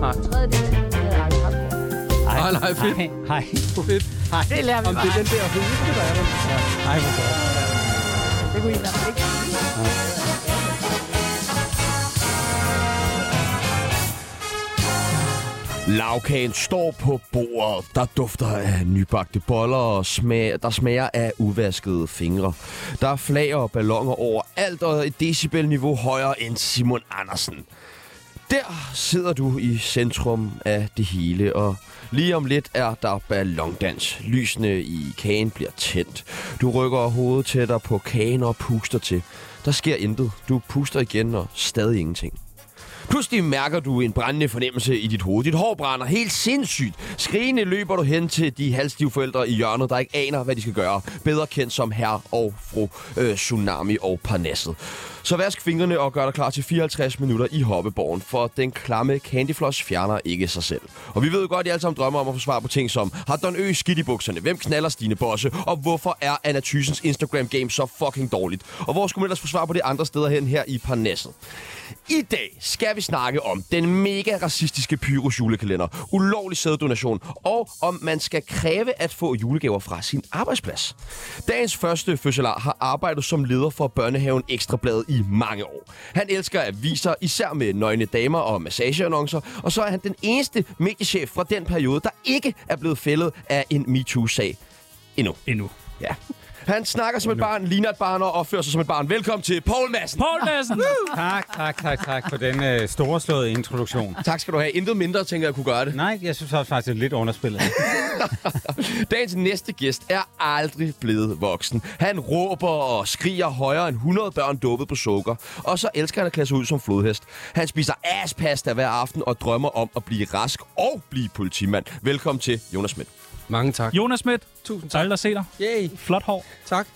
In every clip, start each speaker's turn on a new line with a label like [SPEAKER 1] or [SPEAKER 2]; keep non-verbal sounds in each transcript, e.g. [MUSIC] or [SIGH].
[SPEAKER 1] Nej.
[SPEAKER 2] tredje del af den hedder Arne Korsgaard.
[SPEAKER 1] Nej, nej, fedt.
[SPEAKER 3] Hej, hej.
[SPEAKER 1] Fedt.
[SPEAKER 3] hej.
[SPEAKER 2] Det lærer vi
[SPEAKER 1] Om det er
[SPEAKER 2] bare.
[SPEAKER 1] den der hoste, der er der.
[SPEAKER 3] Ja, hej, hvor godt.
[SPEAKER 2] Det kunne I i hvert fald ikke.
[SPEAKER 4] Lavkagen står på bordet. Der dufter af nybagte boller, og smag, der smager af uvaskede fingre. Der er flager og ballonger over alt, og et decibelniveau højere end Simon Andersen. Der sidder du i centrum af det hele, og lige om lidt er der ballondans. Lysene i kagen bliver tændt. Du rykker hovedet tættere på kagen og puster til. Der sker intet. Du puster igen, og stadig ingenting. Pludselig mærker du en brændende fornemmelse i dit hoved. Dit hår brænder helt sindssygt. Skrigende løber du hen til de halvstive forældre i hjørnet, der ikke aner, hvad de skal gøre. Bedre kendt som herre og fru øh, Tsunami og Parnasset. Så vask fingrene og gør dig klar til 54 minutter i hoppeborgen, for den klamme Candyfloss fjerner ikke sig selv. Og vi ved jo godt, at I alle sammen drømmer om at få svar på ting som, har Don Ø skidt i bukserne? Hvem knaller Stine Bosse? Og hvorfor er Anna Thysens Instagram-game så fucking dårligt? Og hvor skulle man ellers få svar på det andre steder hen her i Parnasset? I dag skal vi snakke om den mega racistiske Pyros julekalender, ulovlig sæddonation og om man skal kræve at få julegaver fra sin arbejdsplads. Dagens første fødselar har arbejdet som leder for børnehaven Ekstrabladet i mange år. Han elsker aviser, især med nøgne damer og massageannoncer, og så er han den eneste mediechef fra den periode, der ikke er blevet fældet af en MeToo-sag endnu.
[SPEAKER 3] Endnu.
[SPEAKER 4] Ja. Han snakker som et barn, ligner et barn og opfører sig som et barn. Velkommen til Poul Madsen.
[SPEAKER 1] Poul Madsen!
[SPEAKER 3] Tak, tak, tak, tak for den øh, storslåede introduktion.
[SPEAKER 4] Tak skal du have. Intet mindre, tænker jeg kunne gøre det.
[SPEAKER 3] Nej, jeg synes også faktisk, det er lidt underspillet.
[SPEAKER 4] [LAUGHS] Dagens næste gæst er aldrig blevet voksen. Han råber og skriger højere end 100 børn duppet på sukker. Og så elsker han at klæde sig ud som flodhest. Han spiser aspasta hver aften og drømmer om at blive rask og blive politimand. Velkommen til Jonas Schmidt.
[SPEAKER 1] Mange tak.
[SPEAKER 5] Jonas Schmidt,
[SPEAKER 1] Tusind
[SPEAKER 5] dejligt at se dig.
[SPEAKER 1] Yay.
[SPEAKER 5] Flot hår.
[SPEAKER 1] Tak.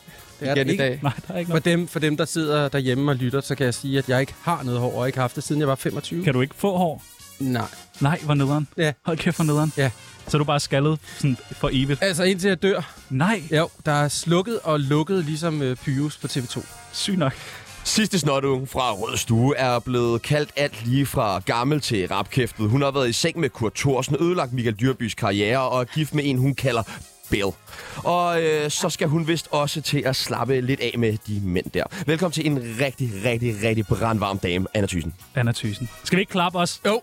[SPEAKER 1] Det er
[SPEAKER 4] Igen
[SPEAKER 1] der
[SPEAKER 4] i dag.
[SPEAKER 1] ikke.
[SPEAKER 5] Nej, der er ikke
[SPEAKER 1] For
[SPEAKER 5] noget.
[SPEAKER 1] dem, for dem, der sidder derhjemme og lytter, så kan jeg sige, at jeg ikke har noget hår, og ikke har haft det, siden jeg var 25.
[SPEAKER 5] Kan du ikke få hår?
[SPEAKER 1] Nej.
[SPEAKER 5] Nej, hvor nederen.
[SPEAKER 1] Ja.
[SPEAKER 5] Hold kæft for nederen.
[SPEAKER 1] Ja.
[SPEAKER 5] Så er du bare skaldet sådan for evigt.
[SPEAKER 1] Altså, indtil jeg dør.
[SPEAKER 5] Nej,
[SPEAKER 1] Jo, der er slukket og lukket, ligesom øh, Pyrus på TV2.
[SPEAKER 5] syg nok.
[SPEAKER 4] Sidste snotunge fra Rød Stue er blevet kaldt alt lige fra gammel til rapkæftet. Hun har været i seng med Kurt Thorsen, ødelagt Michael Dyrbys karriere og er gift med en, hun kalder Bill. Og øh, så skal hun vist også til at slappe lidt af med de mænd der. Velkommen til en rigtig, rigtig, rigtig brandvarm dame, Anna Thyssen.
[SPEAKER 5] Anna Thysen. Skal vi ikke klappe os?
[SPEAKER 1] Jo.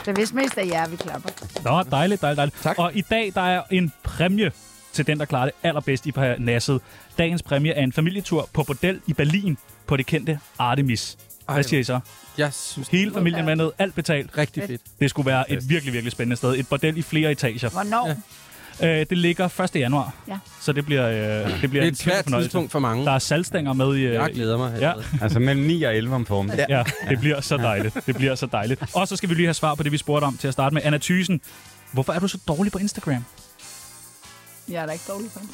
[SPEAKER 2] Det er vist mest af jer, vi klapper.
[SPEAKER 5] Nå, dejligt, dejligt, dejligt.
[SPEAKER 4] Tak.
[SPEAKER 5] Og i dag, der er en præmie til den, der klarer det allerbedst i Parnasset. Dagens præmie er en familietur på bordel i Berlin på det kendte Artemis.
[SPEAKER 1] Ej,
[SPEAKER 5] Hvad siger I så?
[SPEAKER 1] Jeg synes, det
[SPEAKER 5] Hele familien med ned, alt betalt.
[SPEAKER 1] er rigtig fedt.
[SPEAKER 5] Det skulle være et virkelig, virkelig spændende sted. Et bordel i flere etager.
[SPEAKER 2] Hvornår?
[SPEAKER 1] Ja.
[SPEAKER 5] Øh, det ligger 1. januar,
[SPEAKER 2] Ja.
[SPEAKER 5] så det bliver, øh, det bliver
[SPEAKER 1] Det er
[SPEAKER 5] en
[SPEAKER 1] et svært
[SPEAKER 5] kæmpe fornøjelse.
[SPEAKER 1] tidspunkt for mange.
[SPEAKER 5] Der er salgstænger med i... øh,
[SPEAKER 1] Jeg glæder mig.
[SPEAKER 5] Ja.
[SPEAKER 1] allerede.
[SPEAKER 3] altså mellem 9 og 11 om formiddagen.
[SPEAKER 5] Ja, det bliver så dejligt. Det bliver så dejligt. Og så skal vi lige have svar på det, vi spurgte om til at starte med. Anna Thysen, hvorfor er du så dårlig på Instagram?
[SPEAKER 2] Jeg er da ikke dårlig for det.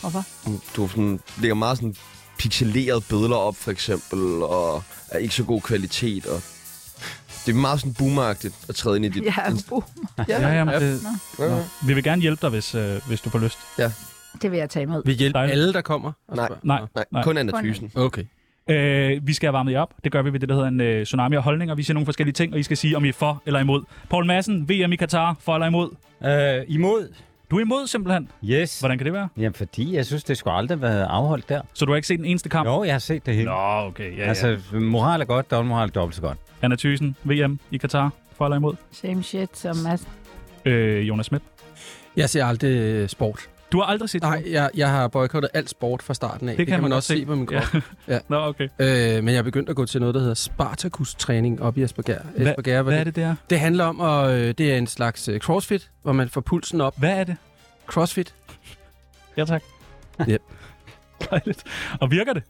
[SPEAKER 5] Hvorfor?
[SPEAKER 4] Mm, Du er sådan, lægger meget sådan pixelerede billeder op, for eksempel, og er ikke så god kvalitet. Og det er meget sådan boomeragtigt at træde ind i dit...
[SPEAKER 2] Jeg er bo.
[SPEAKER 5] Ja, ja, men det,
[SPEAKER 4] Ja.
[SPEAKER 5] nå. vi vil gerne hjælpe dig, hvis, øh, hvis du får lyst.
[SPEAKER 2] Det vil jeg tage med.
[SPEAKER 1] Vi hjælper
[SPEAKER 5] Dejligt.
[SPEAKER 1] alle, der kommer. og
[SPEAKER 4] Nej.
[SPEAKER 1] spørger.
[SPEAKER 5] Nej.
[SPEAKER 4] Nej, kun Anna
[SPEAKER 2] Kun-
[SPEAKER 4] Thyssen.
[SPEAKER 1] Okay.
[SPEAKER 5] Øh, vi skal have varmet jer op. Det gør vi ved det, der hedder en øh, tsunami af holdninger. Vi ser nogle forskellige ting, og I skal sige, om I er for eller imod. Poul Madsen, VM i Katar, for eller imod?
[SPEAKER 3] Ja. Øh, imod?
[SPEAKER 5] Du er imod simpelthen.
[SPEAKER 3] Yes.
[SPEAKER 5] Hvordan kan det være?
[SPEAKER 3] Jamen, fordi jeg synes, det skulle aldrig have været afholdt der.
[SPEAKER 5] Så du har ikke set den eneste kamp?
[SPEAKER 3] Jo, jeg har set det hele.
[SPEAKER 5] Nå, okay. Ja, ja.
[SPEAKER 3] Altså, moral er godt, dobbeltmoral er dobbelt så godt.
[SPEAKER 5] Anna Thysen, VM i Katar, for eller imod?
[SPEAKER 2] Same shit som Mads.
[SPEAKER 5] Øh, Jonas Schmidt.
[SPEAKER 1] Jeg ser aldrig øh, sport.
[SPEAKER 5] Du har aldrig set
[SPEAKER 1] Nej, jeg, jeg har boykottet alt sport fra starten af. Det,
[SPEAKER 5] kan man
[SPEAKER 1] man,
[SPEAKER 5] godt
[SPEAKER 1] også se
[SPEAKER 5] se.
[SPEAKER 1] på min krop.
[SPEAKER 5] Ja. Nå, okay.
[SPEAKER 1] Øh, men jeg er begyndt at gå til noget, der hedder Spartacus-træning op i Asperger. Asperger
[SPEAKER 5] Hvad er det der?
[SPEAKER 1] det handler om, og øh, det er en slags øh, crossfit, hvor man får pulsen op.
[SPEAKER 5] Hvad er det?
[SPEAKER 1] Crossfit,
[SPEAKER 5] Ja, [LAUGHS] tak.
[SPEAKER 1] Yep.
[SPEAKER 5] Dejligt. Og virker det?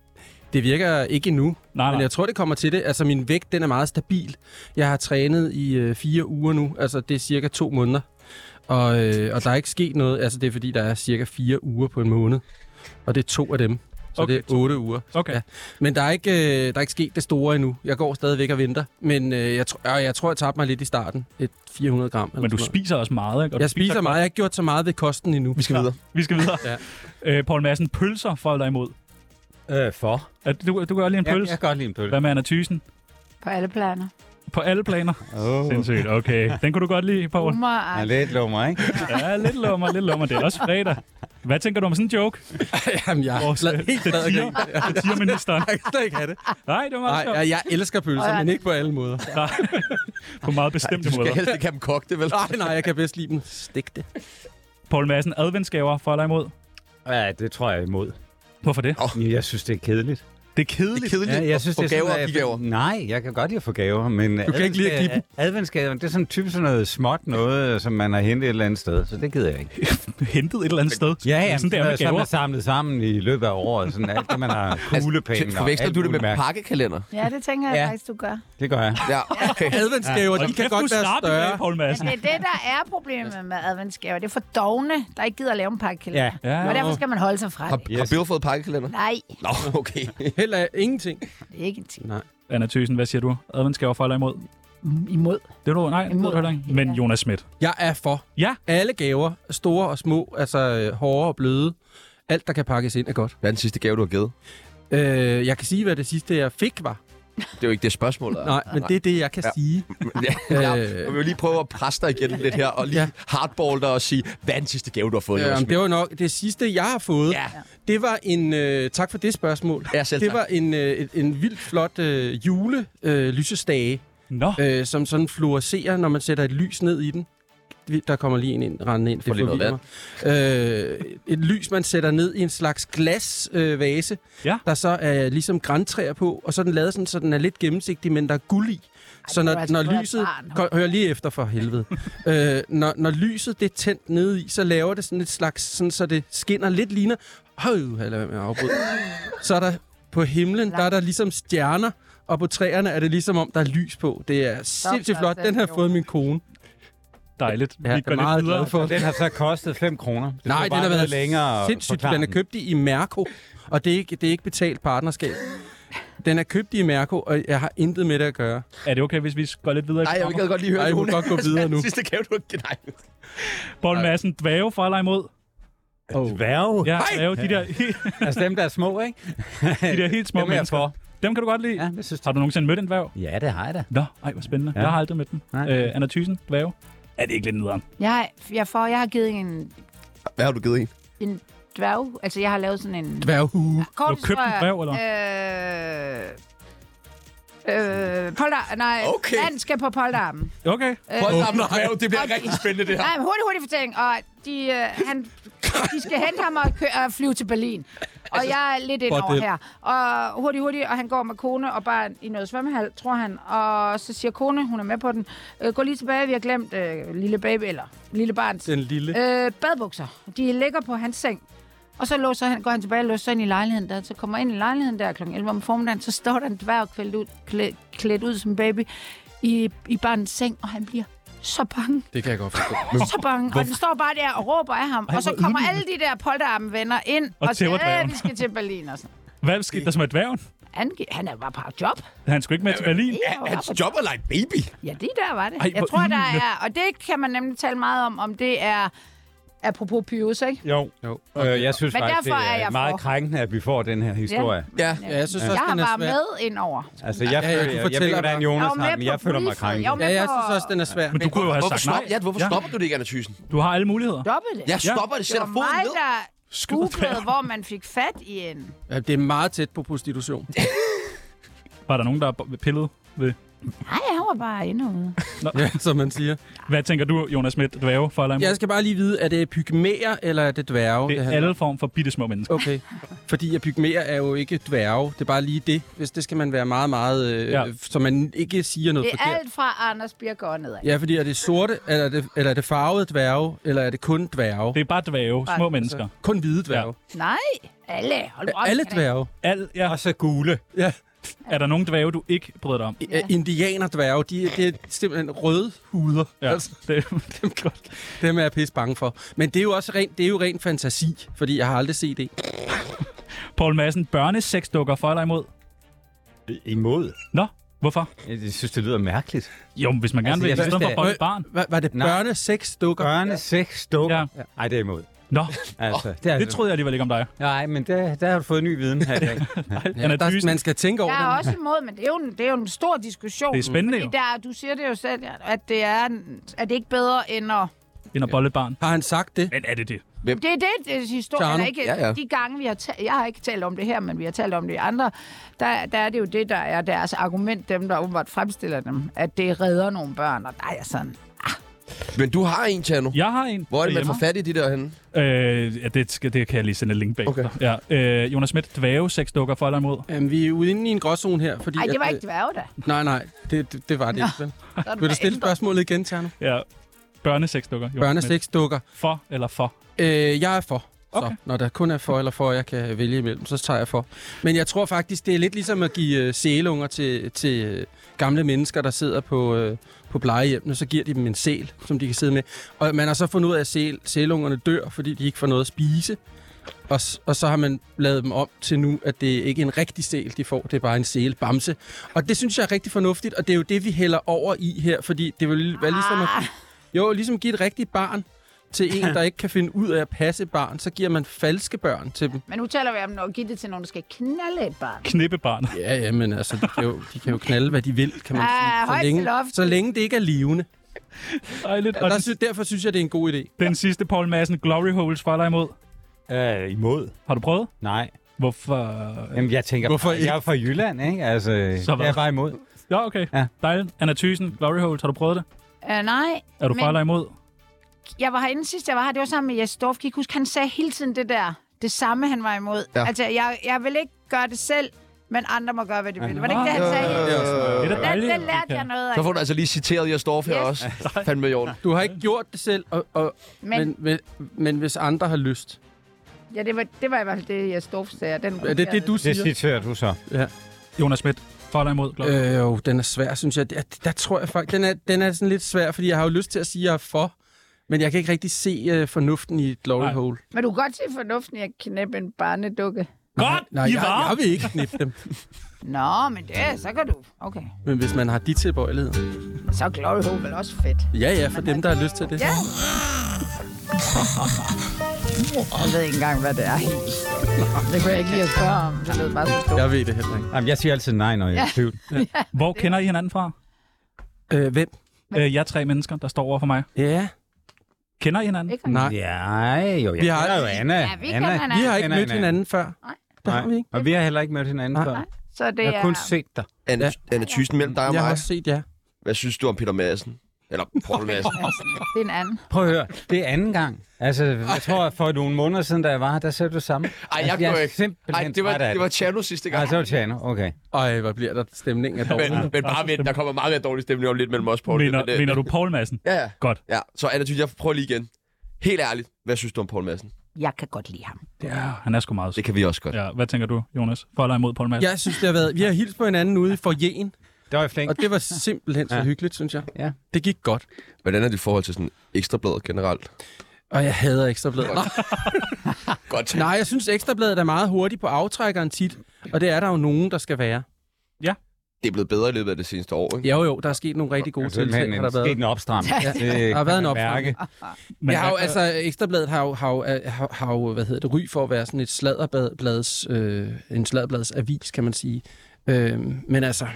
[SPEAKER 1] det virker ikke endnu,
[SPEAKER 5] Nej,
[SPEAKER 1] men
[SPEAKER 5] nej.
[SPEAKER 1] jeg tror, det kommer til det. Altså, min vægt, den er meget stabil. Jeg har trænet i øh, fire uger nu, altså det er cirka to måneder. Og, øh, og der er ikke sket noget, altså det er fordi, der er cirka fire uger på en måned. Og det er to af dem, så
[SPEAKER 5] Okay,
[SPEAKER 1] okay, det er otte uger.
[SPEAKER 5] Okay.
[SPEAKER 1] Ja. Men der er, ikke, øh, der er ikke sket det store endnu. Jeg går stadigvæk og venter. Men øh, jeg, tr- øh, jeg tror, jeg tabte mig lidt i starten. Et 400 gram. Eller
[SPEAKER 5] Men du
[SPEAKER 1] sådan noget.
[SPEAKER 5] spiser også meget, ikke? Og
[SPEAKER 1] Jeg
[SPEAKER 5] du
[SPEAKER 1] spiser meget. Jeg har ikke gjort så meget ved kosten endnu. Vi
[SPEAKER 5] godt. Vi skal videre.
[SPEAKER 1] Ja.
[SPEAKER 5] Øh, Poul Madsen, pølser for eller imod?
[SPEAKER 3] Øh, for?
[SPEAKER 5] Er- Du, du gør lige en
[SPEAKER 3] Jeg, jeg
[SPEAKER 5] pølse.
[SPEAKER 3] kan godt lide en pølse.
[SPEAKER 5] Hvad med Anna Thysen?
[SPEAKER 2] På alle planer.
[SPEAKER 5] på alle planer.
[SPEAKER 3] Oh.
[SPEAKER 5] [LAUGHS] Sindssygt, okay. Den kunne du godt lide, Poul.
[SPEAKER 2] Hummer,
[SPEAKER 3] Ja, lidt lummer, ikke?
[SPEAKER 5] Ja, lidt lummer, lidt lummer. Det er også fredag. Hvad tænker du om sådan en joke?
[SPEAKER 1] [LAUGHS] Jamen, jeg er
[SPEAKER 5] Vores øh,
[SPEAKER 1] glad, helt glad at
[SPEAKER 5] [LAUGHS]
[SPEAKER 1] grine.
[SPEAKER 5] satire- satireministeren.
[SPEAKER 1] Jeg kan slet ikke have det.
[SPEAKER 5] Nej, det var meget
[SPEAKER 1] Nej,
[SPEAKER 5] sjovt.
[SPEAKER 1] jeg, jeg elsker
[SPEAKER 2] Ej,
[SPEAKER 1] pølser,
[SPEAKER 2] ej.
[SPEAKER 1] men ikke på alle måder.
[SPEAKER 5] Nej, på meget bestemte
[SPEAKER 4] Du skal
[SPEAKER 5] måder.
[SPEAKER 4] helst ikke have dem kogt, det vel?
[SPEAKER 1] [LAUGHS] Nej, nej, jeg kan bedst lide dem. Stik det.
[SPEAKER 5] Poul Madsen, adventsgaver for eller imod?
[SPEAKER 3] Ja, det tror jeg er imod.
[SPEAKER 5] Hvorfor det?
[SPEAKER 3] Jeg synes, det er kedeligt.
[SPEAKER 5] Det er kedeligt.
[SPEAKER 4] Det er kedeligt
[SPEAKER 3] Ja, jeg synes,
[SPEAKER 4] at få
[SPEAKER 3] det er sådan,
[SPEAKER 4] gaver og
[SPEAKER 3] at-
[SPEAKER 4] give gaver.
[SPEAKER 3] Nej, jeg kan godt lide at få gaver, men... øh, Du
[SPEAKER 1] kan ikke lide at give dem.
[SPEAKER 3] Adventsgaver, det er sådan typisk sådan noget småt noget, som man har hentet et eller andet sted, så det gider jeg ikke.
[SPEAKER 5] hentet et eller andet sted.
[SPEAKER 3] Ja,
[SPEAKER 5] Det er
[SPEAKER 3] ja,
[SPEAKER 5] sådan der med
[SPEAKER 3] som
[SPEAKER 5] gaver.
[SPEAKER 3] er samlet sammen i løbet af året, sådan alt det, man har kuglepinden
[SPEAKER 4] Altså, Til-
[SPEAKER 3] og
[SPEAKER 4] Forveksler
[SPEAKER 3] alt
[SPEAKER 4] du det med
[SPEAKER 3] muligt mærke.
[SPEAKER 4] pakkekalender?
[SPEAKER 2] Ja, det tænker jeg
[SPEAKER 3] Ja.
[SPEAKER 2] faktisk, du gør.
[SPEAKER 3] Det gør jeg.
[SPEAKER 4] Ja, okay.
[SPEAKER 1] Adventsgaver,
[SPEAKER 5] Hold
[SPEAKER 1] de kan
[SPEAKER 5] kæft,
[SPEAKER 1] godt
[SPEAKER 5] du
[SPEAKER 1] være
[SPEAKER 5] snappede med,
[SPEAKER 1] større.
[SPEAKER 5] Poul Madsen.
[SPEAKER 2] Det er det, der er problemet med adventsgaver. Det er for dogne, der ikke gider at lave en pakkekalender.
[SPEAKER 3] Ja.
[SPEAKER 2] Ja. Og derfor skal man holde sig fra
[SPEAKER 4] Har,
[SPEAKER 2] det.
[SPEAKER 4] har Bill fået pakkekalender?
[SPEAKER 2] Nej,
[SPEAKER 4] Nå, okay.
[SPEAKER 1] Heller ingenting.
[SPEAKER 2] det er ikke en ting.
[SPEAKER 5] Anna Thysen, hvad siger du? Adventsgaver for eller imod?
[SPEAKER 2] Imod.
[SPEAKER 5] Det er du, nej,
[SPEAKER 2] Imod.
[SPEAKER 5] imod. Det er du ikke. Men
[SPEAKER 2] Ja.
[SPEAKER 5] Jonas Schmidt.
[SPEAKER 1] Jeg er for
[SPEAKER 5] Ja.
[SPEAKER 1] alle gaver, store og små, altså øh, hårde og bløde. Alt, der kan pakkes ind, er godt.
[SPEAKER 4] Hvad er den sidste gave, du har givet?
[SPEAKER 1] Øh, jeg kan sige, hvad det sidste, jeg fik var.
[SPEAKER 4] Det er jo ikke det spørgsmål. der er.
[SPEAKER 1] Nej, men det er det, jeg kan
[SPEAKER 4] Ja.
[SPEAKER 1] sige.
[SPEAKER 4] [LAUGHS] Ja, ja. Jeg vil lige prøve at presse dig igen lidt her, og lige
[SPEAKER 1] Ja.
[SPEAKER 4] hardball dig og sige, hvad er den sidste gave, du har fået?
[SPEAKER 1] Øh,
[SPEAKER 4] Jonas
[SPEAKER 1] det var nok det sidste, jeg har fået.
[SPEAKER 4] Ja.
[SPEAKER 1] Det var en... Øh, tak for det spørgsmål.
[SPEAKER 4] Ja, selv
[SPEAKER 1] det
[SPEAKER 4] tak.
[SPEAKER 1] var en, øh, en- en vildt flot øh, julelysestage,
[SPEAKER 5] Nå,
[SPEAKER 1] øh, som sådan fluorescerer, når man sætter et lys ned i den. Vi- Der kommer lige en ind, rendende ind. Det
[SPEAKER 4] lige noget
[SPEAKER 1] forvirrer mig. Øh, et lys, man sætter ned i en slags glasvase, øh, vase,
[SPEAKER 5] Ja.
[SPEAKER 1] der så er ligesom grantræer på, og så er den lavet sådan, så den er lidt gennemsigtig, men der er guld i. Så
[SPEAKER 2] det
[SPEAKER 1] når,
[SPEAKER 2] var altså
[SPEAKER 1] når
[SPEAKER 2] noget af et
[SPEAKER 1] lyset...
[SPEAKER 2] barn.
[SPEAKER 1] Kom, hør lige efter for helvede. øh, når, når lyset det er tændt nede i, så laver det sådan et slags, sådan, så det skinner lidt ligner... Høj, eller hvad afbryd. så er der på himlen, der er der ligesom stjerner, og på træerne er det ligesom om, der er lys på. Det er sindssygt
[SPEAKER 2] tak,
[SPEAKER 1] flot.
[SPEAKER 2] tak,
[SPEAKER 1] Den har
[SPEAKER 2] jo.
[SPEAKER 1] fået min kone.
[SPEAKER 5] dejligt.
[SPEAKER 1] Ja,
[SPEAKER 5] Vi
[SPEAKER 1] jeg
[SPEAKER 5] går
[SPEAKER 1] er meget
[SPEAKER 5] lidt
[SPEAKER 1] glad
[SPEAKER 5] videre.
[SPEAKER 1] for.
[SPEAKER 3] Den har så kostet 5 kroner. Det
[SPEAKER 1] Nej,
[SPEAKER 3] tog
[SPEAKER 1] den
[SPEAKER 3] bare
[SPEAKER 1] har
[SPEAKER 3] noget
[SPEAKER 1] været
[SPEAKER 3] længere. at
[SPEAKER 1] sindssygt.
[SPEAKER 3] forklare
[SPEAKER 1] Den er købt i Mærko, og det er, ikke, det er ikke betalt partnerskab. Den er købt i Mærko, og jeg har intet med det at gøre.
[SPEAKER 5] Er det okay, hvis vi går lidt videre? i
[SPEAKER 4] Nej, jeg vil
[SPEAKER 5] programmet?
[SPEAKER 4] gad godt lige høre,
[SPEAKER 1] Ej, hun
[SPEAKER 4] Lone.
[SPEAKER 1] kan godt gå videre nu.
[SPEAKER 4] Sidste gave, du har givet. Nej.
[SPEAKER 5] Poul Madsen, dvæve for eller imod?
[SPEAKER 1] Oh.
[SPEAKER 3] Dværge?
[SPEAKER 5] Ja, dvæve, de der,
[SPEAKER 3] Altså dem, der er små, ikke?
[SPEAKER 5] de der helt små
[SPEAKER 3] Dem er jeg
[SPEAKER 5] mennesker.
[SPEAKER 3] for.
[SPEAKER 5] Dem kan du godt lide.
[SPEAKER 3] Ja, det synes
[SPEAKER 5] Har du nogensinde mødt en dværg?
[SPEAKER 3] Ja, det har jeg da.
[SPEAKER 5] Nå, ej, hvor spændende.
[SPEAKER 3] Ja.
[SPEAKER 5] Jeg har aldrig mødt den.
[SPEAKER 3] Nej.
[SPEAKER 5] Øh, Anna Thysen, dvæve. Er det ikke lidt nederen?
[SPEAKER 2] Jeg, jeg, får, jeg har givet en,
[SPEAKER 4] Hvad har du givet en?
[SPEAKER 2] en dværg. Altså, jeg har lavet sådan en...
[SPEAKER 1] Dværghue.
[SPEAKER 5] Har du købt en dværg, eller?
[SPEAKER 2] Øh... Øh, polter, nej,
[SPEAKER 4] Okay.
[SPEAKER 2] mand skal på polterarmen.
[SPEAKER 5] Okay.
[SPEAKER 2] Øh,
[SPEAKER 4] Hold da op, det bliver rigtig spændende, det her.
[SPEAKER 2] Nej, men hurtig, hurtig fortælling. Og de, øh, han, de skal hente ham og, kø- og flyve til Berlin. Og jeg er lidt ind
[SPEAKER 1] Altså, for
[SPEAKER 2] over
[SPEAKER 1] det.
[SPEAKER 2] her. Og hurtig, hurtig, og han går med kone og barn i noget svømmehal, tror han. Og så siger kone, hun er med på den, øh, gå lige tilbage, vi har glemt øh, lille baby, eller lille barns
[SPEAKER 1] Den lille.
[SPEAKER 2] øh, badbukser. De ligger på hans seng. Og så låser han, går han tilbage og låser ind i lejligheden der. Så kommer ind i lejligheden der kl. 11 om formiddagen. Så står der en dværg klædt ud, klædt, klædt ud som baby i, i barnets seng. Og han bliver så bange
[SPEAKER 1] Det kan jeg godt forstå.
[SPEAKER 2] så bange. Og den står bare der og råber af ham. Ej, og så
[SPEAKER 5] hvor
[SPEAKER 2] kommer
[SPEAKER 5] ydmyg.
[SPEAKER 2] alle de der polterarmvenner ind og,
[SPEAKER 5] Og
[SPEAKER 2] og siger,
[SPEAKER 5] tæver
[SPEAKER 2] at
[SPEAKER 5] dværgen."
[SPEAKER 2] vi skal til Berlin og sådan.
[SPEAKER 5] Hvad skete der så med dværgen?
[SPEAKER 2] Han, gi- han er bare på job.
[SPEAKER 5] Han skulle ikke med til Berlin.
[SPEAKER 2] Ja, han var
[SPEAKER 4] Hans
[SPEAKER 2] på
[SPEAKER 4] job er like baby.
[SPEAKER 2] Ja, det der var det.
[SPEAKER 5] Ej,
[SPEAKER 2] jeg
[SPEAKER 5] hvor
[SPEAKER 2] tror, der
[SPEAKER 5] ydmygende.
[SPEAKER 2] er... Og det kan man nemlig tale meget om, om det er... Apropos Pius, ikke?
[SPEAKER 3] Jo.
[SPEAKER 1] Jo.
[SPEAKER 3] Øh, jeg synes
[SPEAKER 2] Men
[SPEAKER 3] faktisk, det
[SPEAKER 2] derfor er
[SPEAKER 3] er,
[SPEAKER 2] jeg
[SPEAKER 3] meget
[SPEAKER 2] for.
[SPEAKER 3] krænkende, at vi får den her historie.
[SPEAKER 4] Ja.
[SPEAKER 1] Ja, jeg synes
[SPEAKER 2] Jeg
[SPEAKER 1] også,
[SPEAKER 2] har
[SPEAKER 1] den er
[SPEAKER 2] bare
[SPEAKER 1] svær.
[SPEAKER 2] med ind over.
[SPEAKER 3] Altså, jeg,
[SPEAKER 1] Ja, jeg
[SPEAKER 3] føler,
[SPEAKER 1] kunne
[SPEAKER 3] jeg, jeg, ved
[SPEAKER 1] fortælle
[SPEAKER 3] ikke,
[SPEAKER 1] dig
[SPEAKER 3] hvordan
[SPEAKER 1] bare.
[SPEAKER 3] Jonas
[SPEAKER 2] Jeg var
[SPEAKER 3] har
[SPEAKER 2] med
[SPEAKER 3] den, men jeg
[SPEAKER 2] på
[SPEAKER 3] føler mig
[SPEAKER 2] briefet.
[SPEAKER 3] krænket.
[SPEAKER 2] Jeg var med
[SPEAKER 1] Ja, jeg
[SPEAKER 2] på-
[SPEAKER 1] synes også, den er svær.
[SPEAKER 5] Men du kunne jo have
[SPEAKER 4] Hvorfor,
[SPEAKER 5] sagt
[SPEAKER 4] stop?
[SPEAKER 5] nej.
[SPEAKER 4] Ja, hvorfor
[SPEAKER 5] Ja.
[SPEAKER 4] stopper du det ikke, Anna Thysen?
[SPEAKER 5] Du har alle muligheder.
[SPEAKER 2] Dobbelt det.
[SPEAKER 4] Jeg stopper det,
[SPEAKER 2] det
[SPEAKER 4] sætter
[SPEAKER 2] var
[SPEAKER 4] foden
[SPEAKER 2] mig,
[SPEAKER 4] ned.
[SPEAKER 2] der
[SPEAKER 5] Skyder
[SPEAKER 2] googlede,
[SPEAKER 5] dværgen.
[SPEAKER 2] hvor man fik fat i en...
[SPEAKER 1] Ja, det er meget tæt på prostitution. [LAUGHS]
[SPEAKER 5] Var der nogen, der b- pillede ved?
[SPEAKER 2] Nej, han var bare inde og ude.
[SPEAKER 1] ja, som man siger.
[SPEAKER 5] Hvad tænker du, Jonas Schmidt, dværge for eller imod?
[SPEAKER 1] Jeg skal bare lige vide, er det pygmæer, eller er det dværge?
[SPEAKER 5] Det er
[SPEAKER 1] handler om?
[SPEAKER 5] alle form for bitte små mennesker.
[SPEAKER 1] Okay. Fordi at pygmæer er jo ikke dværge. Det er bare lige det. Hvis det skal man være meget, meget... Øh, ja.
[SPEAKER 5] Ja.
[SPEAKER 1] Så man ikke siger noget
[SPEAKER 2] Det er
[SPEAKER 1] forkert.
[SPEAKER 2] alt fra Anders Birker og nedad.
[SPEAKER 1] Ja, fordi er det sorte, eller er det, eller er det farvede dværge, eller er det kun dværge?
[SPEAKER 5] Det er bare dværge,
[SPEAKER 2] Bare-
[SPEAKER 3] altså-
[SPEAKER 5] små mennesker.
[SPEAKER 1] Kun hvide dværge.
[SPEAKER 2] Nej, alle. Hold nu
[SPEAKER 1] Ja.
[SPEAKER 2] op,
[SPEAKER 1] Alle
[SPEAKER 2] kan da-
[SPEAKER 1] dværge.
[SPEAKER 5] Al, ja.
[SPEAKER 3] Og så gule.
[SPEAKER 1] Ja.
[SPEAKER 5] Er der nogen dværge, du ikke bryder dig om?
[SPEAKER 1] ja. Indianerdværge, de, det er simpelthen røde huder.
[SPEAKER 5] Ja,
[SPEAKER 1] Altså,
[SPEAKER 5] [LAUGHS] det, det er godt.
[SPEAKER 1] dem er jeg pisse bange for. Men det er jo også rent, det er jo ren fantasi, fordi jeg har aldrig set det.
[SPEAKER 5] Poul Madsen, børnesexdukker for eller imod?
[SPEAKER 3] Imod.
[SPEAKER 5] Nå, hvorfor?
[SPEAKER 3] Jeg synes, det lyder mærkeligt.
[SPEAKER 5] Jo, men hvis man gerne
[SPEAKER 3] Altså,
[SPEAKER 5] vil, i
[SPEAKER 3] jeg synes,
[SPEAKER 5] stedet for
[SPEAKER 3] det
[SPEAKER 5] at
[SPEAKER 3] er-
[SPEAKER 5] få et barn.
[SPEAKER 1] Var, var det
[SPEAKER 3] Nej.
[SPEAKER 1] børne seks dukker?
[SPEAKER 3] Børne, sex, dukker.
[SPEAKER 5] Ja.
[SPEAKER 3] Ja. Ej, det er imod.
[SPEAKER 5] Nå,
[SPEAKER 3] Altså, det,
[SPEAKER 5] det troede jeg alligevel ikke om dig.
[SPEAKER 3] Nej, men der, der har du fået ny viden her i
[SPEAKER 1] [LAUGHS]
[SPEAKER 3] dag.
[SPEAKER 1] Ja, der,
[SPEAKER 5] Analysen.
[SPEAKER 1] man skal tænke over
[SPEAKER 2] Jeg er
[SPEAKER 1] det.
[SPEAKER 2] også imod, men det er jo en, det er jo en stor diskussion.
[SPEAKER 5] Det er spændende jo,
[SPEAKER 2] Fordi Der, du siger det jo selv, at det er, er det ikke bedre end at...
[SPEAKER 5] end at bolle et barn.
[SPEAKER 1] Har han sagt det?
[SPEAKER 5] Men er det det?
[SPEAKER 2] Det er det, det er historien.
[SPEAKER 1] Tjerno.
[SPEAKER 2] Eller ikke,
[SPEAKER 4] Ja,
[SPEAKER 2] ja,
[SPEAKER 4] ja.
[SPEAKER 2] ja. De gange, vi har talt, jeg har ikke talt om det her, men vi har talt om det i andre, der, der er det jo det, der er deres argument, dem der åbenbart fremstiller dem, at det redder nogle børn, og der er jeg sådan.
[SPEAKER 4] Men du har en, Tjerno.
[SPEAKER 5] Jeg har en.
[SPEAKER 4] Hvor er det, man
[SPEAKER 5] derhjemme.
[SPEAKER 4] får fat i de der henne?
[SPEAKER 5] Øh, ja, det, skal, det kan jeg lige sende et link bag.
[SPEAKER 4] Okay.
[SPEAKER 5] Ja. Øh, Jonas Schmidt, dvæve seksdukker for eller imod?
[SPEAKER 1] Jamen, Øhm, vi er ude inde i en gråzone her, fordi...
[SPEAKER 2] Ej, det var
[SPEAKER 1] at,
[SPEAKER 2] ikke dværge, da.
[SPEAKER 1] øh, Nej, nej, det, det, det var det ikke. vel?
[SPEAKER 2] Så er den
[SPEAKER 1] Vil du
[SPEAKER 2] bare
[SPEAKER 1] stille
[SPEAKER 2] ændret.
[SPEAKER 1] spørgsmålet igen, Tjerno?
[SPEAKER 5] Ja. Børneseksdukker. Jonas Schmidt.
[SPEAKER 1] Børneslægtsdukker.
[SPEAKER 5] For eller for?
[SPEAKER 1] Øh, jeg er for. Okay.
[SPEAKER 5] Okay.
[SPEAKER 1] Så, når der kun er for eller for, jeg kan vælge imellem, så tager jeg for. Men jeg tror faktisk, det er lidt ligesom at give øh, sælunger til, til øh, gamle mennesker, der sidder på, øh, på plejehjemmene. Så giver de dem en sæl, som de kan sidde med. Og man har så fundet ud af, at sæl, sælungerne dør, fordi de ikke får noget at spise. Og, s- og så har man lavet dem om til nu, at det ikke er en rigtig sæl, de får. Det er bare en sælbamse. Og det synes jeg er rigtig fornuftigt, og det er jo det, vi hælder over i her, fordi det vil være ligesom at...
[SPEAKER 2] Ah,
[SPEAKER 1] Jo, ligesom give et rigtigt barn [LAUGHS] til en, der ikke kan finde ud af at passe et barn, så giver man falske børn til dem.
[SPEAKER 2] Men nu taler vi om at give det til nogen, der skal knalde et barn.
[SPEAKER 5] Knippebarn.
[SPEAKER 1] Ja, ja, men altså, de kan jo, de kan jo knalde, hvad de vil, kan man
[SPEAKER 2] Ah,
[SPEAKER 1] sige.
[SPEAKER 2] højt
[SPEAKER 1] Så
[SPEAKER 2] til
[SPEAKER 1] længe,
[SPEAKER 2] loftet.
[SPEAKER 1] så længe det ikke er levende.
[SPEAKER 5] [LAUGHS] Dejligt.
[SPEAKER 1] Og
[SPEAKER 5] Og
[SPEAKER 1] der,
[SPEAKER 5] den,
[SPEAKER 1] sy- derfor synes jeg, det er en god idé.
[SPEAKER 5] den sidste, Paul Madsen, glory holes for eller imod?
[SPEAKER 3] Øh, imod?
[SPEAKER 5] Har du prøvet?
[SPEAKER 3] Nej.
[SPEAKER 5] Hvorfor?
[SPEAKER 3] Jamen, jeg tænker,
[SPEAKER 1] Hvorfor
[SPEAKER 3] Hvorfor
[SPEAKER 1] ikke?
[SPEAKER 3] jeg er fra Jylland, ikke? Altså,
[SPEAKER 5] Så hvad?
[SPEAKER 3] jeg er bare imod.
[SPEAKER 5] Ja, okay.
[SPEAKER 3] Ja.
[SPEAKER 5] Dejligt. Anna Thysen, glory holes, har du prøvet det?
[SPEAKER 2] Uh, nej,
[SPEAKER 5] Er du for
[SPEAKER 2] Men-
[SPEAKER 5] eller imod?
[SPEAKER 2] jeg var herinde sidst, jeg var her, det var sammen med Jes Dorf. Kan I ikke huske, han sagde hele tiden det der, det samme, han var imod.
[SPEAKER 4] Ja.
[SPEAKER 2] Ja. Altså, jeg, jeg vil ikke gøre det selv, men andre må gøre, hvad de vil. Var det ikke det, han
[SPEAKER 5] Ah,
[SPEAKER 2] sagde?
[SPEAKER 4] Øh,
[SPEAKER 5] Det er da
[SPEAKER 2] Den,
[SPEAKER 5] dejligt.
[SPEAKER 2] den lærte jeg noget af.
[SPEAKER 4] Så får du altså lige citeret jeg Storff her
[SPEAKER 2] Yes.
[SPEAKER 4] [LAUGHS] også. Fandme i orden.
[SPEAKER 1] Du har ikke gjort det selv, og, og,
[SPEAKER 2] Men,
[SPEAKER 1] men, men, men hvis andre har lyst.
[SPEAKER 2] Ja, det var, det var i hvert fald det, jeg stod for. sagde. Den
[SPEAKER 1] Er det det, du
[SPEAKER 3] Det
[SPEAKER 1] siger?
[SPEAKER 3] citerer du så.
[SPEAKER 5] Jonas Schmidt, for eller imod? Glory?
[SPEAKER 1] Øh, jo, den er svær, synes jeg. Der, der tror jeg faktisk... Den er, den er sådan lidt svær, fordi jeg har jo lyst til at sige, at jeg er for, men jeg kan ikke rigtig se uh, fornuften i et glory
[SPEAKER 5] Nej.
[SPEAKER 1] hole.
[SPEAKER 2] Men du kan godt se fornuften i at knæppe en barnedukke.
[SPEAKER 5] Godt,
[SPEAKER 1] Nej,
[SPEAKER 5] I
[SPEAKER 1] jeg,
[SPEAKER 5] var.
[SPEAKER 1] jeg vil ikke knippe dem,
[SPEAKER 2] Nå, men det, så kan du. Okay.
[SPEAKER 1] men hvis man har de tilbøjeligheder.
[SPEAKER 2] Så er Glory Hole vel også fedt.
[SPEAKER 1] Ja, ja, for dem, der har lyst til det. [LAUGHS]
[SPEAKER 2] Ja. Jeg ved ikke engang, hvad det er. Det kunne jeg ikke lige at spørge om. Jeg ved bare, så stort.
[SPEAKER 1] Jeg ved det heller ikke.
[SPEAKER 3] Jamen, jeg siger altid nej, når jeg er i tvivl.
[SPEAKER 5] Hvor kender I hinanden fra?
[SPEAKER 1] Øh, hvem?
[SPEAKER 5] Øh, jeg er tre mennesker, der står over for mig.
[SPEAKER 1] Ja,
[SPEAKER 5] Kender I hinanden?
[SPEAKER 2] Ikke?
[SPEAKER 1] nej.
[SPEAKER 3] Ja, jo, jeg
[SPEAKER 1] Vi har-
[SPEAKER 3] kender jo Anna.
[SPEAKER 2] Ja, vi kender
[SPEAKER 3] Anna.
[SPEAKER 2] hinanden.
[SPEAKER 1] Vi har ikke
[SPEAKER 3] Nej,
[SPEAKER 1] mødt
[SPEAKER 3] nej.
[SPEAKER 1] hinanden før.
[SPEAKER 2] Nej.
[SPEAKER 1] Det har vi ikke.
[SPEAKER 3] Og vi har heller ikke mødt hinanden
[SPEAKER 1] Nej.
[SPEAKER 3] før.
[SPEAKER 2] Så det
[SPEAKER 3] Jeg
[SPEAKER 2] er...
[SPEAKER 3] har kun set dig.
[SPEAKER 4] Anne,
[SPEAKER 1] Ja.
[SPEAKER 4] Anne Thyssen, mellem dig og
[SPEAKER 1] Jeg har
[SPEAKER 4] mig,
[SPEAKER 1] også set jer.
[SPEAKER 4] hvad synes du om Peter Madsen? Eller Paul Madsen?
[SPEAKER 2] Det er en anden.
[SPEAKER 3] Prøv at høre, det er anden gang. Altså, jeg tror, at for nogle måneder siden, da jeg var her, der sagde du det samme.
[SPEAKER 4] Ej,
[SPEAKER 3] altså,
[SPEAKER 4] jeg
[SPEAKER 3] jeg
[SPEAKER 4] går
[SPEAKER 3] er
[SPEAKER 4] ikke.
[SPEAKER 3] simpelthen
[SPEAKER 4] Ej, det var,
[SPEAKER 3] træt af Altså,
[SPEAKER 4] det var Tjerno sidste gang.
[SPEAKER 3] Ej, så var det Tjano, okay.
[SPEAKER 1] Øj, hvor bliver der stemningen af
[SPEAKER 4] Men,
[SPEAKER 1] dårlig.
[SPEAKER 4] men bare vent, der kommer meget mere dårlig stemning om lidt mellem os, Paul.
[SPEAKER 5] Mener,
[SPEAKER 4] Men, øh,
[SPEAKER 5] mener du Paul Madsen?
[SPEAKER 4] Ja, ja.
[SPEAKER 5] Godt.
[SPEAKER 4] Ja, så Anna Thyssen, jeg prøver lige igen. Helt ærligt, hvad synes du om Paul Madsen?
[SPEAKER 2] Jeg kan godt lide ham.
[SPEAKER 5] Ja, han er sgu meget sød.
[SPEAKER 4] Det kan vi også godt.
[SPEAKER 5] Ja, hvad tænker du, Jonas? For eller imod Paul
[SPEAKER 1] [LAUGHS]
[SPEAKER 5] Madsen?
[SPEAKER 1] Jeg synes, det har været... Vi har hilst på hinanden ude i forjen,
[SPEAKER 3] Det var jeg flink.
[SPEAKER 1] og det var simpelthen så
[SPEAKER 3] Ja.
[SPEAKER 1] hyggeligt, synes jeg.
[SPEAKER 3] Ja.
[SPEAKER 1] Det gik godt.
[SPEAKER 4] Hvordan er dit forhold til sådan ekstrabladet generelt?
[SPEAKER 1] Og jeg hader Ekstrabladet. Nå,
[SPEAKER 4] Godt.
[SPEAKER 1] [LAUGHS] Nej, jeg synes, Ekstrabladet er meget hurtigt på aftrækkeren tit. Og det er der jo nogen, der skal være.
[SPEAKER 4] Det er blevet bedre i løbet af det seneste år, ikke?
[SPEAKER 1] Ja, jo, jo, der er sket nogle rigtig gode tiltag, har der
[SPEAKER 3] sket
[SPEAKER 1] været.
[SPEAKER 3] en opstramning.
[SPEAKER 1] Der har været en opstramning.
[SPEAKER 5] Men
[SPEAKER 1] jeg har jo,
[SPEAKER 5] hvad-
[SPEAKER 1] altså, Ekstrabladet har jo, har, jo, øh, har, har jo, hvad hedder det, ry for at være sådan et sladderblads, øh, en sladderblads avis, kan man sige. Øh, men altså,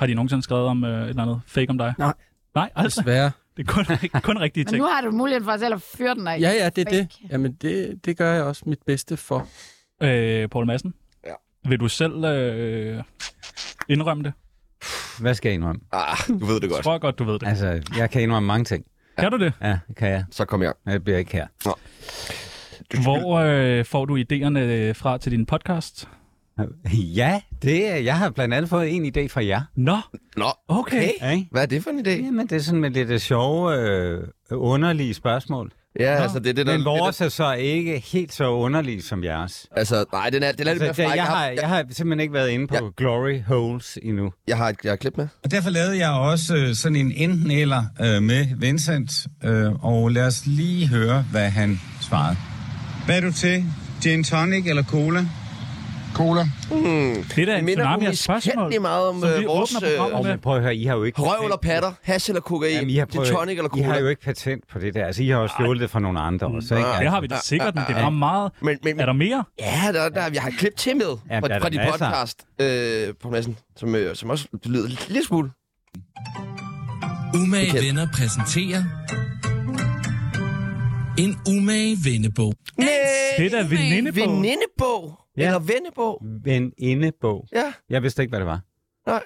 [SPEAKER 5] Har de nogensinde skrevet om øh, et eller andet fake om dig?
[SPEAKER 1] Nej.
[SPEAKER 5] Nej, altså.
[SPEAKER 1] desværre.
[SPEAKER 5] Det er kun, [LAUGHS] kun rigtige
[SPEAKER 2] Men
[SPEAKER 5] ting.
[SPEAKER 2] nu har du muligheden for selv at fyre den af.
[SPEAKER 1] Ja, ja, det er det.
[SPEAKER 2] Fake.
[SPEAKER 1] Jamen, det, det gør jeg også mit bedste for.
[SPEAKER 5] Øh, Paul Madsen?
[SPEAKER 4] Ja.
[SPEAKER 5] Vil du selv øh, indrømme det?
[SPEAKER 3] Hvad skal jeg indrømme?
[SPEAKER 4] Ah, du ved det [LAUGHS]
[SPEAKER 5] Jeg
[SPEAKER 4] godt.
[SPEAKER 5] tror godt, du ved det.
[SPEAKER 3] Altså, jeg kan indrømme mange ting.
[SPEAKER 5] Kan du det?
[SPEAKER 3] Ja, det kan jeg.
[SPEAKER 4] Så kom jeg.
[SPEAKER 3] Men Jeg bliver ikke her.
[SPEAKER 5] Hvor øh, får du idéerne øh, fra til din podcast?
[SPEAKER 3] Ja, det, er- jeg har blandt andet fået en idé fra jer.
[SPEAKER 5] Nå,
[SPEAKER 4] Nå,
[SPEAKER 5] okay.
[SPEAKER 3] Ja, ikke?
[SPEAKER 4] hvad er det for en idé?
[SPEAKER 3] Jamen, det er sådan med lidt øh, sjove, øh, underlige spørgsmål.
[SPEAKER 4] Ja, altså, det er det, der...
[SPEAKER 3] Men vores
[SPEAKER 4] det,
[SPEAKER 3] er så ikke helt så underlige som jeres.
[SPEAKER 4] der- altså, nej, den er, den er lidt
[SPEAKER 3] Så
[SPEAKER 4] mere
[SPEAKER 3] det,
[SPEAKER 4] fræk.
[SPEAKER 3] Altså, jeg, har, jeg har simpelthen ikke været inde på
[SPEAKER 4] Ja.
[SPEAKER 3] glory holes endnu.
[SPEAKER 4] jeg har et jeg har et klip med.
[SPEAKER 6] Og derfor lavede jeg også øh, sådan en enten-eller øh, med Vincent, øh, og lad os lige høre, hvad han svarede. Hvad er du til? Gin tonic eller cola?
[SPEAKER 7] cola.
[SPEAKER 5] Det er da en
[SPEAKER 4] minder
[SPEAKER 5] tsunami af spørgsmål.
[SPEAKER 4] umiskendelig meget om
[SPEAKER 5] som
[SPEAKER 4] øh,
[SPEAKER 5] vi
[SPEAKER 4] vores
[SPEAKER 5] åbner
[SPEAKER 4] øh,
[SPEAKER 5] programmet
[SPEAKER 4] om
[SPEAKER 5] med.
[SPEAKER 3] Men prøv at høre, I har jo ikke...
[SPEAKER 4] røv eller patter, hash eller kokain,
[SPEAKER 3] Jamen, I har
[SPEAKER 4] det er
[SPEAKER 3] prøvet-
[SPEAKER 4] tonic eller
[SPEAKER 3] I
[SPEAKER 4] cola.
[SPEAKER 3] har jo ikke patent på det der. Altså, I har jo stjålet det fra nogle andre også, ikke? Altså,
[SPEAKER 5] Det har vi da sikkert, men det var meget...
[SPEAKER 4] Men, men,
[SPEAKER 5] Er der mere?
[SPEAKER 4] ja, der, der, jeg har et klip til med
[SPEAKER 3] Ja, der
[SPEAKER 4] fra,
[SPEAKER 3] er
[SPEAKER 4] fra
[SPEAKER 3] der
[SPEAKER 4] din
[SPEAKER 3] masser.
[SPEAKER 4] podcast, øh, på massen, som, øh, som også lyder en lille smule.
[SPEAKER 8] Umage
[SPEAKER 4] Bekendt.
[SPEAKER 8] venner præsenterer en umage vennebog.
[SPEAKER 5] Det er da venindebog.
[SPEAKER 4] Venindebog?
[SPEAKER 3] Ja.
[SPEAKER 4] Ja. Eller vennebog?
[SPEAKER 3] Men indebog.
[SPEAKER 4] Ja,
[SPEAKER 3] Jeg vidste ikke, hvad det var.
[SPEAKER 4] nej.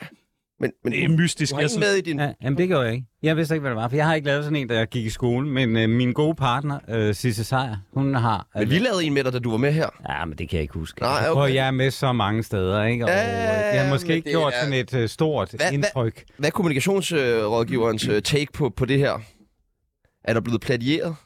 [SPEAKER 4] Men, men
[SPEAKER 5] Det er
[SPEAKER 4] du
[SPEAKER 5] mystisk.
[SPEAKER 4] har
[SPEAKER 5] Jeg
[SPEAKER 4] ikke
[SPEAKER 5] synes,
[SPEAKER 4] med i din...
[SPEAKER 3] Ja, jamen, det gjorde jeg ikke. Jeg vidste ikke, hvad det var, for jeg har ikke lavet sådan en, da jeg gik i skole. Men øh, min gode partner, øh, Sisse Sejer, hun har... øh,
[SPEAKER 4] Men vi lavede en med dig, da du var med her.
[SPEAKER 3] Ja, men det kan jeg ikke huske.
[SPEAKER 4] Nej,
[SPEAKER 3] Prøv,
[SPEAKER 4] okay.
[SPEAKER 3] jeg er med så mange steder, ikke? Og, øh, jeg har måske
[SPEAKER 4] men
[SPEAKER 3] ikke
[SPEAKER 4] det
[SPEAKER 3] gjort
[SPEAKER 4] er-
[SPEAKER 3] sådan et øh, stort
[SPEAKER 4] hvad-
[SPEAKER 3] indtryk.
[SPEAKER 4] Hvad er kommunikationsrådgiverens øh, take på, på det her? Er der blevet platieret?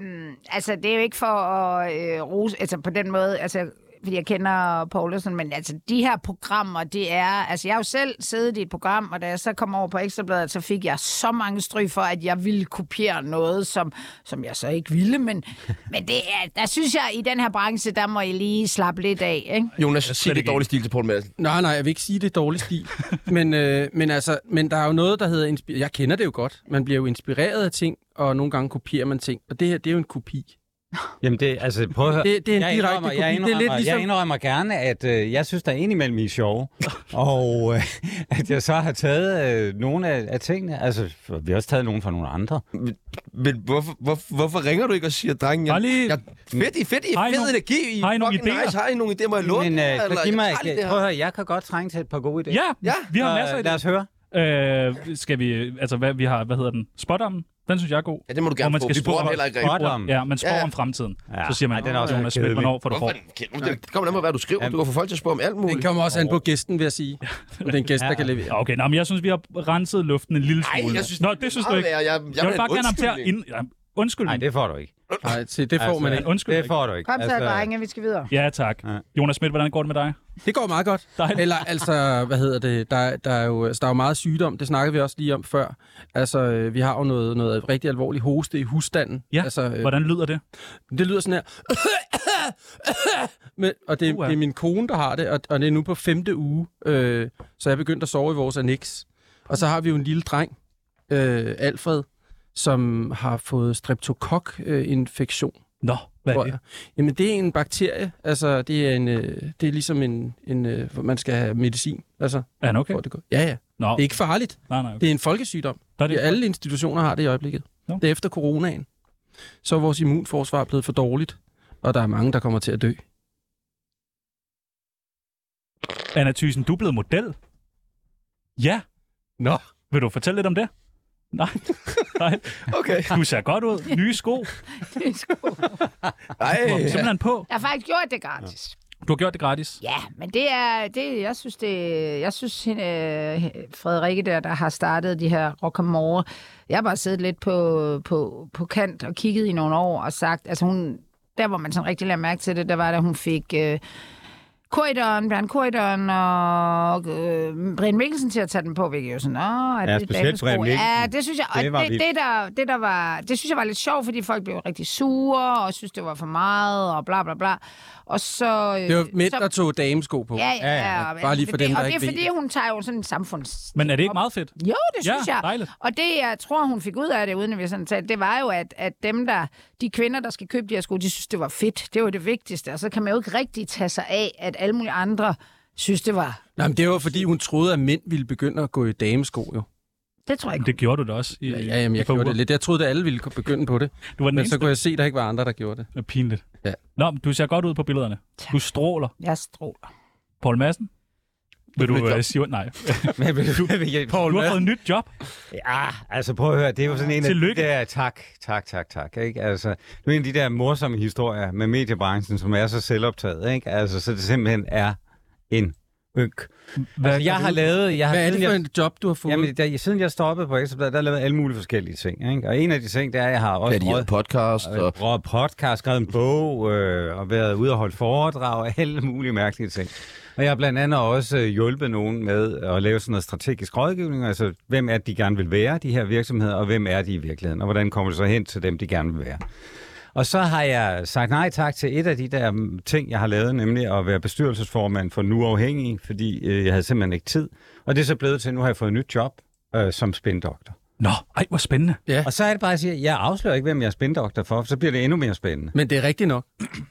[SPEAKER 2] Mm, altså, det er jo ikke for at øh, rose, altså på den måde, altså, fordi jeg kender Poulsen, men altså, de her programmer, det er, altså, jeg har jo selv siddet i et program, og da jeg så kom over på Ekstrabladet, så fik jeg så mange stryg for, at jeg ville kopiere noget, som, som jeg så ikke ville, men, men det er, der synes jeg, i den her branche, der må I lige slappe lidt af, ikke?
[SPEAKER 4] Jonas, sig det dårlig stil til Poul Madsen.
[SPEAKER 1] Nej, nej, jeg vil ikke sige, det er
[SPEAKER 3] [LAUGHS]
[SPEAKER 1] dårlig stil. men, øh, men, altså, men der er jo noget, der hedder... Inspi- jeg kender det jo godt. Man bliver jo inspireret af ting, og nogle gange kopierer man ting. Og det her, det er jo en kopi.
[SPEAKER 3] Jamen, det, altså, prøv at høre.
[SPEAKER 1] Det- det er en
[SPEAKER 3] jeg
[SPEAKER 1] direkte
[SPEAKER 3] indrømmer,
[SPEAKER 1] kopi. Det er
[SPEAKER 3] jeg
[SPEAKER 1] lidt
[SPEAKER 3] indrømmer,
[SPEAKER 1] ligesom-
[SPEAKER 3] jeg indrømmer gerne, at øh, jeg synes, der er indimellem I er sjove. og øh, [LAUGHS] at jeg så har taget øh, nogle af, af tingene. Altså, for- vi har også taget nogle fra nogle andre.
[SPEAKER 4] Men hvorfor, hvorfor, hvorfor ringer du ikke og siger, drengen,
[SPEAKER 5] Bare
[SPEAKER 4] jeg,
[SPEAKER 5] lige-
[SPEAKER 4] jeg, fedt, I, fedt, I
[SPEAKER 5] Har I
[SPEAKER 4] fed
[SPEAKER 5] nogle-
[SPEAKER 4] energi, I
[SPEAKER 5] har I nogle
[SPEAKER 4] fucking
[SPEAKER 5] idéer?
[SPEAKER 4] nice, har I nogle idéer, må jeg låne
[SPEAKER 3] Men
[SPEAKER 4] det her,
[SPEAKER 3] øh, så giv
[SPEAKER 4] jeg
[SPEAKER 3] mig,
[SPEAKER 4] tager lige det her.
[SPEAKER 3] prøv at høre, jeg kan godt trænge til et par gode idéer.
[SPEAKER 5] Ja,
[SPEAKER 4] Ja.
[SPEAKER 5] vi har masser
[SPEAKER 3] Så,
[SPEAKER 5] af
[SPEAKER 3] lad os
[SPEAKER 5] det.
[SPEAKER 3] høre.
[SPEAKER 5] Øh, skal vi, altså hvad, vi har, hvad hedder den? Spådommen? Den synes jeg er god.
[SPEAKER 4] Ja, det må du
[SPEAKER 5] Hvor
[SPEAKER 4] gerne
[SPEAKER 5] man
[SPEAKER 4] få.
[SPEAKER 5] skal
[SPEAKER 4] Vi
[SPEAKER 5] spå
[SPEAKER 4] bruger
[SPEAKER 5] om-
[SPEAKER 4] den heller ikke
[SPEAKER 3] spot
[SPEAKER 4] rigtigt.
[SPEAKER 3] om.
[SPEAKER 5] Ja, man spår
[SPEAKER 4] Ja, ja.
[SPEAKER 5] om fremtiden.
[SPEAKER 3] Ja,
[SPEAKER 5] Så siger man,
[SPEAKER 3] ej, den er også
[SPEAKER 5] Jonas Schmidt,
[SPEAKER 3] kedelig.
[SPEAKER 5] hvornår får du
[SPEAKER 4] Hvorfor?
[SPEAKER 5] får.
[SPEAKER 4] Kender du det? Det kommer an på, hvad du skriver. Du kan få folk til at spå om alt
[SPEAKER 1] Den
[SPEAKER 4] muligt.
[SPEAKER 1] kommer også an på gæsten, vil jeg
[SPEAKER 3] [LAUGHS]
[SPEAKER 1] sige. Om det er en gæst, der kan levere.
[SPEAKER 5] Ja, Okay, nå, men jeg synes, vi har renset luften en lille
[SPEAKER 4] Ej,
[SPEAKER 5] smule.
[SPEAKER 4] jeg synes,
[SPEAKER 5] Nå, det synes du ikke.
[SPEAKER 4] Jeg, jeg, jeg,
[SPEAKER 5] Jeg vil
[SPEAKER 4] have
[SPEAKER 5] bare
[SPEAKER 4] en
[SPEAKER 5] gerne have
[SPEAKER 4] undskyldning.
[SPEAKER 5] ind... Ja, undskyld.
[SPEAKER 3] Nej, det får du ikke.
[SPEAKER 1] Nej, se, det får altså, man ikke.
[SPEAKER 5] Undskyld.
[SPEAKER 3] Det får du ikke. Altså,
[SPEAKER 2] Kom så, drenge, vi skal
[SPEAKER 5] [LAUGHS]
[SPEAKER 2] videre.
[SPEAKER 5] Ja, tak.
[SPEAKER 3] Ja.
[SPEAKER 5] Jonas Schmidt, hvordan går det med dig?
[SPEAKER 1] Det går meget godt.
[SPEAKER 5] Dejligt.
[SPEAKER 1] Eller altså, hvad hedder det, der, der, er jo, altså, der er jo meget sygdom, det snakkede vi også lige om før. Altså, øh, vi har jo noget, noget rigtig alvorligt hoste i husstanden.
[SPEAKER 5] Ja,
[SPEAKER 1] altså, øh,
[SPEAKER 5] Hvordan lyder det?
[SPEAKER 1] det lyder sådan her. Men, og det,
[SPEAKER 5] Uha.
[SPEAKER 1] det er min kone, der har det, og, og det er nu på femte uge, øh, så jeg er begyndt at sove i vores annex. Og så har vi jo en lille dreng, øh, Alfred, som har fået streptokok-infektion
[SPEAKER 5] Nå, hvad er
[SPEAKER 1] tror
[SPEAKER 5] det?
[SPEAKER 1] jeg. Jamen, det er en bakterie. Altså, det er, en, øh, det er ligesom en, en øh, hvor man skal have medicin. Altså,
[SPEAKER 5] Er han okay?
[SPEAKER 1] okay. det går. Ja, ja.
[SPEAKER 5] Nå,
[SPEAKER 1] Det er ikke farligt.
[SPEAKER 5] nej, nej. Okay.
[SPEAKER 1] Det er en folkesygdom.
[SPEAKER 5] Der er
[SPEAKER 1] Det
[SPEAKER 5] det.
[SPEAKER 1] er, alle institutioner har det i øjeblikket.
[SPEAKER 5] Nå.
[SPEAKER 1] Det er efter coronaen. Så er vores immunforsvar blevet for dårligt, og der er mange, der kommer til at dø.
[SPEAKER 5] Anna Thysen, du er blevet model. Ja.
[SPEAKER 1] Nå.
[SPEAKER 5] Vil du fortælle lidt om det? Nej. nej.
[SPEAKER 4] Okay.
[SPEAKER 5] Du ser godt ud. Nye sko.
[SPEAKER 4] Ej,
[SPEAKER 5] Du har dem
[SPEAKER 4] ja.
[SPEAKER 5] simpelthen på.
[SPEAKER 2] Jeg har faktisk gjort det gratis.
[SPEAKER 5] Du har gjort det gratis.
[SPEAKER 2] Ja, men det er, det, jeg synes, det, jeg synes hende, øh, Frederikke der, der har startet de her rockamore, jeg har bare siddet lidt på, på, på kant og kigget i nogle år og sagt, altså hun, der hvor man sådan rigtig lagde mærke til det, der var, da hun fik øh, korridoren, Bjørn Korridoren og øh, Brian Mikkelsen til at tage den på, hvilket jo sådan, åh, er
[SPEAKER 3] Ja,
[SPEAKER 2] det
[SPEAKER 3] specielt
[SPEAKER 2] damesko?"
[SPEAKER 3] Brian Mikkelsen.
[SPEAKER 2] Ja, det synes jeg, og
[SPEAKER 3] Det
[SPEAKER 2] det,
[SPEAKER 3] var
[SPEAKER 2] det,
[SPEAKER 3] vildt.
[SPEAKER 2] det, der, det, der var, det synes jeg var lidt sjovt, fordi folk blev rigtig sure og synes, det var for meget og bla bla bla. Og så... øh,
[SPEAKER 1] Det var mænd,
[SPEAKER 2] så-
[SPEAKER 1] der tog damesko på.
[SPEAKER 2] Ja, ja, ja. ja.
[SPEAKER 1] Bare lige for
[SPEAKER 2] det,
[SPEAKER 1] dem, der
[SPEAKER 2] og det
[SPEAKER 1] ikke
[SPEAKER 2] er fordi,
[SPEAKER 1] ved
[SPEAKER 2] hun tager jo sådan en samfunds...
[SPEAKER 5] Men er det ikke meget fedt?
[SPEAKER 2] Jo, det synes
[SPEAKER 5] Ja,
[SPEAKER 2] jeg.
[SPEAKER 5] dejligt.
[SPEAKER 2] Og det, jeg tror, hun fik ud af det, uden at vi sådan talte, det var jo, at, at dem der, de kvinder, der skal købe de her sko, de synes, det var fedt. Det var det vigtigste. Og så kan man jo ikke rigtig tage sig af, at alle mulige andre synes, det var...
[SPEAKER 1] Nej, men det var fordi, hun troede, at mænd ville begynde at gå i damesko, jo.
[SPEAKER 2] Det tror jeg ikke.
[SPEAKER 5] Det gjorde du da også. I,
[SPEAKER 1] Ja, ja jamen, jeg
[SPEAKER 5] i par
[SPEAKER 1] gjorde
[SPEAKER 5] uger.
[SPEAKER 1] det lidt. Jeg troede, at alle ville begynde på det.
[SPEAKER 5] Du var den
[SPEAKER 1] Men så
[SPEAKER 5] eneste.
[SPEAKER 1] kunne jeg se, at der ikke var andre, der gjorde det.
[SPEAKER 5] Det er pinligt.
[SPEAKER 1] Ja.
[SPEAKER 5] Nå, men du ser godt ud på billederne. Du stråler.
[SPEAKER 2] Jeg stråler.
[SPEAKER 5] Paul Madsen? Vil du øh, sige... Nej. [LAUGHS]
[SPEAKER 3] Poul,
[SPEAKER 5] Du har fået et nyt job.
[SPEAKER 3] Ja, altså prøv at høre, det er jo sådan en
[SPEAKER 5] Tillykke.
[SPEAKER 3] af de der, tak, tak, tak, tak, ikke? Altså, det er en af de der morsomme historier med mediebranchen, som er så selvoptaget, ikke? Altså, så det simpelthen er en ynk.
[SPEAKER 5] Hvad
[SPEAKER 3] altså, jeg har lavet... Jeg har,
[SPEAKER 1] Hvad er det
[SPEAKER 3] siden
[SPEAKER 1] for
[SPEAKER 3] jeg-
[SPEAKER 1] et job, du har fået?
[SPEAKER 3] Jamen, da, siden jeg stoppede på Ekstrabladet, der har jeg lavet alle mulige forskellige ting, ikke? Og en af de ting, det er, at jeg har også
[SPEAKER 4] Platieret podcast og...
[SPEAKER 3] og... podcast, skrevet en bog øh, og været ude og holde foredrag og alle mulige mærkelige ting. Og jeg har blandt andet også øh, hjulpet nogen med at lave sådan noget strategisk rådgivning, altså hvem er det, de gerne vil være, de her virksomheder, og hvem er de i virkeligheden, og hvordan kommer det så hen til dem, de gerne vil være. Og så har jeg sagt nej tak til et af de der mm, ting, jeg har lavet, nemlig at være bestyrelsesformand for Nu Afhængig, fordi øh, jeg havde simpelthen ikke tid. Og det er så blevet til, at nu har jeg fået et nyt job øh, som spindoktor.
[SPEAKER 5] Nå, ej, hvor spændende.
[SPEAKER 3] Og så er det bare, at jeg siger, at jeg afslører ikke, hvem jeg er spindoktor for, for så bliver det endnu mere spændende.
[SPEAKER 1] Men det er rigtigt nok.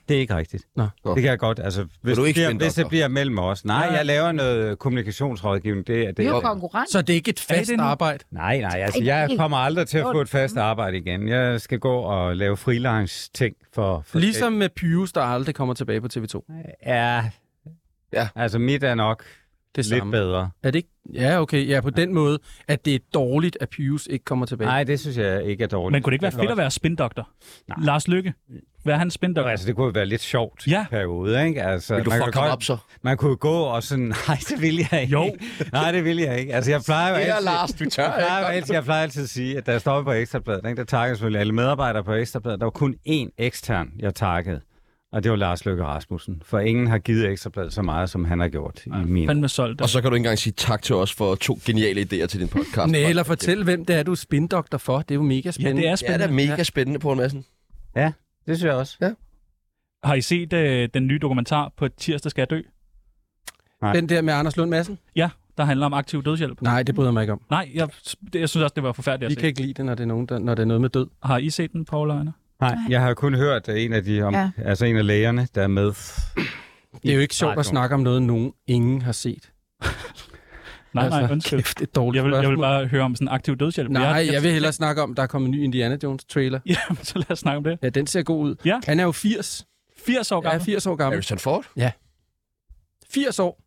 [SPEAKER 3] Det er ikke rigtigt.
[SPEAKER 1] Nå.
[SPEAKER 3] Det kan jeg godt. Altså, hvis,
[SPEAKER 4] du er
[SPEAKER 3] det
[SPEAKER 4] ikke
[SPEAKER 3] bliver, hvis
[SPEAKER 4] spindoktor?
[SPEAKER 3] det bliver mellem os. Nej, jeg laver noget kommunikationsrådgivning. Det er det.
[SPEAKER 2] Vi er jo
[SPEAKER 3] jeg-
[SPEAKER 2] konkurrent.
[SPEAKER 1] Så det er ikke et
[SPEAKER 5] det
[SPEAKER 1] fast
[SPEAKER 5] nu?
[SPEAKER 1] arbejde.
[SPEAKER 3] Nej, nej, altså
[SPEAKER 2] Ej,
[SPEAKER 3] jeg
[SPEAKER 2] helt-
[SPEAKER 3] kommer aldrig til at få
[SPEAKER 2] Åh,
[SPEAKER 3] et fast arbejde igen. Jeg skal gå og lave freelance ting for... for
[SPEAKER 1] Ligesom med Pyrus, der aldrig kommer tilbage på TV2.
[SPEAKER 3] Ja,
[SPEAKER 4] Ja.
[SPEAKER 3] altså mit er nok
[SPEAKER 1] Det
[SPEAKER 3] det lidt
[SPEAKER 1] samme.
[SPEAKER 3] bedre.
[SPEAKER 1] Er det ikke? Ja, okay. Ja, på den måde, at det er dårligt, at Pyrus ikke kommer tilbage.
[SPEAKER 3] Nej, det synes jeg ikke er dårligt.
[SPEAKER 5] Men kunne det ikke være fedt at være spindoktor? Lars Lykke, hvad er han
[SPEAKER 3] Nå,
[SPEAKER 5] spindoktor?
[SPEAKER 3] Altså, det kunne jo være lidt sjovt
[SPEAKER 5] Ja.
[SPEAKER 3] ja. periode, ikke? Altså,
[SPEAKER 4] Vil du
[SPEAKER 3] kunne
[SPEAKER 4] fuck ham
[SPEAKER 3] godt-
[SPEAKER 4] op så?
[SPEAKER 3] Man kunne jo gå og sådan, [LAUGHS] nej, det vil jeg ikke.
[SPEAKER 5] Jo.
[SPEAKER 3] nej, det vil jeg ikke. Altså, jeg plejer jo
[SPEAKER 4] Eller
[SPEAKER 3] altid...
[SPEAKER 4] Lars, du tør
[SPEAKER 3] Jeg plejer, jo
[SPEAKER 4] ikke.
[SPEAKER 3] altid, jeg plejer altid at sige, at da jeg stoppede på Ekstrabladet, ikke, der takkede jeg selvfølgelig alle medarbejdere på Ekstrabladet. Der var kun én ekstern, jeg takkede, og det var Lars Løkke Rasmussen. For ingen har givet Ekstrabladet så meget, som han har gjort i min.
[SPEAKER 5] Fandme solgt.
[SPEAKER 4] Og så kan du ikke engang sige tak til os for to geniale idéer til din podcast.
[SPEAKER 1] Nej, eller fortæl, hvem det er, du er spindoktor for. Det er jo mega
[SPEAKER 5] Ja,
[SPEAKER 1] spændende.
[SPEAKER 5] det er
[SPEAKER 4] Ja, det
[SPEAKER 5] spændende.
[SPEAKER 4] er mega spændende, på Madsen.
[SPEAKER 3] Ja, det synes jeg også.
[SPEAKER 5] Har I set øh, den nye dokumentar på Tirsdag skal jeg dø?
[SPEAKER 1] Den der med Anders Lund Madsen?
[SPEAKER 5] Ja, der handler om aktiv dødshjælp.
[SPEAKER 1] Nej, det bryder jeg mig ikke om.
[SPEAKER 5] Nej, jeg, det, jeg synes også, det var forfærdeligt
[SPEAKER 1] Vi
[SPEAKER 5] at se.
[SPEAKER 1] kan ikke lide det, når det er, nogen, der, når det er noget med død.
[SPEAKER 5] Har I set den, Paul og Anna?
[SPEAKER 3] Nej, jeg har kun hørt at en af de, om,
[SPEAKER 2] Ja.
[SPEAKER 3] ja. altså en af lægerne, der er med.
[SPEAKER 1] Det er jo ikke sjovt at snakke om noget, nogen ingen har set.
[SPEAKER 5] Nej, nej,
[SPEAKER 1] Altså,
[SPEAKER 5] undskyld.
[SPEAKER 1] Kæft, det er et dårligt
[SPEAKER 5] Jeg vil, jeg vil
[SPEAKER 1] spørgsmål.
[SPEAKER 5] bare høre om sådan aktiv dødshjælp.
[SPEAKER 1] Nej, jeg vil hellere snakke om, der er kommet en ny Indiana Jones-trailer.
[SPEAKER 5] [LAUGHS] Jamen, så lad os snakke om det.
[SPEAKER 1] Ja, den ser god ud.
[SPEAKER 5] Ja.
[SPEAKER 1] Han er jo 80.
[SPEAKER 5] 80 år
[SPEAKER 1] Ja,
[SPEAKER 5] gammel.
[SPEAKER 1] 80 år gammel.
[SPEAKER 4] Harrison Ford?
[SPEAKER 1] 80 år.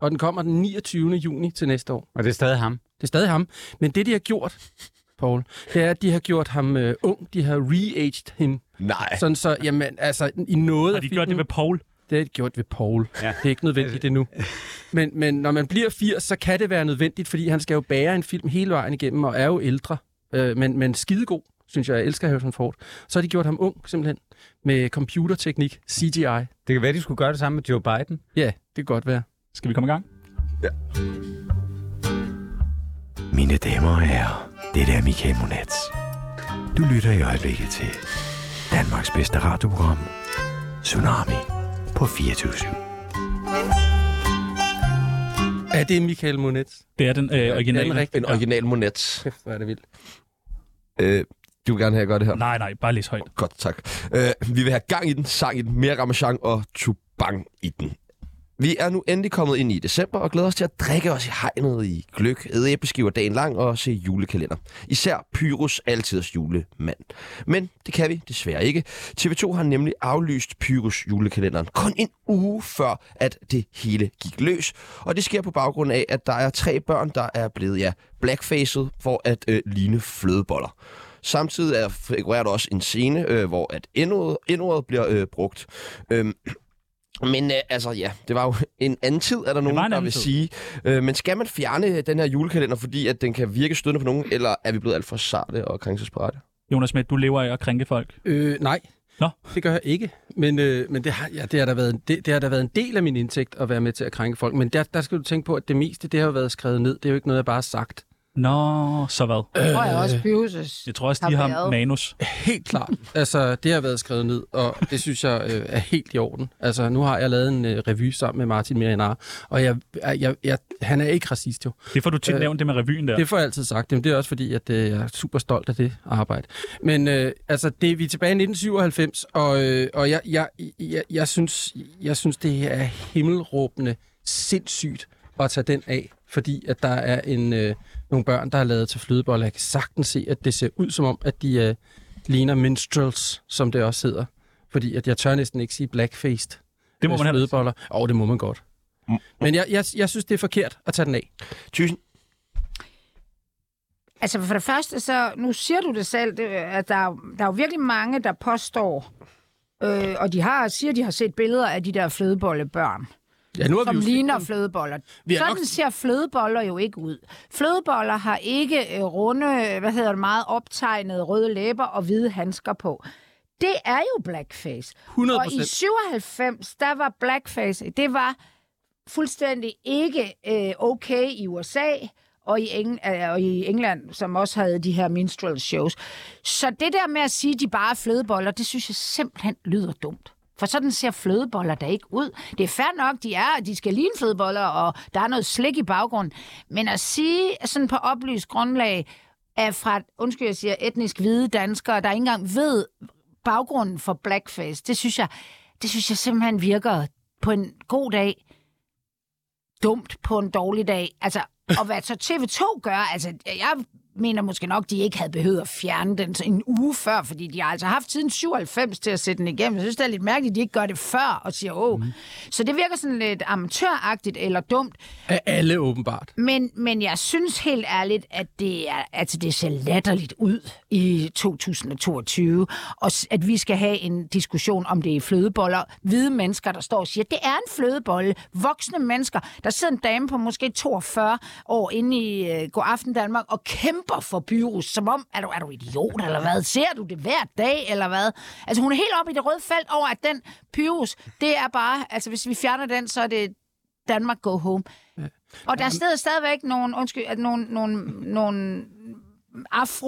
[SPEAKER 1] Og den kommer den 29. juni til næste år.
[SPEAKER 3] Og det er stadig ham.
[SPEAKER 1] Det er stadig ham. Men det, de har gjort, Paul, det er, at de har gjort ham øh, ung. De har re-aged ham.
[SPEAKER 4] Nej.
[SPEAKER 1] Sådan så, jamen, altså, i noget
[SPEAKER 5] Har
[SPEAKER 1] af
[SPEAKER 5] de gjort det
[SPEAKER 1] filmen-
[SPEAKER 5] ved Paul?
[SPEAKER 1] Det er gjort ved Paul. Ja.
[SPEAKER 3] Ja.
[SPEAKER 1] Det er ikke nødvendigt endnu. Men, men når man bliver 80, så kan det være nødvendigt, fordi han skal jo bære en film hele vejen igennem, og er jo ældre. Øh, men, men skidegod, synes jeg. Jeg elsker Harrison Ford. Så har de gjort ham ung, simpelthen, med computerteknik, CGI.
[SPEAKER 3] Det kan være, de skulle gøre det samme med Joe Biden.
[SPEAKER 1] Ja, det kan godt være.
[SPEAKER 5] Skal vi komme i gang?
[SPEAKER 7] Mine damer og herrer, det er Michael Monats. Du lytter i øjeblikket til Danmarks bedste radioprogram, Tsunami på 24
[SPEAKER 1] Er det Michael Monets?
[SPEAKER 5] Det er den øh, originale.
[SPEAKER 1] Den rigtige.
[SPEAKER 4] En original monet.
[SPEAKER 1] Kæft, hvor er det vildt.
[SPEAKER 4] Øh, du vil gerne have, at jeg gør det her.
[SPEAKER 5] Nej, nej, bare læs højt.
[SPEAKER 4] Godt, tak. Øh, vi vil have gang i den, sang i den, mere ramachan og tubang i den. Vi er nu endelig kommet ind i december og glæder os til at drikke os i hegnet i gløk, æde æbleskiver dagen lang og se julekalender. Især Pyrus Altids julemand. Men det kan vi desværre ikke. TV2 har nemlig aflyst Pyrus julekalenderen kun en uge før, at det hele gik løs. Og det sker på baggrund af, at der er tre børn, der er blevet ja, blackfaced for at øh, ligne flødeboller. Samtidig er figurerer der også en scene, øh, hvor at endordet, endordet bliver øh, brugt. Øhm, men øh, altså ja, det var jo en anden tid, er der nogen,
[SPEAKER 5] var en
[SPEAKER 4] der
[SPEAKER 5] anden
[SPEAKER 4] vil
[SPEAKER 5] tid.
[SPEAKER 4] sige. Øh, men skal man fjerne den her julekalender, fordi at den kan virke stødende på nogen, eller er vi blevet alt for sarte og krænkelsesparate?
[SPEAKER 5] Jonas Schmidt, du lever af at krænke folk.
[SPEAKER 1] Øh, nej.
[SPEAKER 5] Nå.
[SPEAKER 1] Det gør jeg ikke. Men, øh, men det, har, ja, det, har da været, en- det, det har da været en del af min indtægt at være med til at krænke folk. Men der, der skal du tænke på, at det meste, det har jo været skrevet ned. Det er jo ikke noget, jeg bare har sagt.
[SPEAKER 5] Nå, så hvad?
[SPEAKER 2] Jeg tror jeg også, Pyrus.
[SPEAKER 5] Jeg tror også, de
[SPEAKER 2] Har
[SPEAKER 5] har
[SPEAKER 2] været.
[SPEAKER 5] manus.
[SPEAKER 1] Helt klart. Altså, det har været skrevet ned, og det synes jeg øh, er helt i orden. Altså, nu har jeg lavet en øh, revy sammen med Martin Mirianar, og jeg, jeg, jeg, jeg, han er ikke racist jo.
[SPEAKER 5] Det får du tit
[SPEAKER 1] Øh,
[SPEAKER 5] nævnt det med revyen der.
[SPEAKER 1] Det får jeg altid sagt. Jamen, det er også fordi, at øh, jeg er super stolt af det arbejde. Men øh, altså, det, vi er tilbage i 1997, og, øh, og jeg, jeg, jeg, jeg, synes, jeg synes, det er himmelråbende sindssygt at tage den af, fordi at der er en, øh, nogle børn, der er lavet til flødeboller. Jeg kan sagtens se, at det ser ud som om, at de øh, ligner minstrels, som det også hedder. Fordi at jeg tør næsten ikke sige blackfaced.
[SPEAKER 5] Det må man have.
[SPEAKER 1] flødeboller. Åh, oh, det må man godt. Men jeg, jeg, jeg synes, det er forkert at tage den af.
[SPEAKER 4] Tusind.
[SPEAKER 2] Altså for det første, så nu siger du det selv, det, at der, er- der er jo virkelig mange, der påstår, øh, og de har, siger, de har set billeder af de der flødebollebørn,
[SPEAKER 1] Ja, nu har
[SPEAKER 2] som
[SPEAKER 1] vi jo set
[SPEAKER 2] ligner flødeboller.
[SPEAKER 1] Vi er
[SPEAKER 2] Sådan
[SPEAKER 1] nok-
[SPEAKER 2] ser flødeboller jo ikke ud. Flødeboller har ikke øh, runde, øh, hvad hedder det, meget optegnede røde læber og hvide handsker på. Det er jo blackface.
[SPEAKER 1] 100
[SPEAKER 2] Og i 97, der var blackface, det var fuldstændig ikke øh, okay i USA, og i, Eng- øh, og i England, som også havde de her minstrel shows. Så det der med at sige, at de bare er flødeboller, det synes jeg simpelthen lyder dumt. For sådan ser flødeboller da ikke ud. Det er fair nok, de er, de skal ligne flødeboller, og der er noget slik i baggrunden. Men at sige sådan på oplyst grundlag, at fra, undskyld jeg siger, etnisk hvide danskere, der ikke engang ved baggrunden for blackface, det synes jeg, det synes jeg simpelthen virker på en god dag dumt på en dårlig dag. Altså, og hvad så TV2 gør, altså, jeg mener måske nok, de ikke havde behøvet at fjerne den en uge før, fordi de har altså haft siden 97 til at sætte den igennem. Jeg synes, det er lidt mærkeligt, at de ikke gør det før og siger, åh. Mm. Så det virker sådan lidt amatøragtigt eller dumt.
[SPEAKER 1] Af alle åbenbart.
[SPEAKER 2] Men, men jeg synes helt ærligt, at det, er, altså det ser latterligt ud i 2022, og s- at vi skal have en diskussion om det er flødeboller. Hvide mennesker, der står og siger, det er en flødebolle. Voksne mennesker. Der sidder en dame på måske 42 år inde i øh, Godaften Danmark og kæmper for byrus, som om, er du, er du idiot eller hvad? Ser du det hver dag eller hvad? Altså hun er helt oppe i det røde felt over, at den pyrus, det er bare, altså hvis vi fjerner den, så er det Danmark go home. Og der sidder stadigvæk nogle, undskyld, at nogle, nogle, nogle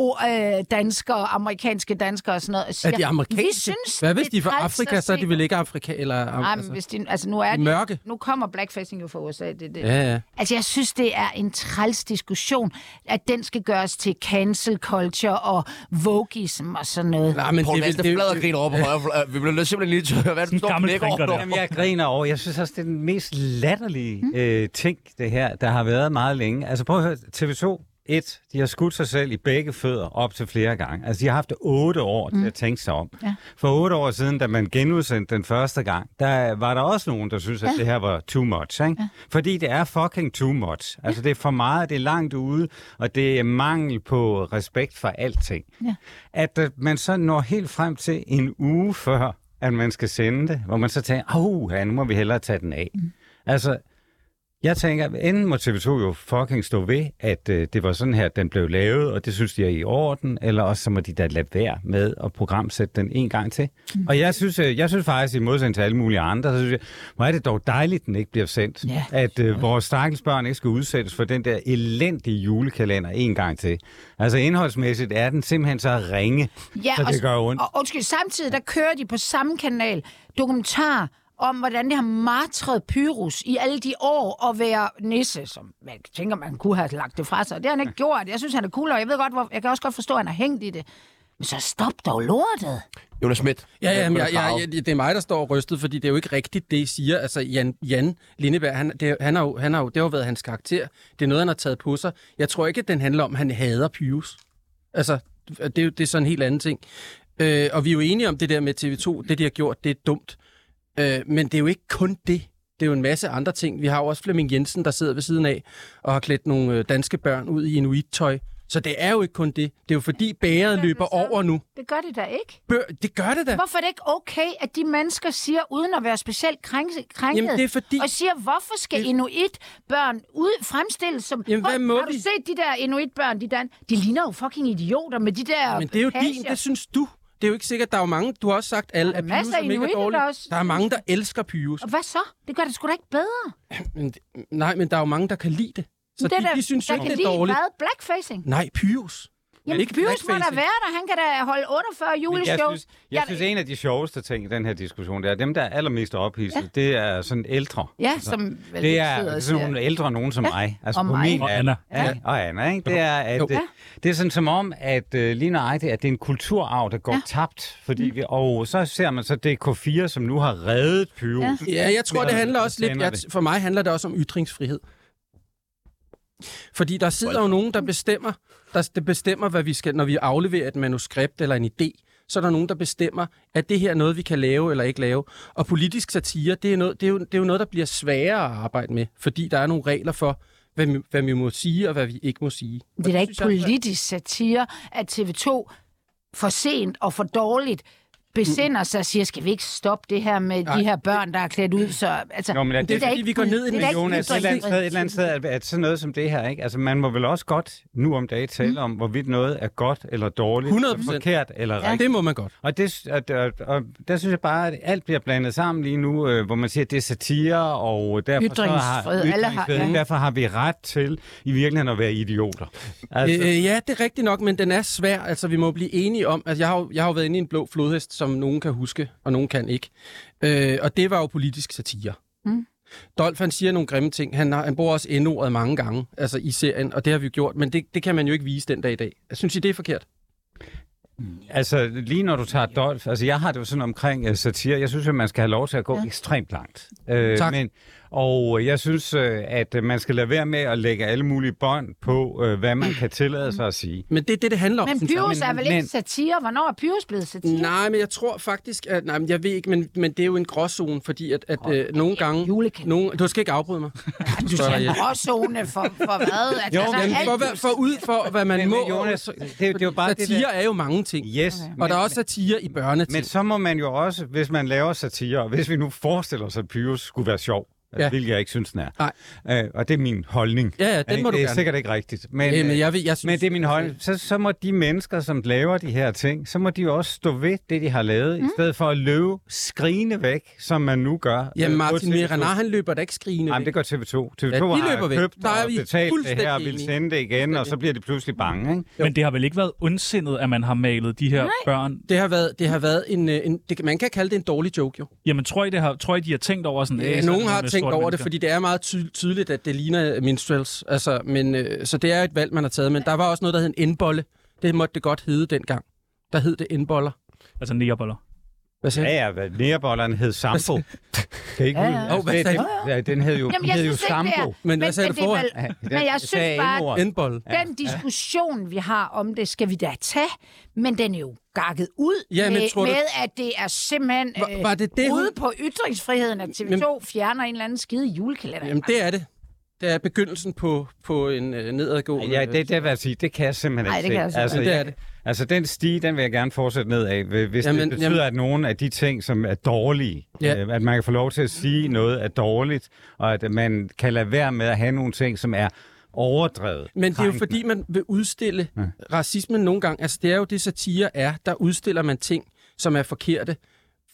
[SPEAKER 2] afro-danskere, amerikanske danskere og sådan noget. Og siger,
[SPEAKER 1] Er de amerikanske?
[SPEAKER 2] Vi synes,
[SPEAKER 1] Hvad hvis de er fra
[SPEAKER 2] træls at
[SPEAKER 1] Afrika, så er de
[SPEAKER 2] se-
[SPEAKER 1] vel ikke Afrika? Eller,
[SPEAKER 2] Nej, men
[SPEAKER 1] altså,
[SPEAKER 2] hvis de, altså nu
[SPEAKER 1] de
[SPEAKER 2] er
[SPEAKER 1] er
[SPEAKER 2] de,
[SPEAKER 1] mørke?
[SPEAKER 2] nu kommer blackfacing jo fra USA. Det, er det.
[SPEAKER 1] Ja, ja.
[SPEAKER 2] Altså, jeg synes, det er en træls diskussion, at den skal gøres til cancel culture og vogism og sådan noget.
[SPEAKER 1] Nej, men
[SPEAKER 4] Poul
[SPEAKER 1] det, det,
[SPEAKER 4] Vester flader
[SPEAKER 1] det, det,
[SPEAKER 4] griner over på højre fløj. Vi bliver nødt simpelthen lige til at høre, hvad
[SPEAKER 5] Sådan
[SPEAKER 4] du står og
[SPEAKER 5] gammel
[SPEAKER 4] knækker over
[SPEAKER 5] krænker det.
[SPEAKER 4] derovre.
[SPEAKER 8] Jamen, jeg griner over. Jeg synes også, det er den mest latterlige øh, ting, det her, der har været meget længe. Altså prøv at høre, TV2 1, de har skudt sig selv i begge fødder op til flere gange. Altså de har haft otte år mm. til at tænke sig om.
[SPEAKER 2] Ja.
[SPEAKER 8] For otte år siden, da man genudsendte den første gang, der var der også nogen, der synes at det her var too much. Ikke? Ja. Fordi det er fucking too much. Altså det er for meget, det er langt ude, og det er mangel på respekt for alting.
[SPEAKER 2] Ja.
[SPEAKER 8] At øh, man så når helt frem til en uge før, at man skal sende det, hvor man så tænker, åh, ja, nu må vi hellere tage den af. Mm. Altså, jeg tænker, enten må TV2 jo fucking stå ved, at øh, det var sådan her, den blev lavet, og det synes de er i orden, eller også så må de da lade være med at programsætte den en gang til. Mm. Og jeg synes, øh, jeg synes faktisk, i modsætning til alle mulige andre, så synes jeg, hvor er det dog dejligt, den ikke bliver sendt.
[SPEAKER 2] Ja.
[SPEAKER 8] At øh, vores stakkels børn ikke skal udsættes for den der elendige julekalender en gang til. Altså indholdsmæssigt er den simpelthen så ringe, så det
[SPEAKER 2] og,
[SPEAKER 8] gør ondt.
[SPEAKER 2] Og undskyld, samtidig der kører de på samme kanal dokumentar om, hvordan det har martret Pyrus i alle de år at være nisse, som man tænker, man kunne have lagt det fra sig. Det har han ikke gjort. Jeg synes, han er cool, og jeg, ved godt, hvor, jeg kan også godt forstå, at han har hængt i det. Men så stop dog lortet.
[SPEAKER 4] Jonas Schmidt.
[SPEAKER 1] Ja, ja, men
[SPEAKER 4] Hvad
[SPEAKER 1] jeg,
[SPEAKER 4] er
[SPEAKER 1] jeg,
[SPEAKER 4] farve?
[SPEAKER 1] jeg, det er mig, der står og rystet, fordi det er jo ikke rigtigt, det I siger. Altså, Jan, Jan Lindeberg, han, det, han har jo, han har jo, det har jo været hans karakter. Det er noget, han har taget på sig. Jeg tror ikke, at den handler om, at han hader Pius. Altså, det, er jo- det er sådan en helt anden ting. Øh, og vi er jo enige om det der med TV2. Det, de har gjort, det er dumt. Øh, men det er jo ikke kun det. Det er jo en masse andre ting. Vi har jo også Flemming Jensen, der sidder ved siden af og har klædt nogle øh, danske børn ud i inuit-tøj. Så det er jo ikke kun det. Det er jo fordi bæret løber over nu.
[SPEAKER 2] Det gør det da ikke.
[SPEAKER 1] Bør, det gør det da.
[SPEAKER 2] Hvorfor er det ikke okay, at de mennesker siger, uden at være specielt krænke, krænket,
[SPEAKER 1] Jamen, det er fordi-
[SPEAKER 2] og siger, hvorfor skal inuitbørn ud fremstilles som...
[SPEAKER 1] Jamen, hvad
[SPEAKER 2] Hvor-
[SPEAKER 1] må
[SPEAKER 2] har du
[SPEAKER 1] de?
[SPEAKER 2] set de der inuitbørn, de, dan... de ligner jo fucking idioter med de der...
[SPEAKER 1] Men det er jo
[SPEAKER 2] pager.
[SPEAKER 1] din, der synes du. Det er jo ikke sikkert, der er jo mange, du har også sagt, alle
[SPEAKER 2] Der er
[SPEAKER 1] at
[SPEAKER 2] masser
[SPEAKER 1] Pius
[SPEAKER 2] af
[SPEAKER 1] er mega
[SPEAKER 2] inuitter,
[SPEAKER 1] dårlig.
[SPEAKER 2] der også-
[SPEAKER 1] Der er mange, der elsker Pius.
[SPEAKER 2] Og hvad så? Det gør det sgu da ikke bedre.
[SPEAKER 1] Men, nej, men der er jo mange, der kan lide det. Så
[SPEAKER 2] Men det
[SPEAKER 1] det de,
[SPEAKER 2] der,
[SPEAKER 1] de synes jo
[SPEAKER 2] der
[SPEAKER 1] ikke,
[SPEAKER 2] kan
[SPEAKER 1] det er
[SPEAKER 2] lide
[SPEAKER 1] dårligt.
[SPEAKER 2] Hvad? Blackfacing?
[SPEAKER 1] Nej, Pius.
[SPEAKER 2] Jamen,
[SPEAKER 1] ikke
[SPEAKER 2] Pyrus må der
[SPEAKER 1] blackfacing.
[SPEAKER 2] være der. Han kan da holde 48
[SPEAKER 8] Men
[SPEAKER 2] juleshows.
[SPEAKER 8] Jeg synes, jeg synes en af de sjoveste ting i den her diskussion, det er, at dem, der er allermest ophidset, ja. det er sådan ældre.
[SPEAKER 2] Ja, som vel
[SPEAKER 8] Det
[SPEAKER 2] sidder
[SPEAKER 8] er altså
[SPEAKER 2] og
[SPEAKER 8] sådan
[SPEAKER 2] siger-
[SPEAKER 8] nogle ældre, nogen som ja. mig. Altså
[SPEAKER 2] og
[SPEAKER 8] på
[SPEAKER 2] mig.
[SPEAKER 8] min
[SPEAKER 5] Og
[SPEAKER 8] alder.
[SPEAKER 5] Anna.
[SPEAKER 8] Ja. Og Anna, ikke? Det er, at,
[SPEAKER 1] Jo.
[SPEAKER 8] det, det er sådan som om, at øh, lige nøjagtigt, at det er en kulturarv, der går ja. tabt. Fordi vi, og så ser man så DK4, som nu har reddet Pyro. Ja.
[SPEAKER 1] Ja, jeg tror, det handler også lidt...
[SPEAKER 8] Kender
[SPEAKER 1] Jeg,
[SPEAKER 8] det.
[SPEAKER 1] for mig handler det også om ytringsfrihed. Fordi der sidder jo nogen, der bestemmer, der der bestemmer, hvad vi skal, når vi afleverer et manuskript eller en idé, så er der nogen, der bestemmer, at det her er noget, vi kan lave eller ikke lave. Og politisk satire, det er, noget, det er, jo, det er jo noget, der bliver sværere at arbejde med, fordi der er nogle regler for, hvad, vi- hvad vi må sige og hvad vi ikke må sige. Og
[SPEAKER 2] Det er da ikke
[SPEAKER 1] synes jeg-
[SPEAKER 2] politisk satire, at TV2 for sent og for dårligt besinder sig og siger, skal vi ikke stoppe det her med de her børn, der er klædt ud? Så, altså,
[SPEAKER 3] Nå, men er det
[SPEAKER 2] da
[SPEAKER 1] fordi,
[SPEAKER 2] ikke
[SPEAKER 1] vi går
[SPEAKER 2] ud-
[SPEAKER 1] ned i
[SPEAKER 2] det
[SPEAKER 1] den,
[SPEAKER 2] er da ikke
[SPEAKER 8] altså,
[SPEAKER 3] Jonas, et eller andet sted, et eller andet sted at, at sådan noget som det her, ikke? Altså, man må vel også godt nu om dagen tale om, hvorvidt noget er godt eller dårligt,
[SPEAKER 1] 100%.
[SPEAKER 3] eller forkert eller
[SPEAKER 1] Ja.
[SPEAKER 3] rigtigt.
[SPEAKER 1] Det må man godt.
[SPEAKER 3] Og, det, og, og, og der synes jeg bare, at alt bliver blandet sammen lige nu, øh, hvor man siger, at det er satire, og derfor, så har,
[SPEAKER 2] Ytringsfrihed, alle har-
[SPEAKER 3] ytringsfriheden,
[SPEAKER 2] ja.
[SPEAKER 3] derfor har vi ret til i virkeligheden at være idioter. Altså,
[SPEAKER 1] Øh, øh, ja, det er rigtigt nok, men den er svær. Altså, vi må jo blive enige om... Altså, jeg har, jo, jeg har jo været inde i en blå flodhest, som nogen kan huske, og nogen kan ikke. Øh, og det var jo politisk satire.
[SPEAKER 2] Mm.
[SPEAKER 1] Dolph, han siger nogle grimme ting. Han, har, han bruger også N-ordet mange gange altså i serien, og det har vi jo gjort, men det, det kan man jo ikke vise den dag i dag. Jeg synes, I, det er forkert.
[SPEAKER 3] Altså, lige når du tager Dolph, altså jeg har det jo sådan omkring uh, satire, jeg synes, at man skal have lov til at gå ja. ekstremt langt. Uh,
[SPEAKER 1] Tak.
[SPEAKER 3] Men, og jeg synes, uh, at øh, man skal lade være med at lægge alle mulige bånd på, uh, hvad man kan tillade sig at sige.
[SPEAKER 1] Men det er det, det handler om.
[SPEAKER 2] Men
[SPEAKER 1] synes jeg.
[SPEAKER 2] Pyrus er
[SPEAKER 3] men-
[SPEAKER 2] vel
[SPEAKER 3] men-
[SPEAKER 2] ikke satire? Hvornår er Pyrus blevet satire?
[SPEAKER 1] Nej, men jeg tror faktisk, at... Nej, men jeg ved ikke, men, men det er jo en gråzone, fordi at, at øh, nogle gange...
[SPEAKER 2] Julekalender.
[SPEAKER 1] Nogle, du skal ikke
[SPEAKER 2] [LAUGHS]
[SPEAKER 1] afbryde mig.
[SPEAKER 2] Du
[SPEAKER 1] Så er der
[SPEAKER 2] siger en
[SPEAKER 1] hjælp.
[SPEAKER 2] gråzone for, for hvad? Altså,
[SPEAKER 3] Jo,
[SPEAKER 2] der er
[SPEAKER 1] Jamen,
[SPEAKER 2] Altså, alt-
[SPEAKER 1] for, hvad- for ud for, hvad man
[SPEAKER 3] Men,
[SPEAKER 1] må...
[SPEAKER 3] men Jonas, det, det er jo bare det
[SPEAKER 1] Satire er jo mange ting.
[SPEAKER 3] der. Yes,
[SPEAKER 1] Og der er også satire i børneting.
[SPEAKER 3] Men så må man jo også, hvis man laver satire, og hvis vi nu forestiller os, at Pyrus skulle være sjov,
[SPEAKER 1] Ja.
[SPEAKER 3] ja. hvilket jeg ikke synes, den er.
[SPEAKER 1] Nej.
[SPEAKER 3] Øh, og det er min holdning.
[SPEAKER 1] Ja, ja, den må
[SPEAKER 3] det
[SPEAKER 1] du
[SPEAKER 3] er
[SPEAKER 1] gerne.
[SPEAKER 3] sikkert ikke rigtigt. Men,
[SPEAKER 1] Jamen,
[SPEAKER 3] øh,
[SPEAKER 1] jeg vil- jeg synes-
[SPEAKER 3] men det er min holdning. Så, så må de mennesker, som laver de her ting, så må de jo også stå ved det, de har lavet, mm. i stedet for at løbe skrigende væk, som man nu gør.
[SPEAKER 1] Ja,
[SPEAKER 3] øh,
[SPEAKER 1] Martin
[SPEAKER 3] på TV2.
[SPEAKER 1] Miranar, han løber da ikke skrigende.
[SPEAKER 3] Jamen, det gør TV2. TV2
[SPEAKER 1] Ja, de løber
[SPEAKER 3] har
[SPEAKER 1] væk.
[SPEAKER 3] købt
[SPEAKER 1] Der er
[SPEAKER 3] og
[SPEAKER 1] vi
[SPEAKER 3] betalt det
[SPEAKER 1] fuldstændig
[SPEAKER 3] her og vil
[SPEAKER 1] enige.
[SPEAKER 3] sende det igen, og så bliver de pludselig bange. Ikke?
[SPEAKER 5] Men det har vel ikke været ondsindet, at man har malet de her Nej. børn?
[SPEAKER 1] det har været, det har været en, øh, en det, kan- man kan kalde det en dårlig joke, jo.
[SPEAKER 5] Jamen, tror I, det har, tror I de har tænkt over sådan... "Øh,
[SPEAKER 1] Øh,
[SPEAKER 5] så er
[SPEAKER 1] Nogen
[SPEAKER 5] der
[SPEAKER 1] har
[SPEAKER 5] med
[SPEAKER 1] tænkt
[SPEAKER 5] sorte
[SPEAKER 1] over det,
[SPEAKER 5] mennesker."
[SPEAKER 1] fordi det er meget ty- tydeligt, at det ligner øh, minstrels. Altså, men, øh, så det er et valg, man har taget. Men der var også noget, der hed en indbolle. Det måtte det godt hedde dengang. Der hed det indboller.
[SPEAKER 5] Altså nægerboller.
[SPEAKER 1] Hvad sagde
[SPEAKER 3] Ja, ja, hvad- nærbolleren hed Sambo. Kan I ikke
[SPEAKER 2] Ja,
[SPEAKER 3] ja,
[SPEAKER 2] ja.
[SPEAKER 3] ja.
[SPEAKER 1] Åh, hvad sagde
[SPEAKER 3] ja, den hed jo,
[SPEAKER 2] Jamen,
[SPEAKER 3] den
[SPEAKER 2] jeg
[SPEAKER 3] hed jo
[SPEAKER 2] synes ikke, det er...
[SPEAKER 3] Sambo.
[SPEAKER 1] Men hvad sagde
[SPEAKER 2] men
[SPEAKER 1] du
[SPEAKER 2] det er
[SPEAKER 1] foran?
[SPEAKER 2] vel- Men jeg synes bare, at
[SPEAKER 1] du? Indbolle.
[SPEAKER 2] den diskussion, vi har om det, skal vi da tage, men den er jo gakket ud
[SPEAKER 1] Ja, men
[SPEAKER 2] med,
[SPEAKER 1] tror du-
[SPEAKER 2] med, at det er simpelthen øh,
[SPEAKER 1] Var- var det det, hun-
[SPEAKER 2] ude på ytringsfriheden, at TV2
[SPEAKER 1] Jamen-
[SPEAKER 2] fjerner en eller anden skide julekalender.
[SPEAKER 1] Jamen, det er det. Det er begyndelsen på, på en øh, nedadgående...
[SPEAKER 3] Ja, det, det vil jeg sige, det kan jeg simpelthen
[SPEAKER 2] Ej,
[SPEAKER 3] ikke
[SPEAKER 2] det kan jeg
[SPEAKER 3] se.
[SPEAKER 2] simpelthen
[SPEAKER 1] ikke. Det er
[SPEAKER 3] jeg- altså, den stige, den vil jeg gerne fortsætte ned af, hvis jamen,
[SPEAKER 1] Jamen,
[SPEAKER 3] det betyder,
[SPEAKER 1] jamen.
[SPEAKER 3] at nogle af de ting, som er dårlige,
[SPEAKER 1] Ja.
[SPEAKER 3] ja. øh, at man kan få lov til at sige noget er dårligt, og at man kan lade være med at have nogle ting, som er overdrevet.
[SPEAKER 1] Men det er jo
[SPEAKER 3] krænkende.
[SPEAKER 1] fordi, man vil udstille ja. racismen nogle gange. Altså, det er jo det, satire er. Der udstiller man ting, som er forkerte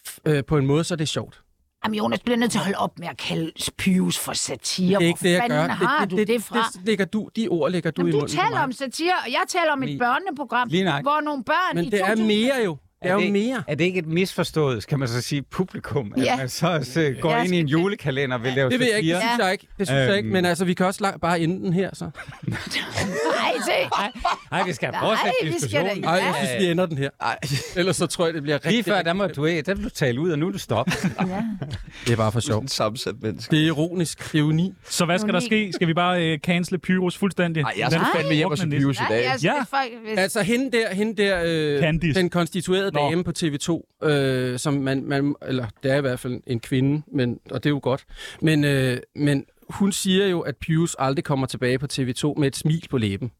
[SPEAKER 1] f- øh, på en måde, så det er sjovt.
[SPEAKER 2] Jamen Jonas, bliver nødt til at holde op med at kalde Pyrus for satire.
[SPEAKER 1] Det er ikke
[SPEAKER 2] Hvor
[SPEAKER 1] det, jeg
[SPEAKER 2] fanden
[SPEAKER 1] gør.
[SPEAKER 2] har
[SPEAKER 1] det,
[SPEAKER 2] du det, fra?
[SPEAKER 1] Det ligger du, de ord lægger du
[SPEAKER 2] Jamen,
[SPEAKER 1] i
[SPEAKER 2] du
[SPEAKER 1] munden på
[SPEAKER 2] taler
[SPEAKER 1] mig.
[SPEAKER 2] om satire, og jeg taler om et
[SPEAKER 1] Lige-
[SPEAKER 2] børneprogram,
[SPEAKER 3] lige nøjagtigt.
[SPEAKER 2] hvor nogle børn i
[SPEAKER 1] Men det er
[SPEAKER 2] 2000
[SPEAKER 1] mere jo. Det er jo
[SPEAKER 3] det,
[SPEAKER 1] mere.
[SPEAKER 3] Er det ikke et misforstået, kan man så sige, publikum, at
[SPEAKER 2] Ja.
[SPEAKER 3] man så også går
[SPEAKER 2] Jeg
[SPEAKER 3] ind i en julekalender og vil lave
[SPEAKER 1] Det ved jeg ikke.
[SPEAKER 3] satire?
[SPEAKER 1] Det synes jeg ikke. Det synes jeg ikke.
[SPEAKER 3] Øhm.
[SPEAKER 1] Men altså, vi kan også langt bare ende den her, så.
[SPEAKER 2] [LAUGHS] Nej, se.
[SPEAKER 3] Nej, vi skal have
[SPEAKER 2] Nej,
[SPEAKER 3] fortsat
[SPEAKER 2] vi skal da
[SPEAKER 3] diskussionen.
[SPEAKER 2] ikke.
[SPEAKER 1] Nej, jeg synes, vi ender den her. Ellers så tror jeg, det bliver rigtig...
[SPEAKER 3] Lige før, der må du, øh, der blev du tale ud, og nu er du stoppet.
[SPEAKER 1] [LAUGHS] Det er bare for sjov.
[SPEAKER 4] En sammensat menneske.
[SPEAKER 1] Det er ironisk. Det er uni.
[SPEAKER 5] Så hvad skal der ske? Skal vi bare øh, cancele Pyrus fuldstændig?
[SPEAKER 4] Nej, jeg skal
[SPEAKER 5] Den-
[SPEAKER 4] fandme hjem og se
[SPEAKER 5] drukner
[SPEAKER 4] Pyrus i
[SPEAKER 2] Nej,
[SPEAKER 4] dag.
[SPEAKER 2] altså,
[SPEAKER 5] Ja.
[SPEAKER 2] hvis folk, hvis...
[SPEAKER 1] [LAUGHS] Altså hende der, hende der øh,
[SPEAKER 5] Candice.
[SPEAKER 1] den konstituerede
[SPEAKER 5] Nå.
[SPEAKER 1] dame på TV2, øh, som man, man, eller det er i hvert fald en kvinde, men, og det er jo godt, men, øh, men hun siger jo, at Pius aldrig kommer tilbage på TV2 med et smil på læben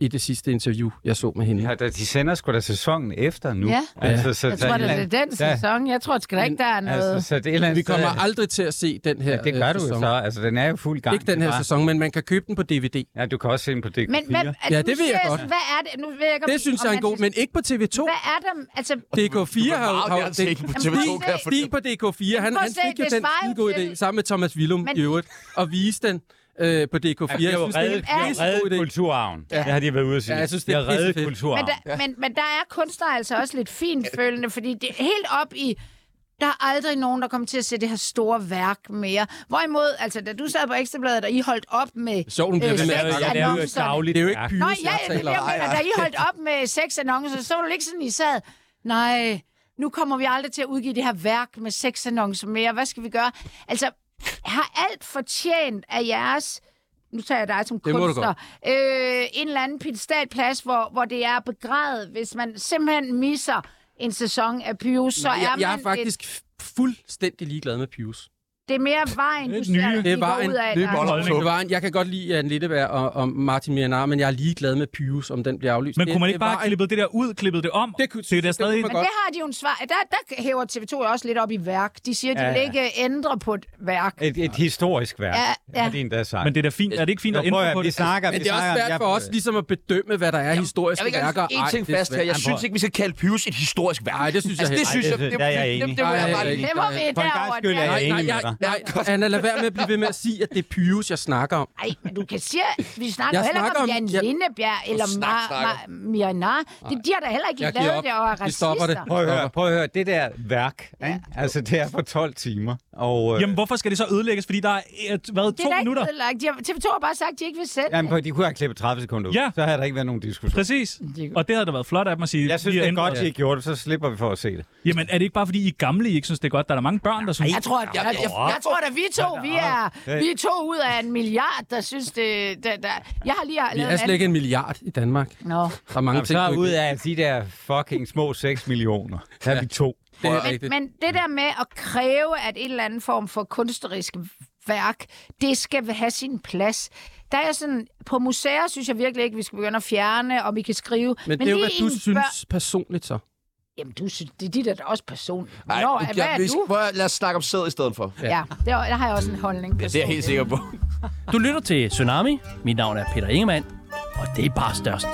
[SPEAKER 1] i det sidste interview, jeg så med hende.
[SPEAKER 3] Ja, da- de sender sgu da sæsonen efter nu.
[SPEAKER 2] Ja.
[SPEAKER 3] Altså, så
[SPEAKER 2] Jeg
[SPEAKER 3] der
[SPEAKER 2] tror,
[SPEAKER 3] et
[SPEAKER 2] det er
[SPEAKER 3] eller
[SPEAKER 2] den
[SPEAKER 3] andet-
[SPEAKER 2] sæson. Jeg tror sgu da ikke, der er
[SPEAKER 3] der-
[SPEAKER 2] noget...
[SPEAKER 3] Altså, så det er et eller andet
[SPEAKER 1] Vi kommer
[SPEAKER 3] sted-
[SPEAKER 1] aldrig til at se den her
[SPEAKER 3] Ja, det gør
[SPEAKER 1] øh,
[SPEAKER 3] du jo
[SPEAKER 1] sæson.
[SPEAKER 3] så. Altså, den er jo fuld gang.
[SPEAKER 1] Ikke den her
[SPEAKER 3] Bare-
[SPEAKER 1] sæson, men man kan købe den på DVD.
[SPEAKER 3] Ja, du kan også se den på DK4.
[SPEAKER 2] Men hvad, altså,
[SPEAKER 1] Ja,
[SPEAKER 2] nu
[SPEAKER 1] det ved
[SPEAKER 2] siger
[SPEAKER 1] jeg godt.
[SPEAKER 2] sådan, Hvad er det? Nu ved jeg ikke, om-
[SPEAKER 1] Det synes
[SPEAKER 2] om
[SPEAKER 1] jeg er en
[SPEAKER 2] man
[SPEAKER 1] god,
[SPEAKER 2] synes-
[SPEAKER 1] men ikke på TV2.
[SPEAKER 2] Hvad er der... Altså,
[SPEAKER 1] DK4
[SPEAKER 4] Du
[SPEAKER 1] har
[SPEAKER 4] vil
[SPEAKER 1] jo...
[SPEAKER 4] meget
[SPEAKER 1] har jo-
[SPEAKER 4] gerne se den på TV2, kan jeg
[SPEAKER 1] Stig, Stig
[SPEAKER 4] fornemme.
[SPEAKER 1] på DK4, han,
[SPEAKER 2] Prøv at
[SPEAKER 1] han
[SPEAKER 2] se,
[SPEAKER 1] fik jo
[SPEAKER 2] det
[SPEAKER 1] den
[SPEAKER 2] svarer jo
[SPEAKER 1] skide gode
[SPEAKER 2] til-
[SPEAKER 1] idé, sammen med Thomas Willum
[SPEAKER 2] Men-
[SPEAKER 1] i øvrigt, og vise den øh, på
[SPEAKER 3] Ja,
[SPEAKER 1] DK4. Jeg
[SPEAKER 3] de har jo
[SPEAKER 1] synes, det er en
[SPEAKER 3] reddet, de har jo
[SPEAKER 1] pissegod idé.
[SPEAKER 3] reddet kulturarven. Ja. Det har de været ude at sige.
[SPEAKER 1] Ja, jeg synes, det er
[SPEAKER 3] de har reddet
[SPEAKER 1] pissefedt.
[SPEAKER 2] men,
[SPEAKER 3] kulturarven.
[SPEAKER 2] der, men, men der er kunstnere altså også lidt fintfølende, fordi det er helt op i... Der er aldrig nogen, der kommer til at se det her store værk mere. Hvorimod, altså, da du sad på Ekstrabladet, og I holdt op med... Øh,
[SPEAKER 1] Sjovt, hun bliver ved med at-
[SPEAKER 5] Jeg laver jo et
[SPEAKER 2] sexannoncerne.
[SPEAKER 5] dagligt
[SPEAKER 1] Det er jo ikke
[SPEAKER 5] værk.
[SPEAKER 1] Pyrus,
[SPEAKER 2] Nå, ja,
[SPEAKER 1] jeg
[SPEAKER 2] ja, det
[SPEAKER 1] taler om.
[SPEAKER 2] bliver med, da I holdt op med seks annoncer, så var det ikke sådan, I sad, nej, nu kommer vi aldrig til at udgive det her værk med seks annoncer mere, hvad skal vi gøre? Altså, har alt fortjent af jeres, nu tager jeg dig som
[SPEAKER 1] Det må du
[SPEAKER 2] kunstner, øh, en eller anden pedestalplads, hvor, hvor det er begrædet, hvis man simpelthen misser en sæson af Pyrus, så er
[SPEAKER 1] jeg,
[SPEAKER 2] man
[SPEAKER 1] jeg er
[SPEAKER 2] et-
[SPEAKER 1] faktisk fuldstændig ligeglad med Pius.
[SPEAKER 2] Det er mere vejen, du
[SPEAKER 5] Det er
[SPEAKER 2] ser,
[SPEAKER 5] nye.
[SPEAKER 2] de
[SPEAKER 1] Det er
[SPEAKER 2] går
[SPEAKER 1] vejen.
[SPEAKER 2] ud af.
[SPEAKER 4] Det er
[SPEAKER 2] der
[SPEAKER 4] bare
[SPEAKER 5] holdning.
[SPEAKER 1] Det var en, jeg kan godt lide Anne Litteberg og, og Martin Mienar, men jeg er ligeglad med Pyrus, om den bliver aflyst.
[SPEAKER 5] Men kunne man ikke bare
[SPEAKER 1] var
[SPEAKER 5] have klippet det der ud, klippet det om?
[SPEAKER 1] Det kunne-
[SPEAKER 5] det er jo der
[SPEAKER 1] det
[SPEAKER 5] stadig...
[SPEAKER 1] kunne
[SPEAKER 2] Men
[SPEAKER 1] Godt.
[SPEAKER 2] det har de jo en svar. Der, der hæver TV2 jo også lidt op i værk. De siger, at de
[SPEAKER 3] Ja,
[SPEAKER 2] ja,
[SPEAKER 3] ja.
[SPEAKER 2] vil ikke ændre på et værk.
[SPEAKER 3] Et, et historisk værk,
[SPEAKER 2] Ja, ja.
[SPEAKER 3] har de endda sagt.
[SPEAKER 5] Men det er da fint. Er det ikke fint
[SPEAKER 3] Jo,
[SPEAKER 5] at
[SPEAKER 3] prøv
[SPEAKER 5] ændre
[SPEAKER 3] at-
[SPEAKER 5] på
[SPEAKER 3] vi
[SPEAKER 5] det?
[SPEAKER 3] snakker,
[SPEAKER 1] Men
[SPEAKER 3] vi
[SPEAKER 1] det er også
[SPEAKER 3] snakker,
[SPEAKER 1] svært for os ligesom at bedømme, hvad der er historiske
[SPEAKER 4] Jeg vil gerne
[SPEAKER 1] værker.
[SPEAKER 4] sige en ting
[SPEAKER 1] det er
[SPEAKER 4] fast her. Jeg
[SPEAKER 1] svært.
[SPEAKER 4] synes ikke, vi skal kalde Pius et historisk værk.
[SPEAKER 1] Nej, det synes jeg
[SPEAKER 4] altså, det
[SPEAKER 1] heller
[SPEAKER 4] synes
[SPEAKER 3] ikke.
[SPEAKER 4] jeg,
[SPEAKER 3] Det- der er jeg enig.
[SPEAKER 4] det må
[SPEAKER 1] Nej,
[SPEAKER 4] jeg
[SPEAKER 1] jeg
[SPEAKER 4] bare
[SPEAKER 1] er
[SPEAKER 4] lige.
[SPEAKER 1] ikke.
[SPEAKER 2] Det må vi
[SPEAKER 3] For en gangs
[SPEAKER 2] derovre.
[SPEAKER 3] skyld er jeg
[SPEAKER 2] der.
[SPEAKER 1] Nej, nej,
[SPEAKER 3] enig med
[SPEAKER 1] nej,
[SPEAKER 3] dig.
[SPEAKER 1] nej, Anna, lad være med at blive ved med at sige, at det er Pyrus, jeg snakker om.
[SPEAKER 2] Ej, men du kan sige, vi snakker
[SPEAKER 1] Jeg
[SPEAKER 2] jeg heller ikke
[SPEAKER 1] snakker
[SPEAKER 2] om
[SPEAKER 1] om-
[SPEAKER 2] Jan
[SPEAKER 1] jeg-
[SPEAKER 2] Lindebjerg eller
[SPEAKER 4] snak,
[SPEAKER 2] Ma-
[SPEAKER 4] snakker.
[SPEAKER 2] Ma- Myanmar. Det de har da heller ikke
[SPEAKER 1] Jeg giver
[SPEAKER 2] lavet
[SPEAKER 1] op.
[SPEAKER 2] det og er
[SPEAKER 1] Vi stopper det.
[SPEAKER 2] racister.
[SPEAKER 3] Prøv at høre, prøv at høre. Det der værk, ja. ikke? altså det er på 12 timer. Og, øh,
[SPEAKER 5] Jamen, hvorfor skal det så ødelægges? Fordi der er et, hvad,
[SPEAKER 2] Det er
[SPEAKER 5] to
[SPEAKER 2] da ikke
[SPEAKER 5] minutter?
[SPEAKER 2] nedlagt. De har- TV2 har bare sagt, at de ikke vil sende
[SPEAKER 3] jamen, prøv, de kunne have klippet 30 sekunder ud.
[SPEAKER 5] Ja.
[SPEAKER 3] Så havde der ikke været nogen diskussion.
[SPEAKER 5] Præcis.
[SPEAKER 2] det.
[SPEAKER 5] Og det havde da været flot af dem at sige.
[SPEAKER 3] Jeg synes,
[SPEAKER 5] vi har
[SPEAKER 3] det er
[SPEAKER 5] ændret
[SPEAKER 3] godt,
[SPEAKER 5] os.
[SPEAKER 3] at I gjorde det, så slipper vi for at se det.
[SPEAKER 5] Jamen, er det ikke bare, fordi I er gamle, I ikke synes, det er godt? Der er der mange børn, der synes...
[SPEAKER 2] Jeg tror, at, jeg, jeg, jeg tror, at vi to, vi er, vi er to ud af en milliard, der synes det... Der, der. Jeg har lige
[SPEAKER 1] Vi
[SPEAKER 2] lavet
[SPEAKER 1] er slet ikke en milliard i Danmark.
[SPEAKER 2] anden- Nå.
[SPEAKER 1] Der er mange
[SPEAKER 3] Jamen,
[SPEAKER 1] ting,
[SPEAKER 3] så
[SPEAKER 1] du ikke-
[SPEAKER 3] ud af de der fucking små 6 millioner, der er vi to.
[SPEAKER 1] Det er
[SPEAKER 2] Men,
[SPEAKER 1] rigtigt.
[SPEAKER 2] men det der med at kræve, at en eller anden form for kunstnerisk værk, det skal have sin plads. Der er jeg sådan, på museer synes jeg virkelig ikke, vi skal begynde at fjerne, og vi kan skrive.
[SPEAKER 1] Men det er jo,
[SPEAKER 2] lige
[SPEAKER 1] hvad du
[SPEAKER 2] en
[SPEAKER 1] synes personligt så.
[SPEAKER 2] Jamen, du synes, det er dit er da også person.
[SPEAKER 4] Nej,
[SPEAKER 2] Nå, hvad er
[SPEAKER 4] vi skal-
[SPEAKER 2] du?
[SPEAKER 4] Prøv at- lad os snakke om sæd i stedet for. Det
[SPEAKER 2] Ja, der, der har jeg også en holdning.
[SPEAKER 4] er jeg helt sikker på.
[SPEAKER 9] Du lytter til Tsunami. Mit navn er Peter Ingemann, og det er bare størst.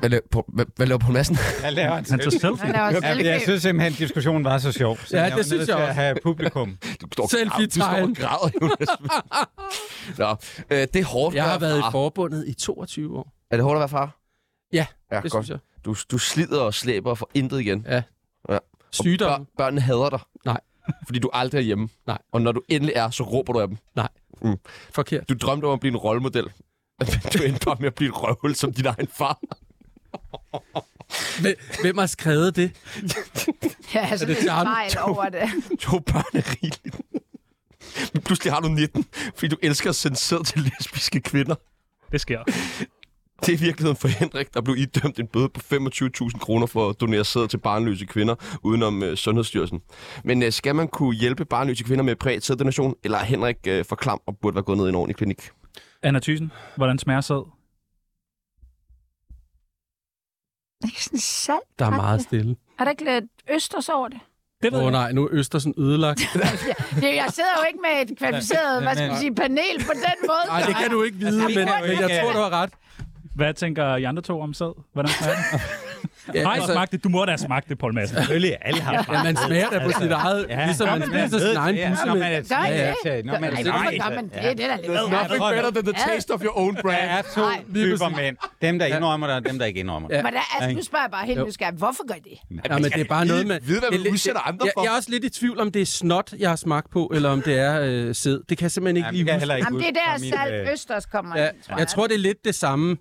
[SPEAKER 4] Hvad laver Poul- øh, hvad- Hvad laver Poul Madsen?
[SPEAKER 3] Jeg laver en
[SPEAKER 5] Han tog selfie.
[SPEAKER 2] Han er også
[SPEAKER 3] Jamen, jeg synes simpelthen, at diskussionen var så sjov. Så
[SPEAKER 1] Ja,
[SPEAKER 3] jeg
[SPEAKER 1] det
[SPEAKER 3] var
[SPEAKER 1] synes
[SPEAKER 3] nødt
[SPEAKER 1] jeg
[SPEAKER 3] til
[SPEAKER 1] også.
[SPEAKER 3] at have publikum.
[SPEAKER 4] Du står og
[SPEAKER 1] Selfie
[SPEAKER 4] græder. Du står og
[SPEAKER 1] time.
[SPEAKER 4] græder, Jonas. Nå, øh, det er hårdt
[SPEAKER 1] Jeg
[SPEAKER 4] at
[SPEAKER 1] har
[SPEAKER 4] være
[SPEAKER 1] været i
[SPEAKER 3] Ah.
[SPEAKER 4] far.
[SPEAKER 1] forbundet i 22 år.
[SPEAKER 4] Er det hårdt at være far?
[SPEAKER 1] Ja,
[SPEAKER 4] ja
[SPEAKER 1] Det
[SPEAKER 4] godt.
[SPEAKER 1] synes jeg.
[SPEAKER 4] Du, du slider og slæber for intet igen. Og
[SPEAKER 1] Sygdom.
[SPEAKER 4] bør- børnene hader dig.
[SPEAKER 1] Nej.
[SPEAKER 4] Fordi du aldrig er hjemme.
[SPEAKER 1] Nej.
[SPEAKER 4] Og når du endelig er, så råber du af dem.
[SPEAKER 1] Forkert.
[SPEAKER 4] Du drømte om at blive en rollemodel. [LAUGHS] Du endte bare med at blive et røvhul som din egen far.
[SPEAKER 1] Hvem- Hvem har skrevet det?
[SPEAKER 2] Ja, altså,
[SPEAKER 1] det
[SPEAKER 2] det er
[SPEAKER 1] Jarl?
[SPEAKER 2] fejl
[SPEAKER 1] [LAUGHS]
[SPEAKER 2] over det.
[SPEAKER 4] To børn er rigeligt. Men pludselig har du 19, fordi du elsker at sende sæd til lesbiske kvinder.
[SPEAKER 5] Det sker.
[SPEAKER 4] Det er i virkeligheden for Henrik, der blev idømt en bøde på 25.000 kroner for at donere sæd til barnløse kvinder udenom øh, Sundhedsstyrelsen. Men øh, skal man kunne hjælpe barnløse kvinder med privat sæddonation, eller er Henrik øh, for klam og burde være gået ned i en ordentlig klinik?
[SPEAKER 5] Anna Thysen, hvordan smager sæd?
[SPEAKER 2] Det er sådan salt.
[SPEAKER 1] Der er meget stille.
[SPEAKER 2] Er der ikke lidt østers over det?
[SPEAKER 5] Det ved
[SPEAKER 1] Åh oh,
[SPEAKER 5] jeg.
[SPEAKER 1] nej, nu er Østersen [LAUGHS] ødelagt.
[SPEAKER 2] det? Jeg sidder jo ikke med et kvalificeret, hvad skal man sige, panel på den måde.
[SPEAKER 1] Nej, Altså, det kan du ikke vide, men, men jeg tror, du har ret.
[SPEAKER 5] ikke. Hvad tænker I andre to om sæd? Hvordan smager det?
[SPEAKER 1] [LAUGHS] Ja,
[SPEAKER 5] Nej, altså... smagte det. Du må da have smagt det, Paul
[SPEAKER 1] [LAUGHS]
[SPEAKER 5] Madsen.
[SPEAKER 3] Selvfølgelig, alle har
[SPEAKER 1] ja, man smager da på
[SPEAKER 3] Altså,
[SPEAKER 1] sit eget, ligesom man spiser sin egen busse.
[SPEAKER 3] Når man
[SPEAKER 2] Gør
[SPEAKER 3] er
[SPEAKER 2] I det?
[SPEAKER 3] teenager, når man
[SPEAKER 2] Nej,
[SPEAKER 3] er
[SPEAKER 2] hvorfor
[SPEAKER 3] teenager,
[SPEAKER 2] gør man
[SPEAKER 3] ja.
[SPEAKER 2] det? Det er da lidt
[SPEAKER 3] nothing better
[SPEAKER 4] than the
[SPEAKER 2] taste
[SPEAKER 4] of your own
[SPEAKER 3] Der er to
[SPEAKER 2] Nej.
[SPEAKER 3] typer mænd. Dem, der indrømmer det, og dem, der ikke indrømmer det.
[SPEAKER 1] Ja.
[SPEAKER 2] Men der, altså, nu
[SPEAKER 3] Ikke?
[SPEAKER 2] spørger jeg bare helt nysgerrigt, hvorfor gør I det?
[SPEAKER 1] Ja, men det er bare noget med...
[SPEAKER 4] vide, hvad man
[SPEAKER 1] det er lidt-
[SPEAKER 4] udsætter andre
[SPEAKER 1] jeg,
[SPEAKER 4] for.
[SPEAKER 1] jeg er også lidt i tvivl, om det er snot, jeg har smagt på, eller om det er øh, sæd. Det kan jeg simpelthen ikke
[SPEAKER 3] Jamen,
[SPEAKER 1] lige
[SPEAKER 3] det kan jeg
[SPEAKER 1] huske.
[SPEAKER 3] heller ikke
[SPEAKER 2] Jamen, det er
[SPEAKER 3] huske
[SPEAKER 2] der
[SPEAKER 3] fra mit,
[SPEAKER 2] salt
[SPEAKER 3] øh,
[SPEAKER 2] østers kommer
[SPEAKER 1] Ja,
[SPEAKER 2] ind, tror jeg.
[SPEAKER 1] jeg tror, det er lidt det samme,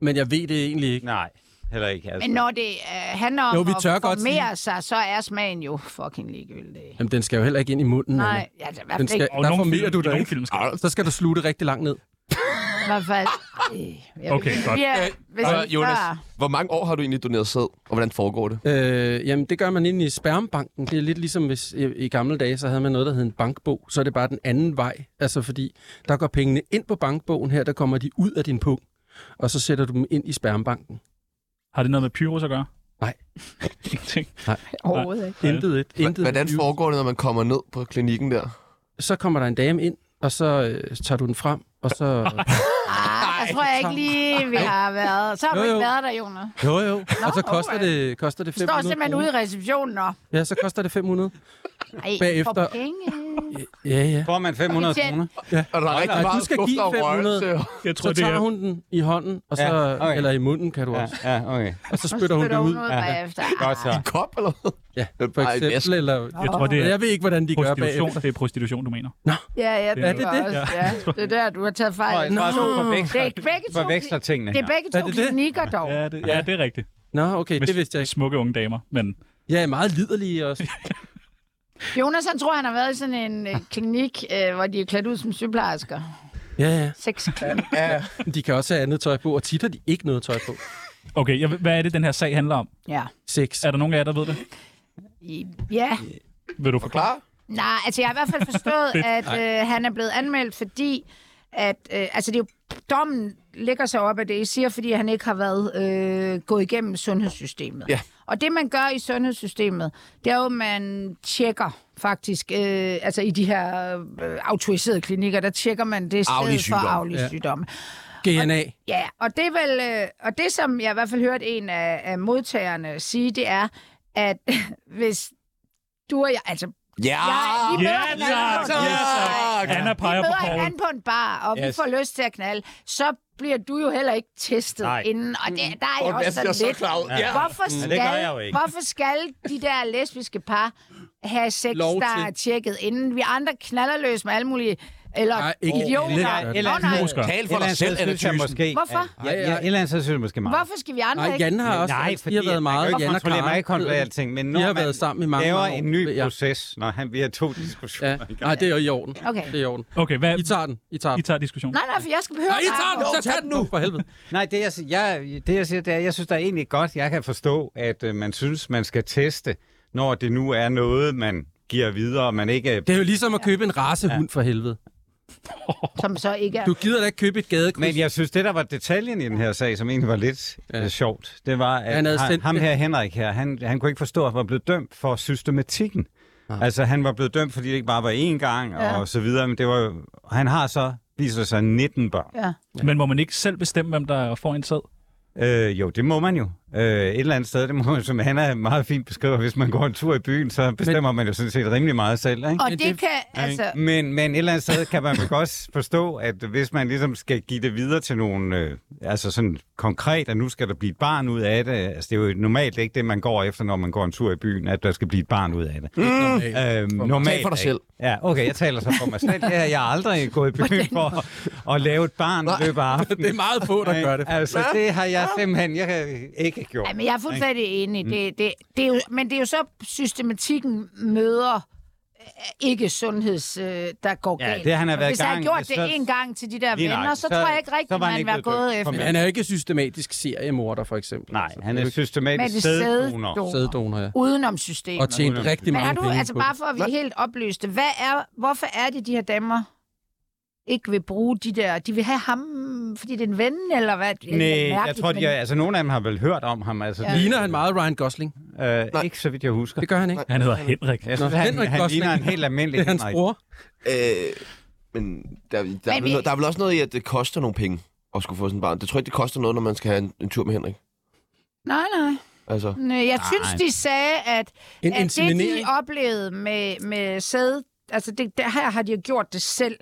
[SPEAKER 1] men jeg ved det egentlig ikke.
[SPEAKER 3] Nej, heller ikke. Altså.
[SPEAKER 2] Men når det øh, handler om
[SPEAKER 1] Jo, vi tør
[SPEAKER 2] at
[SPEAKER 1] godt
[SPEAKER 2] formere sig, så er smagen jo fucking ligegyldig.
[SPEAKER 1] Jamen, den skal jo heller ikke ind i munden, Anna.
[SPEAKER 2] Nej, ja, det er i hvert fald
[SPEAKER 1] Den skal,
[SPEAKER 2] ikke.
[SPEAKER 5] Og
[SPEAKER 1] der
[SPEAKER 5] nogle
[SPEAKER 1] formerer
[SPEAKER 5] film-
[SPEAKER 1] du dig
[SPEAKER 5] nogle
[SPEAKER 1] ikke.
[SPEAKER 5] film skal-
[SPEAKER 1] Så skal du slutte rigtig langt ned.
[SPEAKER 2] i hvert fald. Øh, jeg-
[SPEAKER 5] Okay, godt.
[SPEAKER 2] Ja, hvis
[SPEAKER 4] Så,
[SPEAKER 2] vi
[SPEAKER 4] Jonas,
[SPEAKER 2] spørger-
[SPEAKER 4] hvor mange år har du egentlig doneret sæd, og hvordan foregår det?
[SPEAKER 1] Øh, jamen, det gør man inde i spermbanken. Det er lidt ligesom, hvis i, i gamle dage, så havde man noget, der hed en bankbog. Så er det bare den anden vej. Altså, fordi der går pengene ind på bankbogen her, der kommer de ud af din pung. Og så sætter du dem ind i spermbanken.
[SPEAKER 5] Har det noget med pyros at gøre?
[SPEAKER 1] Nej.
[SPEAKER 5] Ingenting.
[SPEAKER 2] Overhovedet ikke.
[SPEAKER 5] Ja.
[SPEAKER 1] Intet et. Intet
[SPEAKER 4] Hvordan
[SPEAKER 1] et.
[SPEAKER 4] foregår det, når man kommer ned på klinikken der?
[SPEAKER 1] Så kommer der en dame ind, og så øh, tager du den frem, og så...
[SPEAKER 3] [LAUGHS]
[SPEAKER 2] Ah, jeg tror jeg ikke lige, vi har været. Så har du
[SPEAKER 1] Jo, jo.
[SPEAKER 2] ikke været der, Jonas.
[SPEAKER 1] Jo, jo. og så
[SPEAKER 2] Nå,
[SPEAKER 1] koster,
[SPEAKER 2] okay.
[SPEAKER 1] det, koster det
[SPEAKER 2] Du står
[SPEAKER 1] 500
[SPEAKER 2] simpelthen
[SPEAKER 1] kroner.
[SPEAKER 2] ude i receptionen og...
[SPEAKER 1] Ja, så koster det 500.
[SPEAKER 2] Ej,
[SPEAKER 1] Bagefter-
[SPEAKER 2] for penge.
[SPEAKER 1] Ja, ja.
[SPEAKER 3] Får man 500
[SPEAKER 2] Officielt.
[SPEAKER 3] kroner?
[SPEAKER 4] Og der er rigtig
[SPEAKER 1] nej,
[SPEAKER 4] meget
[SPEAKER 1] du skal
[SPEAKER 4] duft
[SPEAKER 1] give
[SPEAKER 4] og røgelse.
[SPEAKER 1] 500.
[SPEAKER 5] [LAUGHS] Jeg tror,
[SPEAKER 1] Så
[SPEAKER 5] det
[SPEAKER 1] tager
[SPEAKER 5] er...
[SPEAKER 1] hun den i hånden, og så,
[SPEAKER 3] Ja, okay.
[SPEAKER 1] eller i munden kan du
[SPEAKER 3] Ja,
[SPEAKER 1] også.
[SPEAKER 3] ja, okay.
[SPEAKER 1] Og så spytter hun det
[SPEAKER 2] Spytter
[SPEAKER 1] ud.
[SPEAKER 2] hun ud
[SPEAKER 3] Ja, ja.
[SPEAKER 2] bagefter.
[SPEAKER 3] Godt så.
[SPEAKER 4] [LAUGHS] Kop eller hvad?
[SPEAKER 1] Ja, for
[SPEAKER 4] Ej,
[SPEAKER 1] eksempel.
[SPEAKER 4] væske.
[SPEAKER 1] Eller,
[SPEAKER 5] Jeg tror, det er
[SPEAKER 1] jeg ved ikke, hvordan de gør
[SPEAKER 5] prostitution.
[SPEAKER 1] bagefter.
[SPEAKER 5] Det er prostitution, du mener.
[SPEAKER 2] Ja, jeg
[SPEAKER 5] Det
[SPEAKER 2] det
[SPEAKER 5] er
[SPEAKER 2] er
[SPEAKER 1] det,
[SPEAKER 2] det. Også, ja. Det er der, du har taget
[SPEAKER 3] Og jeg
[SPEAKER 2] fejl.
[SPEAKER 3] tror, at
[SPEAKER 2] Det
[SPEAKER 3] du
[SPEAKER 2] er begge
[SPEAKER 3] forveksler,
[SPEAKER 2] to-
[SPEAKER 3] forveksler tingene
[SPEAKER 2] Det er
[SPEAKER 3] her.
[SPEAKER 2] begge
[SPEAKER 1] Er
[SPEAKER 2] to
[SPEAKER 1] det det?
[SPEAKER 2] klinikker dog.
[SPEAKER 5] Ja, det, ja, det er rigtigt.
[SPEAKER 1] Nå, okay, det vidste jeg ikke.
[SPEAKER 5] Smukke unge damer, men...
[SPEAKER 1] Jeg er meget liderlig også.
[SPEAKER 2] Jonas, han tror, han har været i sådan en øh, klinik, øh, hvor de er klædt ud som sygeplejersker.
[SPEAKER 1] Ja, ja.
[SPEAKER 2] Sexklinik.
[SPEAKER 1] De kan også have andet tøj på, og tit har de ikke noget tøj på.
[SPEAKER 5] Okay, jeg, hvad er det, den her sag handler om?
[SPEAKER 2] Ja.
[SPEAKER 1] Sex.
[SPEAKER 5] Er der nogen af jer, der ved det?
[SPEAKER 2] I- Ja.
[SPEAKER 5] Vil du forklare?
[SPEAKER 2] Nej, altså jeg har i hvert fald
[SPEAKER 4] [LAUGHS]
[SPEAKER 2] forstået, at øh, han er blevet anmeldt, fordi at, øh, altså det er jo, dommen ligger sig op af det, I siger, fordi han ikke har været øh, gået igennem sundhedssystemet.
[SPEAKER 4] Ja.
[SPEAKER 2] Og det, man gør i sundhedssystemet, det er jo, at man tjekker faktisk, øh, altså i de her øh, autoriserede klinikker, der tjekker man det
[SPEAKER 4] Arvelige
[SPEAKER 2] sted for
[SPEAKER 4] sygdomme.
[SPEAKER 2] arvelige
[SPEAKER 1] Ja.
[SPEAKER 2] ja. sygdomme.
[SPEAKER 1] DNA.
[SPEAKER 2] Ja, og det, er vel, øh, og det som jeg i hvert fald hørte en af, af modtagerne sige, det er, at [LAUGHS] hvis du og jeg, altså
[SPEAKER 4] Ja!
[SPEAKER 2] Ja, vi møder
[SPEAKER 5] Ja, tak!
[SPEAKER 2] hinanden.
[SPEAKER 5] Ja, tak! Anna peger
[SPEAKER 2] vi
[SPEAKER 5] på
[SPEAKER 2] møder
[SPEAKER 5] Paul.
[SPEAKER 2] hinanden på en bar, og yes. vi
[SPEAKER 3] Yes.
[SPEAKER 2] får lyst til at knalde, så bliver du jo heller ikke testet Nej.
[SPEAKER 3] Nej.
[SPEAKER 2] inden. Og det, der er
[SPEAKER 4] Og
[SPEAKER 2] jeg også
[SPEAKER 4] Mm.
[SPEAKER 2] sådan
[SPEAKER 4] jeg bliver
[SPEAKER 2] lidt...
[SPEAKER 4] så klar ud. Ja.
[SPEAKER 2] Hvorfor,
[SPEAKER 1] Mm.
[SPEAKER 3] det
[SPEAKER 2] skal,
[SPEAKER 3] gør jeg jo ikke.
[SPEAKER 2] hvorfor skal de der lesbiske par have sex,
[SPEAKER 1] Lov
[SPEAKER 2] der
[SPEAKER 1] til.
[SPEAKER 2] er tjekket inden? Vi andre knaller løs med alle mulige... Eller
[SPEAKER 1] Nej, ikke
[SPEAKER 2] idioter.
[SPEAKER 1] alle.
[SPEAKER 2] Nå,
[SPEAKER 1] Eller
[SPEAKER 2] nej.
[SPEAKER 5] Husker.
[SPEAKER 4] Tal
[SPEAKER 3] Et
[SPEAKER 4] for
[SPEAKER 3] eller
[SPEAKER 4] dig
[SPEAKER 3] andet
[SPEAKER 4] selv,
[SPEAKER 3] sted
[SPEAKER 4] Anne
[SPEAKER 3] synes jeg
[SPEAKER 4] Thysen.
[SPEAKER 3] måske...
[SPEAKER 2] Hvorfor?
[SPEAKER 3] Ja, ja, et eller andet sted synes jeg måske meget.
[SPEAKER 2] Hvorfor skal vi andre
[SPEAKER 1] Nej,
[SPEAKER 2] ikke?
[SPEAKER 1] Jan har også
[SPEAKER 3] Nej,
[SPEAKER 1] altid- de har
[SPEAKER 3] fordi
[SPEAKER 1] været meget...
[SPEAKER 3] man kan jo ikke
[SPEAKER 1] Jan og
[SPEAKER 3] kontrollere
[SPEAKER 1] Karen,
[SPEAKER 3] mig, kontrollere
[SPEAKER 1] ved-
[SPEAKER 3] alting, men
[SPEAKER 1] Vi
[SPEAKER 3] når
[SPEAKER 1] har
[SPEAKER 3] man
[SPEAKER 1] været sammen i mange,
[SPEAKER 3] laver
[SPEAKER 1] mange år,
[SPEAKER 3] en ny Oh
[SPEAKER 1] ved jeg.
[SPEAKER 3] proces, når han, vi har to diskussioner.
[SPEAKER 1] Ja. Nej, det er jo i orden.
[SPEAKER 2] Okay.
[SPEAKER 1] Det er i orden.
[SPEAKER 5] Okay, hvad?
[SPEAKER 1] I tager den. I tager
[SPEAKER 5] I
[SPEAKER 1] den.
[SPEAKER 5] tager diskussionen.
[SPEAKER 2] Nej, nej, for jeg skal behøve...
[SPEAKER 1] Nej, I tager den! Så tag den nu! For helvede.
[SPEAKER 3] Nej, det jeg, si- jeg, det jeg siger, det er, jeg synes, der er egentlig godt, jeg kan forstå, at øh, man synes, man skal teste, når det nu er noget, man giver videre, og man ikke... øh,
[SPEAKER 1] Det er jo ligesom at købe en racehund for helvede.
[SPEAKER 2] Som så ikke er...
[SPEAKER 1] Du gider da ikke købe et gadekryds.
[SPEAKER 3] Men jeg synes, det der var detaljen i den her sag, som egentlig var lidt
[SPEAKER 1] Ja.
[SPEAKER 3] ja. øh, sjovt, det var, at
[SPEAKER 1] Han
[SPEAKER 3] han
[SPEAKER 1] havde
[SPEAKER 3] ham,
[SPEAKER 1] sendt-
[SPEAKER 3] ham her, Henrik her, han, han kunne ikke forstå, at han var blevet dømt for systematikken. Ja. Altså, han var blevet dømt, fordi det ikke bare var én gang, og,
[SPEAKER 2] Ja.
[SPEAKER 3] og så videre, men det var jo- Han har så, viser sig, 19 børn.
[SPEAKER 2] Ja.
[SPEAKER 5] Men må man ikke selv bestemme, hvem der får en sæd?
[SPEAKER 3] Øh, jo, det må man jo. Øh, et eller andet sted, det må man, som Hanna meget fint beskriver, hvis man går en tur i byen, så bestemmer men, man jo sådan set rimelig meget selv, ikke?
[SPEAKER 2] Og
[SPEAKER 1] Men
[SPEAKER 2] det
[SPEAKER 1] det-
[SPEAKER 2] kan... Altså,
[SPEAKER 3] Men, men et eller andet sted kan man vel godt forstå, at hvis man ligesom skal give det videre til nogen, øh, altså sådan konkret, at nu skal der blive et barn ud af det, altså det er jo normalt ikke det, man går efter, når man går en tur i byen, at der skal blive et barn ud af det. Mm. Øhm, normalt,
[SPEAKER 4] Tal for dig
[SPEAKER 3] ikke?
[SPEAKER 4] selv.
[SPEAKER 3] Ja, okay, jeg taler så for mig selv. Det har jeg aldrig gået i byen for at, at lave et barn i løbet af aftenen.
[SPEAKER 1] Det er meget få, der gør det.
[SPEAKER 3] Altså, det har jeg simpelthen jeg har ikke gjort.
[SPEAKER 2] Ej, men jeg er fuldstændig enig.
[SPEAKER 3] Mm.
[SPEAKER 2] Det, det, det er jo, men det er jo så, systematikken møder øh, ikke sundheds, øh, der går
[SPEAKER 3] Ja,
[SPEAKER 2] galt.
[SPEAKER 3] det han har været i
[SPEAKER 2] Hvis jeg havde
[SPEAKER 3] gang,
[SPEAKER 2] gjort
[SPEAKER 3] så-
[SPEAKER 2] det en gang til de der
[SPEAKER 3] Lige
[SPEAKER 2] venner,
[SPEAKER 3] nøjagtigt.
[SPEAKER 2] så,
[SPEAKER 3] Så-
[SPEAKER 2] tror jeg ikke
[SPEAKER 3] så
[SPEAKER 2] rigtigt,
[SPEAKER 3] var han
[SPEAKER 2] man
[SPEAKER 3] ikke
[SPEAKER 2] var
[SPEAKER 3] blevet
[SPEAKER 2] gået
[SPEAKER 3] dømt.
[SPEAKER 2] efter.
[SPEAKER 3] Kom
[SPEAKER 1] Men
[SPEAKER 2] Men,
[SPEAKER 1] han er jo ikke systematisk seriemorder, for eksempel.
[SPEAKER 3] Nej,
[SPEAKER 1] Altså,
[SPEAKER 3] han
[SPEAKER 1] det
[SPEAKER 3] er
[SPEAKER 1] jo ikke
[SPEAKER 3] systematisk
[SPEAKER 2] det
[SPEAKER 3] sæddonor.
[SPEAKER 1] sæddonor, ja.
[SPEAKER 2] udenom systemet.
[SPEAKER 1] Og tjent rigtig
[SPEAKER 2] men
[SPEAKER 1] mange
[SPEAKER 2] har du,
[SPEAKER 1] penge
[SPEAKER 2] altså
[SPEAKER 1] på
[SPEAKER 2] bare
[SPEAKER 1] det.
[SPEAKER 2] for at vi er helt oplyste, hvad er, hvorfor er det, de her damer ikke vil bruge de der... De vil have ham, fordi det er en ven, eller hvad? Det er lidt
[SPEAKER 3] Nej, jeg
[SPEAKER 2] mærkeligt,
[SPEAKER 3] tror, de
[SPEAKER 2] men-
[SPEAKER 3] er, altså, nogle af dem har vel hørt om ham. Altså,
[SPEAKER 2] Ja.
[SPEAKER 1] Ligner han meget Ryan Gosling?
[SPEAKER 3] Øh, ikke så vidt jeg husker.
[SPEAKER 1] Det gør han ikke.
[SPEAKER 5] Han hedder Henrik.
[SPEAKER 3] Jeg
[SPEAKER 1] Nå,
[SPEAKER 3] synes, han,
[SPEAKER 1] Henrik
[SPEAKER 3] han
[SPEAKER 1] Gosling.
[SPEAKER 3] ligner en helt almindelig
[SPEAKER 1] Det er hans
[SPEAKER 3] Henrik.
[SPEAKER 1] bror.
[SPEAKER 4] Øh, men der, der, er vel,
[SPEAKER 2] vi-
[SPEAKER 4] noget- der er vel også noget i, at det koster nogle penge at skulle få sådan et barn. Det tror jeg ikke, det koster noget, når man skal have en, en tur med Henrik.
[SPEAKER 2] Nej, nej.
[SPEAKER 4] Altså,
[SPEAKER 2] Nej, Jeg synes, de sagde, at, at det,
[SPEAKER 1] En
[SPEAKER 2] de
[SPEAKER 1] inseminering.
[SPEAKER 2] oplevede med, med sæd, altså det, der her har de jo gjort det selv.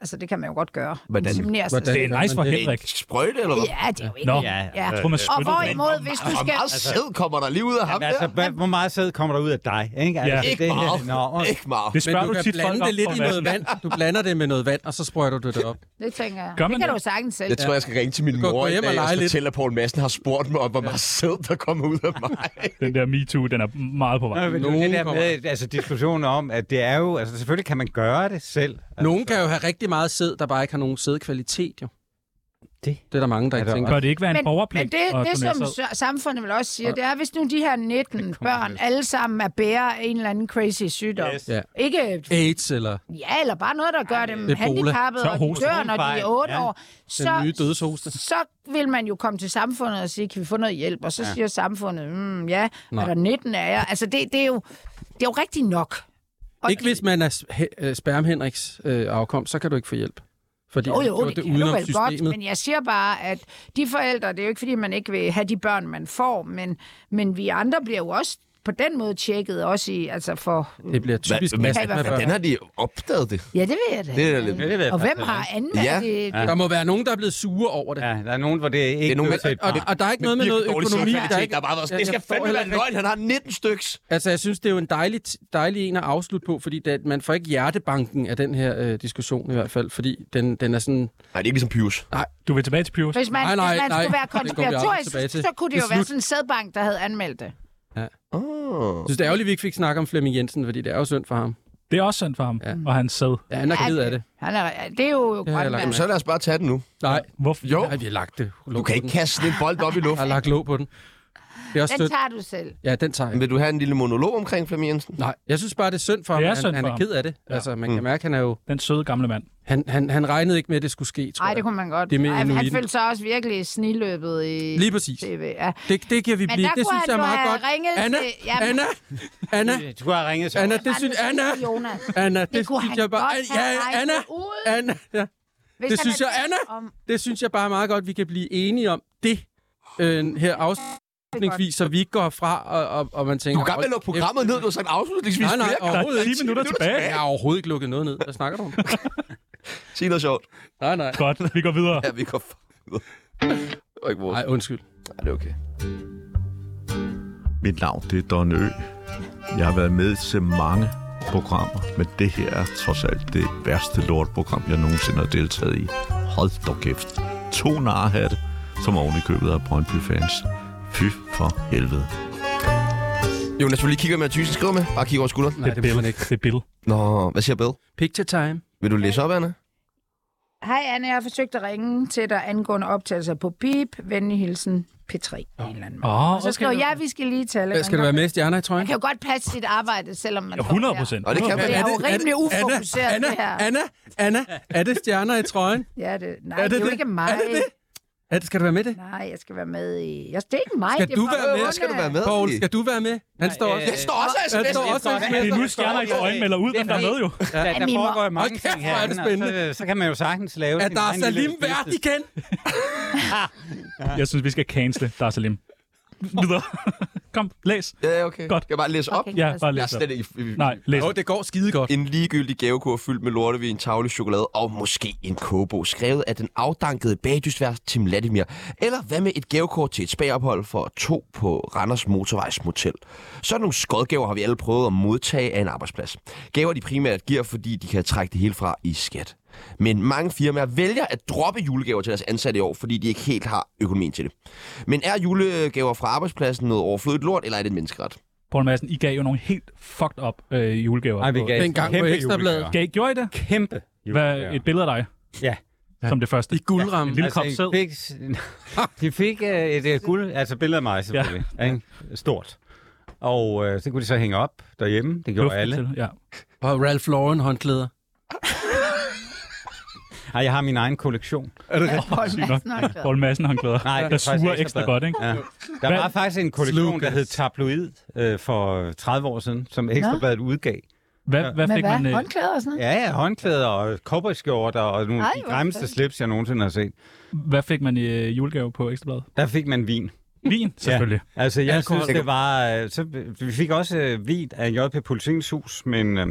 [SPEAKER 2] Altså, det kan man jo godt gøre.
[SPEAKER 4] Hvordan?
[SPEAKER 2] Inseminere sig
[SPEAKER 1] Hvordan?
[SPEAKER 5] Det er nice for
[SPEAKER 1] Men det-
[SPEAKER 5] Henrik.
[SPEAKER 4] en sprøjte, eller hvad?
[SPEAKER 2] Ja, det er jo ikke...
[SPEAKER 5] Nå,
[SPEAKER 2] Ja.
[SPEAKER 5] jeg tror, man
[SPEAKER 2] Og
[SPEAKER 5] spytter den.
[SPEAKER 2] hvorimod, hvis du
[SPEAKER 4] Hvor
[SPEAKER 2] skal...
[SPEAKER 4] meget sæd kommer der lige ud af ham
[SPEAKER 3] Jamen, altså,
[SPEAKER 4] der?
[SPEAKER 3] hvad, hvor meget sæd kommer der ud af dig? Ikke, altså,
[SPEAKER 5] Ja.
[SPEAKER 4] Ikke
[SPEAKER 3] det-
[SPEAKER 4] meget.
[SPEAKER 3] Nå, okay.
[SPEAKER 4] Ikke meget.
[SPEAKER 5] Det
[SPEAKER 1] Men
[SPEAKER 5] spørger
[SPEAKER 1] du
[SPEAKER 5] du,
[SPEAKER 1] kan
[SPEAKER 5] tit folk
[SPEAKER 1] blande
[SPEAKER 5] om
[SPEAKER 1] det lidt
[SPEAKER 5] på
[SPEAKER 1] i
[SPEAKER 5] hvad-
[SPEAKER 1] noget vand. Du blander det med noget vand, og så sprøjter du det op.
[SPEAKER 2] Det tænker jeg.
[SPEAKER 5] Gør
[SPEAKER 2] det
[SPEAKER 5] man
[SPEAKER 2] kan
[SPEAKER 5] det?
[SPEAKER 2] du jo sagtens selv.
[SPEAKER 4] Jeg tror, jeg skal ringe til min
[SPEAKER 1] går-
[SPEAKER 4] mor
[SPEAKER 1] gå
[SPEAKER 4] i
[SPEAKER 1] hjem og
[SPEAKER 4] dag og
[SPEAKER 1] lege lidt.
[SPEAKER 4] fortælle, at Poul Madsen har spurgt mig om, hvor meget sæd, der kommer ud af mig.
[SPEAKER 5] Den der MeToo, den er meget på vej.
[SPEAKER 3] Nå, men det er jo
[SPEAKER 1] Nogen
[SPEAKER 3] det der
[SPEAKER 1] kommer-
[SPEAKER 3] med, altså diskussionen om, at det er jo, altså selvfølgelig kan man gøre det selv. Altså,
[SPEAKER 1] Nogen kan jo have rigtig meget sæd, der bare ikke har nogen sædkvalitet, jo.
[SPEAKER 3] Det.
[SPEAKER 1] Det er der mange, der ikke
[SPEAKER 3] Er der-
[SPEAKER 1] tænker.
[SPEAKER 5] Bør det ikke være en
[SPEAKER 2] Men, men
[SPEAKER 5] borgerpligt?
[SPEAKER 2] det,
[SPEAKER 5] at
[SPEAKER 2] det
[SPEAKER 5] donere
[SPEAKER 2] som
[SPEAKER 5] sæd?
[SPEAKER 2] s- samfundet vil også siger, det er, hvis nu de her 19 børn alle sammen er bærer af en eller anden crazy sygdom.
[SPEAKER 3] Yes.
[SPEAKER 1] Ja.
[SPEAKER 2] Ikke
[SPEAKER 1] AIDS eller
[SPEAKER 2] Ja, eller bare noget, der gør dem
[SPEAKER 1] Ebola.
[SPEAKER 2] handicappede,
[SPEAKER 5] Tør
[SPEAKER 2] og de
[SPEAKER 5] hoste.
[SPEAKER 2] dør, når de er
[SPEAKER 3] Hovedfejl,
[SPEAKER 2] 8
[SPEAKER 3] ja.
[SPEAKER 2] år.
[SPEAKER 1] den
[SPEAKER 2] Så,
[SPEAKER 1] nye dødshoste.
[SPEAKER 2] så vil man jo komme til samfundet og sige, kan vi få noget hjælp? Og så ja. siger samfundet, mm, ja, Nej. er der 19 af jer? Altså, det, det, er jo, det er jo rigtigt nok. Og
[SPEAKER 1] Ikke hvis man er s- he- øh, sperm Henriks øh, afkom, så kan du ikke få hjælp. Fordi
[SPEAKER 2] Jo,
[SPEAKER 1] han
[SPEAKER 2] jo,
[SPEAKER 1] gjorde
[SPEAKER 2] det, det kan du
[SPEAKER 1] udenom
[SPEAKER 2] vel systemet. godt,
[SPEAKER 1] systemet.
[SPEAKER 2] men jeg siger bare, at de forældre, det er jo ikke, fordi man ikke vil have de børn, man får, men, men vi andre bliver jo også på den måde tjekket, også i, altså for...
[SPEAKER 1] Det bliver typisk
[SPEAKER 4] Hvad-
[SPEAKER 1] masser
[SPEAKER 2] hvad-
[SPEAKER 1] af
[SPEAKER 2] hvad-
[SPEAKER 1] børn.
[SPEAKER 4] Hvordan har de opdaget det?
[SPEAKER 2] Ja, det ved jeg da.
[SPEAKER 4] Det er lidt-
[SPEAKER 3] Ja, det ved jeg
[SPEAKER 2] og hvem
[SPEAKER 3] faktisk
[SPEAKER 2] har anmeldt
[SPEAKER 4] Ja.
[SPEAKER 2] det?
[SPEAKER 1] Der må være nogen, der er blevet sure over det.
[SPEAKER 3] Ja, der er nogen, hvor det ikke
[SPEAKER 4] er nogen,
[SPEAKER 3] blev til et
[SPEAKER 1] Og,
[SPEAKER 3] barn.
[SPEAKER 1] og der er ikke noget med noget
[SPEAKER 4] Virkelig dårlig
[SPEAKER 1] økonomi.
[SPEAKER 4] sædkvalitet,
[SPEAKER 1] Der er ikke,
[SPEAKER 4] der bare var sådan,
[SPEAKER 1] Jeg-
[SPEAKER 4] det skal
[SPEAKER 1] jeg forstår
[SPEAKER 4] fandme
[SPEAKER 1] heller
[SPEAKER 4] være
[SPEAKER 1] ikke
[SPEAKER 4] løgn, han har 19 styks.
[SPEAKER 1] Altså, jeg synes, det er jo en dejlig, dejlig en at afslutte på, fordi det, man får ikke hjertebanken af den her øh, diskussion i hvert fald, fordi den, den er sådan...
[SPEAKER 4] Nej, det er ikke ligesom Pius.
[SPEAKER 5] Du vil tilbage til Pius.
[SPEAKER 2] Hvis man,
[SPEAKER 1] Nej, nej,
[SPEAKER 2] hvis man skulle
[SPEAKER 1] nej.
[SPEAKER 2] være
[SPEAKER 1] Det kommer vi aldrig
[SPEAKER 2] konspiratorisk,
[SPEAKER 1] tilbage til.
[SPEAKER 2] så kunne det
[SPEAKER 1] Det
[SPEAKER 2] jo
[SPEAKER 1] er
[SPEAKER 2] være
[SPEAKER 1] slut.
[SPEAKER 2] sådan en sædbank, der havde anmeldt det.
[SPEAKER 4] Oh.
[SPEAKER 1] Jeg synes, det er ærgerligt, at vi ikke fik snakket om Flemming Jensen, fordi det er jo synd for ham.
[SPEAKER 5] Det er også synd for ham,
[SPEAKER 1] Ja.
[SPEAKER 5] og han sad.
[SPEAKER 1] Ja, han er
[SPEAKER 2] Ja,
[SPEAKER 1] ked af det.
[SPEAKER 2] Han er, det er jo godt,
[SPEAKER 1] har jeg lagt
[SPEAKER 2] mand.
[SPEAKER 4] Jamen, så lad os bare tage den nu.
[SPEAKER 1] Nej,
[SPEAKER 5] Hvorfor?
[SPEAKER 4] Jo,
[SPEAKER 1] nej vi har lagt det.
[SPEAKER 4] du
[SPEAKER 1] låg
[SPEAKER 4] kan
[SPEAKER 1] på
[SPEAKER 4] ikke
[SPEAKER 1] den.
[SPEAKER 4] kaste sådan en bold op i
[SPEAKER 1] Jeg har
[SPEAKER 4] luften.
[SPEAKER 1] lagt låg på den. Det er også
[SPEAKER 2] Den
[SPEAKER 1] stødt.
[SPEAKER 2] tager du selv.
[SPEAKER 1] Ja, den tager jeg.
[SPEAKER 4] Vil du have en lille monolog omkring Flemming Jensen?
[SPEAKER 1] Nej, jeg synes bare, det er synd for ham.
[SPEAKER 5] Det er
[SPEAKER 1] Han,
[SPEAKER 5] synd
[SPEAKER 1] han
[SPEAKER 5] for
[SPEAKER 1] er
[SPEAKER 5] ham.
[SPEAKER 1] ked af det.
[SPEAKER 5] Ja.
[SPEAKER 1] Altså, man
[SPEAKER 4] Mm.
[SPEAKER 1] kan mærke, han er jo...
[SPEAKER 5] Den søde gamle mand.
[SPEAKER 1] Han, han, han regnede ikke med, at det skulle ske, tror
[SPEAKER 2] Nej, det
[SPEAKER 1] jeg.
[SPEAKER 2] kunne man godt.
[SPEAKER 1] Det er med
[SPEAKER 2] Ej, men han
[SPEAKER 1] inuitten.
[SPEAKER 2] følte sig også virkelig sniløbet i
[SPEAKER 1] Lige præcis.
[SPEAKER 2] TV. Ja.
[SPEAKER 1] Det, det kan vi
[SPEAKER 2] Men
[SPEAKER 1] blive.
[SPEAKER 2] der
[SPEAKER 1] Det
[SPEAKER 2] kunne
[SPEAKER 1] synes
[SPEAKER 2] han
[SPEAKER 1] jeg er
[SPEAKER 2] jo
[SPEAKER 1] meget
[SPEAKER 2] have
[SPEAKER 1] godt.
[SPEAKER 2] ringet
[SPEAKER 1] Anna,
[SPEAKER 2] til- Jamen-
[SPEAKER 1] Anna, Anna,
[SPEAKER 3] Ah, Du har ringet til
[SPEAKER 1] Anna, det synes,
[SPEAKER 2] Bare
[SPEAKER 1] Anna,
[SPEAKER 2] nu til Jonas.
[SPEAKER 1] Anna, det,
[SPEAKER 2] Det kunne
[SPEAKER 1] synes
[SPEAKER 2] han
[SPEAKER 1] jeg bare,
[SPEAKER 2] godt
[SPEAKER 1] ja,
[SPEAKER 2] have regnet
[SPEAKER 1] Anna,
[SPEAKER 2] ud.
[SPEAKER 1] Anna, ja.
[SPEAKER 2] Hvis han
[SPEAKER 1] Det synes
[SPEAKER 2] havde
[SPEAKER 1] jeg, Anna.
[SPEAKER 2] vidst Om,
[SPEAKER 1] Det synes jeg bare er meget godt, vi kan blive enige om det øh, her afslutningsvis, så vi ikke går fra, og, og, og man
[SPEAKER 4] Du
[SPEAKER 1] tænker...
[SPEAKER 4] kan godt med at lukke programmet ned, du har sagt afslutningsvis.
[SPEAKER 1] Nej, nej,
[SPEAKER 4] flere gange.
[SPEAKER 5] Der er
[SPEAKER 1] overhovedet
[SPEAKER 5] 10
[SPEAKER 1] ikke.
[SPEAKER 5] minutter tilbage.
[SPEAKER 1] Jeg har overhovedet ikke lukket noget ned. Hvad snakker
[SPEAKER 5] [LAUGHS]
[SPEAKER 1] du om?
[SPEAKER 4] Sig noget sjovt.
[SPEAKER 1] Nej, nej.
[SPEAKER 5] Godt, vi går videre.
[SPEAKER 4] Ja, vi går f- videre. Det var ikke vores.
[SPEAKER 1] Nej, undskyld.
[SPEAKER 4] Nej, det er okay.
[SPEAKER 10] Mit navn det er Don Ø. Jeg har været med til mange programmer, men det her er trods alt det værste lortprogram, jeg nogensinde har deltaget i. Hold dog kæft. To narhatte, som oven i købet af Brøndby-fans. Fy for helvede.
[SPEAKER 4] Jonas, vil du lige kigge, hvad Mathisen skriver med? Bare kigge over skulderen.
[SPEAKER 1] Nej, det må man ikke.
[SPEAKER 5] Det er Bill.
[SPEAKER 4] Nå, hvad siger Bill?
[SPEAKER 1] Picture time.
[SPEAKER 4] Vil du læse op, Anna?
[SPEAKER 2] Hej Anne, jeg har forsøgt at ringe til dig angående optagelser på BIP. Venlig hilsen P3. Oh. En eller anden måde.
[SPEAKER 5] Åh,
[SPEAKER 2] Så skriver jeg, vi skal lige tale.
[SPEAKER 1] Skal det være med stjerner i trøjen?
[SPEAKER 2] Man kan jo godt passe sit arbejde, selvom man... står
[SPEAKER 5] Ja, 100
[SPEAKER 2] der.
[SPEAKER 5] procent.
[SPEAKER 4] Nå, det kan man.
[SPEAKER 2] Det er jo
[SPEAKER 1] det- er
[SPEAKER 2] rimelig ufokuseret,
[SPEAKER 1] Anna,
[SPEAKER 2] det her.
[SPEAKER 1] Anna, Anna, er det stjerner i trøjen?
[SPEAKER 2] Ja, det, nej,
[SPEAKER 1] Er
[SPEAKER 2] er det,
[SPEAKER 1] det
[SPEAKER 2] det er jo
[SPEAKER 1] det?
[SPEAKER 2] ikke mig.
[SPEAKER 1] Er det det? Er det, skal du være med det?
[SPEAKER 2] Nej, jeg skal være med i... Jeg, det er ikke mig.
[SPEAKER 1] Skal
[SPEAKER 2] det er
[SPEAKER 1] du
[SPEAKER 2] fra
[SPEAKER 1] være med?
[SPEAKER 2] ungerne.
[SPEAKER 4] Skal du være med?
[SPEAKER 1] Poul,
[SPEAKER 4] i?
[SPEAKER 1] skal du være med? Han står også.
[SPEAKER 4] Det står også
[SPEAKER 1] Han står også.
[SPEAKER 5] Det er nu stjerner i øjne melder ud, hvem der er med jo.
[SPEAKER 3] Der, der
[SPEAKER 2] mimer.
[SPEAKER 3] foregår jo mange
[SPEAKER 1] Hold kæft,
[SPEAKER 3] ting
[SPEAKER 1] hvor er det
[SPEAKER 3] herinde, og så, så kan man jo sagtens lave
[SPEAKER 1] Er
[SPEAKER 3] sin
[SPEAKER 1] der
[SPEAKER 3] egen lille
[SPEAKER 1] Salim
[SPEAKER 3] liste.
[SPEAKER 1] vært igen?
[SPEAKER 5] Jeg synes, vi skal cancele Dar Salim. Videre. Kom, læs.
[SPEAKER 4] Ja, okay.
[SPEAKER 5] Godt.
[SPEAKER 4] Skal jeg bare læse op?
[SPEAKER 2] Okay.
[SPEAKER 5] Ja, bare
[SPEAKER 4] Jeg
[SPEAKER 5] læs
[SPEAKER 4] er
[SPEAKER 5] op.
[SPEAKER 4] slet ikke... i- i-
[SPEAKER 5] Nej, læs.
[SPEAKER 1] Jo, det går skide godt.
[SPEAKER 4] En ligegyldig gavekur fyldt med lortevin, tavle, chokolade og måske en kobo, skrevet af den afdankede bagdysvært Tim Latimer. Eller hvad med et gavekort til et spagophold for to på Randers Motorvejs Motel. Sådan nogle skodgaver har vi alle prøvet at modtage af en arbejdsplads. Gaver de primært giver, fordi de kan trække det hele fra i skat. Men mange firmaer vælger at droppe julegaver til deres ansatte i år, fordi de ikke helt har økonomien til det. Men er julegaver fra arbejdspladsen noget overflødigt lort, eller er det en menneskeret?
[SPEAKER 5] Poul Madsen, I gav jo nogle helt fucked up øh, julegaver.
[SPEAKER 3] Ej, vi gav
[SPEAKER 1] Den gang på
[SPEAKER 3] kæmpe
[SPEAKER 1] Ekstrabladet.
[SPEAKER 3] julegaver.
[SPEAKER 5] Gav, gjorde I det?
[SPEAKER 3] Kæmpe Altså,
[SPEAKER 5] Hvad, et billede af dig?
[SPEAKER 3] Ja.
[SPEAKER 5] Som det første.
[SPEAKER 1] I guldramme.
[SPEAKER 5] En lille kop
[SPEAKER 3] altså,
[SPEAKER 5] sæd.
[SPEAKER 3] de fik, [LAUGHS] de fik øh, et øh, guld, altså billede af mig selvfølgelig, ja. ikke? stort. Og øh, så kunne de så hænge op derhjemme, det gjorde
[SPEAKER 5] Luften
[SPEAKER 3] alle.
[SPEAKER 5] til, Ja.
[SPEAKER 1] Og Ralph Lauren håndklæder.
[SPEAKER 3] Ej, jeg har min egen kollektion.
[SPEAKER 2] Poul
[SPEAKER 5] Sygt nok.
[SPEAKER 2] Madsen har det.
[SPEAKER 5] Poul Madsen håndklæder.
[SPEAKER 3] Nej, det er
[SPEAKER 5] der
[SPEAKER 3] faktisk
[SPEAKER 5] suger
[SPEAKER 3] Ekstra
[SPEAKER 5] ekstra
[SPEAKER 3] Bladet.
[SPEAKER 5] godt, ikke?
[SPEAKER 3] Ja. Der
[SPEAKER 5] Hvad-
[SPEAKER 3] var faktisk en kollektion,
[SPEAKER 1] Lucas.
[SPEAKER 3] der hed Tabloid øh, for 30 år siden, som Ekstrabladet udgav.
[SPEAKER 5] Hvad, hvad
[SPEAKER 2] Men
[SPEAKER 5] fik
[SPEAKER 2] hvad?
[SPEAKER 5] man... øh,
[SPEAKER 2] Håndklæder og sådan noget?
[SPEAKER 3] Ja, ja, håndklæder og cowboyskjorter og nogle
[SPEAKER 2] Ej,
[SPEAKER 3] af de
[SPEAKER 2] hvor
[SPEAKER 3] grimmeste
[SPEAKER 2] fedt.
[SPEAKER 3] slips, jeg nogensinde har set.
[SPEAKER 5] Hvad fik man i øh, julegave på Ekstrabladet?
[SPEAKER 3] Der fik man vin.
[SPEAKER 5] Vin, selvfølgelig.
[SPEAKER 3] Altså, jeg
[SPEAKER 1] Alkohol.
[SPEAKER 3] synes, det var... øh, Så, vi fik også øh, vidt af JP Politikens Hus, men øh,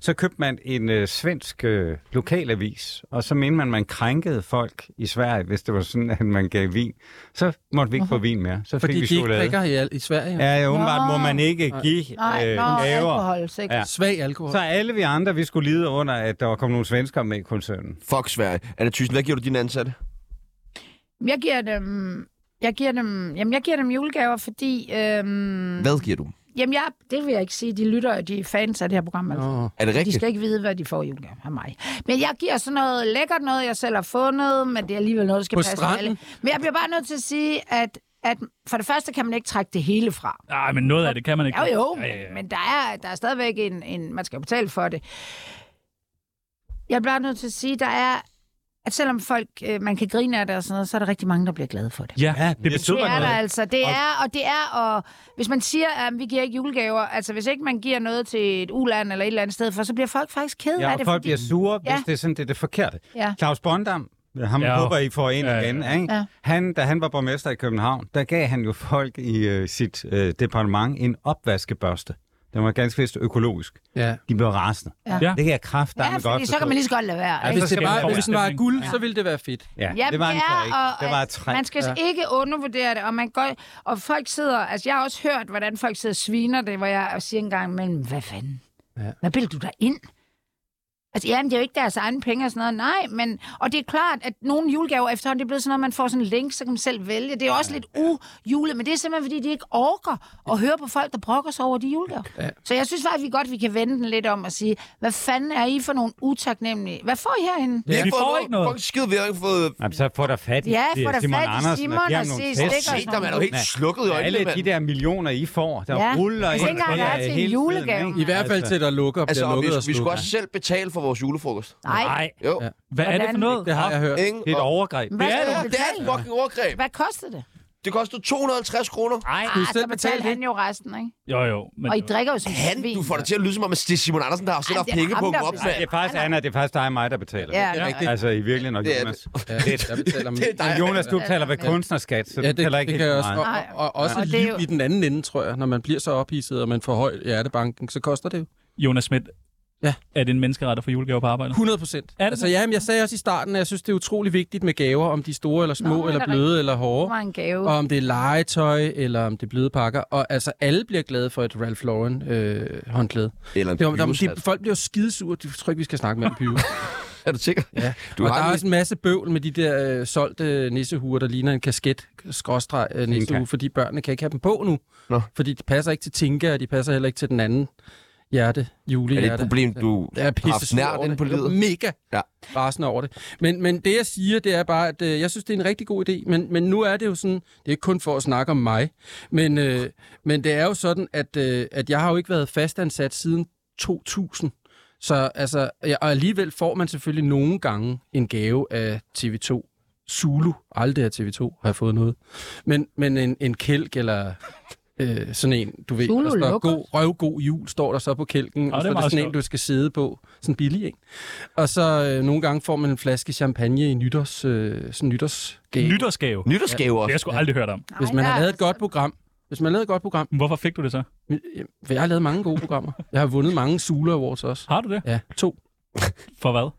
[SPEAKER 3] så købte man en øh, svensk øh, lokalavis, og så mente man, man krænkede folk i Sverige, hvis det var sådan, at man gav vin. Så måtte vi ikke få vin mere. Så
[SPEAKER 1] Fordi
[SPEAKER 3] fik vi
[SPEAKER 1] de ikke
[SPEAKER 3] chokolade.
[SPEAKER 1] drikker i, al- i Sverige.
[SPEAKER 3] Ja, ja, åbenbart må man ikke give
[SPEAKER 2] Nej,
[SPEAKER 3] øh,
[SPEAKER 2] nå,
[SPEAKER 3] gaver.
[SPEAKER 2] alkohol, sikkert.
[SPEAKER 3] Ja.
[SPEAKER 1] Svag alkohol.
[SPEAKER 3] Så alle vi andre, vi skulle lide under, at der var kommet nogle svenskere med i koncernen.
[SPEAKER 4] Fuck Sverige. Anna Thyssen, hvad giver du dine ansatte?
[SPEAKER 2] Jeg giver dem... Jeg giver dem, jamen, jeg giver dem julegaver, fordi... Øhm,
[SPEAKER 4] Hvad giver du?
[SPEAKER 2] Jamen, jeg, det vil jeg ikke sige. De lytter, de er fans af det her program. Altså.
[SPEAKER 1] Åh.
[SPEAKER 4] Er det
[SPEAKER 2] De
[SPEAKER 4] rigtigt?
[SPEAKER 2] skal ikke vide, hvad de får i julegave af mig. Men jeg giver sådan noget lækkert noget, jeg selv har fundet, men det er alligevel noget, der skal
[SPEAKER 1] På
[SPEAKER 2] passe
[SPEAKER 1] stranden?
[SPEAKER 2] alle. Men jeg bliver bare nødt til at sige, at, at for det første kan man ikke trække det hele fra.
[SPEAKER 5] Nej, Ah, men noget af det kan man ikke.
[SPEAKER 2] Jo, jo,
[SPEAKER 5] Ja, ja, ja.
[SPEAKER 2] men, men der, er, der er stadigvæk en, en... Man skal jo betale for det. Jeg bliver nødt til at sige, der er at selvom folk, øh, man kan grine af det og sådan noget, så er der rigtig mange, der bliver glade for det.
[SPEAKER 5] Ja, det betyder
[SPEAKER 2] Det er der
[SPEAKER 5] noget.
[SPEAKER 2] altså. Det er, og det er, og hvis man siger, at vi giver ikke julegaver, altså hvis ikke man giver noget til et uland eller et eller andet sted for, så bliver folk faktisk ked
[SPEAKER 3] Ja,
[SPEAKER 2] af
[SPEAKER 3] og
[SPEAKER 2] det.
[SPEAKER 3] folk bliver sure, hvis
[SPEAKER 2] Ja.
[SPEAKER 3] det er sådan, det er det forkerte.
[SPEAKER 2] Ja.
[SPEAKER 3] Claus Bondam, ham
[SPEAKER 5] Ja.
[SPEAKER 3] ja. håber I får ind
[SPEAKER 5] Ja,
[SPEAKER 3] ja,
[SPEAKER 5] ja.
[SPEAKER 3] igen, ikke?
[SPEAKER 2] Ja.
[SPEAKER 3] Han, da han var borgmester i København, der gav han jo folk i øh, sit øh, departement en opvaskebørste. Den var ganske vist økologisk.
[SPEAKER 1] Ja.
[SPEAKER 3] De blev rasende.
[SPEAKER 2] Ja.
[SPEAKER 3] Det kan jeg kraft,
[SPEAKER 2] ja,
[SPEAKER 3] godt
[SPEAKER 2] fordi så kan man ligesom- lige så godt lade være.
[SPEAKER 3] Ja,
[SPEAKER 2] ikke?
[SPEAKER 3] så
[SPEAKER 1] Hvis, det
[SPEAKER 3] skal vi
[SPEAKER 1] var,
[SPEAKER 5] have
[SPEAKER 1] hvis den var af
[SPEAKER 5] forestemming.
[SPEAKER 1] guld, så ville det være fedt.
[SPEAKER 3] Ja,
[SPEAKER 2] Jamen,
[SPEAKER 3] det var en
[SPEAKER 2] ja,
[SPEAKER 3] træk.
[SPEAKER 2] og
[SPEAKER 3] det var et
[SPEAKER 2] at
[SPEAKER 3] træk.
[SPEAKER 2] Man skal ja. ikke undervurdere det, og man går, og folk sidder, altså jeg har også hørt, hvordan folk sidder og sviner det, hvor jeg siger en gang imellem, hvad fanden? Ja. Hvad bilder du dig ind? Altså, jamen, det er jo ikke deres egne penge og sådan noget. Nej, men... Og det er klart, at nogle julegaver efterhånden, det er blevet sådan noget, man får sådan en link, så kan man selv vælge. Det er jo også lidt ujule, men det er simpelthen, fordi de ikke orker at høre på folk, der brokker sig over de julegaver. Ja. Så jeg synes faktisk, vi godt vi kan vende den lidt om og sige, hvad fanden er I for nogle utaknemmelige? Hvad får I herinde?
[SPEAKER 4] Vi har ikke fået ikke noget. Fuck skid, vi har ikke fået...
[SPEAKER 3] Jamen, så får der fat i
[SPEAKER 2] Ja,
[SPEAKER 3] det er
[SPEAKER 2] får der
[SPEAKER 3] Simon
[SPEAKER 2] fat i
[SPEAKER 3] Andersen,
[SPEAKER 2] Simon
[SPEAKER 3] og giver
[SPEAKER 2] og
[SPEAKER 3] ham nogle
[SPEAKER 2] ses,
[SPEAKER 3] test.
[SPEAKER 2] stikker og
[SPEAKER 4] Se dig, man er jo helt
[SPEAKER 3] Nej.
[SPEAKER 4] slukket i øjnene,
[SPEAKER 3] Alle de
[SPEAKER 4] mand.
[SPEAKER 3] der millioner, I får, der
[SPEAKER 2] Ja.
[SPEAKER 3] ruller
[SPEAKER 2] Hvis
[SPEAKER 3] ind.
[SPEAKER 2] ikke engang
[SPEAKER 3] det
[SPEAKER 2] er til en
[SPEAKER 3] hele tiden,
[SPEAKER 2] julegave.
[SPEAKER 3] ikke?
[SPEAKER 1] I hvert fald til, der lukker og
[SPEAKER 4] Altså,
[SPEAKER 1] bliver
[SPEAKER 4] og vi,
[SPEAKER 1] lukket og
[SPEAKER 4] vi skulle
[SPEAKER 1] slukket.
[SPEAKER 4] også selv betale for vores julefrokost.
[SPEAKER 2] Nej,
[SPEAKER 4] Jo. Ja.
[SPEAKER 5] Hvad er det for
[SPEAKER 2] Hvordan?
[SPEAKER 5] noget?
[SPEAKER 1] Det har jeg hørt.
[SPEAKER 4] Ingen,
[SPEAKER 3] Det er et
[SPEAKER 4] og-
[SPEAKER 3] overgreb.
[SPEAKER 2] hvad
[SPEAKER 4] Ja,
[SPEAKER 2] skal du
[SPEAKER 4] det er et
[SPEAKER 2] betale?
[SPEAKER 4] fucking overgreb.
[SPEAKER 2] Hvad kostede det?
[SPEAKER 4] Det koster 250 kroner.
[SPEAKER 9] Nej,
[SPEAKER 2] Ah,
[SPEAKER 1] selv
[SPEAKER 2] så betalte
[SPEAKER 1] betalt,
[SPEAKER 2] han jo resten, ikke?
[SPEAKER 5] Jo, jo. Men,
[SPEAKER 2] Og I drikker jo som
[SPEAKER 4] Han,
[SPEAKER 2] svin.
[SPEAKER 4] du får det til at lyde som om, at det er Simon Andersen, der har selv
[SPEAKER 2] Ej,
[SPEAKER 4] haft
[SPEAKER 2] det er
[SPEAKER 4] penge
[SPEAKER 2] ham,
[SPEAKER 4] på en
[SPEAKER 2] der
[SPEAKER 4] opslag.
[SPEAKER 3] Nej, det er faktisk, Anna, det er faktisk dig og mig, der betaler.
[SPEAKER 2] Ja, ja,
[SPEAKER 4] rigtigt.
[SPEAKER 2] ja.
[SPEAKER 3] Altså, i virkeligheden nok,
[SPEAKER 4] Det er
[SPEAKER 3] Jonas.
[SPEAKER 1] Ja, jeg betaler min-
[SPEAKER 4] Det er dig.
[SPEAKER 3] Men Jonas, du betaler ved
[SPEAKER 2] Ja.
[SPEAKER 3] kunstnerskat, så
[SPEAKER 1] Ja,
[SPEAKER 3] du
[SPEAKER 1] det,
[SPEAKER 3] betaler
[SPEAKER 1] det,
[SPEAKER 3] ikke
[SPEAKER 1] det
[SPEAKER 3] helt
[SPEAKER 1] kan jeg
[SPEAKER 3] så
[SPEAKER 1] også.
[SPEAKER 3] meget.
[SPEAKER 2] Nej.
[SPEAKER 1] Og, og, og også
[SPEAKER 2] Og det er
[SPEAKER 1] liv
[SPEAKER 2] jo-
[SPEAKER 1] i den anden ende, tror jeg. Når man bliver så ophidset, og man får høj hjertebanken, så koster det jo.
[SPEAKER 5] Jonas Schmidt,
[SPEAKER 1] Ja.
[SPEAKER 5] er det en menneskeret at få julegaver på arbejde?
[SPEAKER 1] 100 procent.
[SPEAKER 5] Er det
[SPEAKER 1] Altså,
[SPEAKER 5] det?
[SPEAKER 1] jamen, jeg sagde også i starten, at jeg synes, det er utrolig vigtigt med gaver, om de er store eller små,
[SPEAKER 2] Nå,
[SPEAKER 1] Nå,
[SPEAKER 2] det
[SPEAKER 1] eller
[SPEAKER 2] er
[SPEAKER 1] bløde
[SPEAKER 2] rigtigt.
[SPEAKER 1] eller
[SPEAKER 2] Det
[SPEAKER 1] hårde.
[SPEAKER 2] var en gave.
[SPEAKER 1] Og om det er legetøj, eller om det er bløde pakker. Og altså, alle bliver glade for et Ralph Lauren øh, håndklæde.
[SPEAKER 4] Eller en
[SPEAKER 1] Det, var- der,
[SPEAKER 4] pivshat.
[SPEAKER 1] de, folk bliver jo skidesure. De tror ikke, vi skal snakke med en pyve.
[SPEAKER 4] Er du sikker?
[SPEAKER 1] Ja.
[SPEAKER 4] Du
[SPEAKER 1] og
[SPEAKER 4] har
[SPEAKER 1] der er
[SPEAKER 4] lige-
[SPEAKER 1] også en masse bøvl med de der øh, solgte nissehuer, der ligner en kasket skråstreg øh, nissehue, fordi børnene kan ikke have dem på nu.
[SPEAKER 4] Nå.
[SPEAKER 1] Fordi de passer ikke til Tinka, og de passer heller ikke til den anden hjerte,
[SPEAKER 4] Er
[SPEAKER 1] julehjerte.
[SPEAKER 4] det et problem, du
[SPEAKER 1] Jeg er
[SPEAKER 4] har haft
[SPEAKER 1] pisse
[SPEAKER 4] snært inde på livet?
[SPEAKER 1] Mega
[SPEAKER 4] Ja.
[SPEAKER 1] ja. rasende over det. Men, men det, jeg siger, det er bare, at øh, jeg synes, det er en rigtig god idé. Men, men nu er det jo sådan, det er ikke kun for at snakke om mig, men, øh, men det er jo sådan, at, øh, at jeg har jo ikke været fastansat siden 2000. Så altså, ja, og alligevel får man selvfølgelig nogle gange en gave af TV2. Zulu, aldrig af TV2 har jeg fået noget. Men, men en, en kælk eller øh, sådan en, du ved,
[SPEAKER 2] Zulu
[SPEAKER 1] der står
[SPEAKER 2] lukker.
[SPEAKER 1] god, røvgod jul, står der så på kælken, og,
[SPEAKER 5] det
[SPEAKER 1] og
[SPEAKER 5] er
[SPEAKER 1] så er det
[SPEAKER 5] meget
[SPEAKER 1] sådan en,
[SPEAKER 5] sjovt.
[SPEAKER 1] du skal sidde på, sådan en billig en. Og så øh, nogle gange får man en flaske champagne i nytårs, øh, sådan nytårsgave.
[SPEAKER 5] Nytårsgave. Det
[SPEAKER 4] Nytårsgaver
[SPEAKER 5] har jeg sgu aldrig hørt om.
[SPEAKER 2] Nej,
[SPEAKER 1] Hvis man
[SPEAKER 2] der
[SPEAKER 1] har
[SPEAKER 2] er
[SPEAKER 1] lavet et
[SPEAKER 2] altså-
[SPEAKER 1] godt program, hvis man har lavet et godt program,
[SPEAKER 5] Men Hvorfor fik du det så?
[SPEAKER 1] øh, for jeg har lavet mange gode programmer. Jeg har vundet mange Sula Awards også.
[SPEAKER 5] Har du det?
[SPEAKER 1] Ja, to.
[SPEAKER 5] For hvad?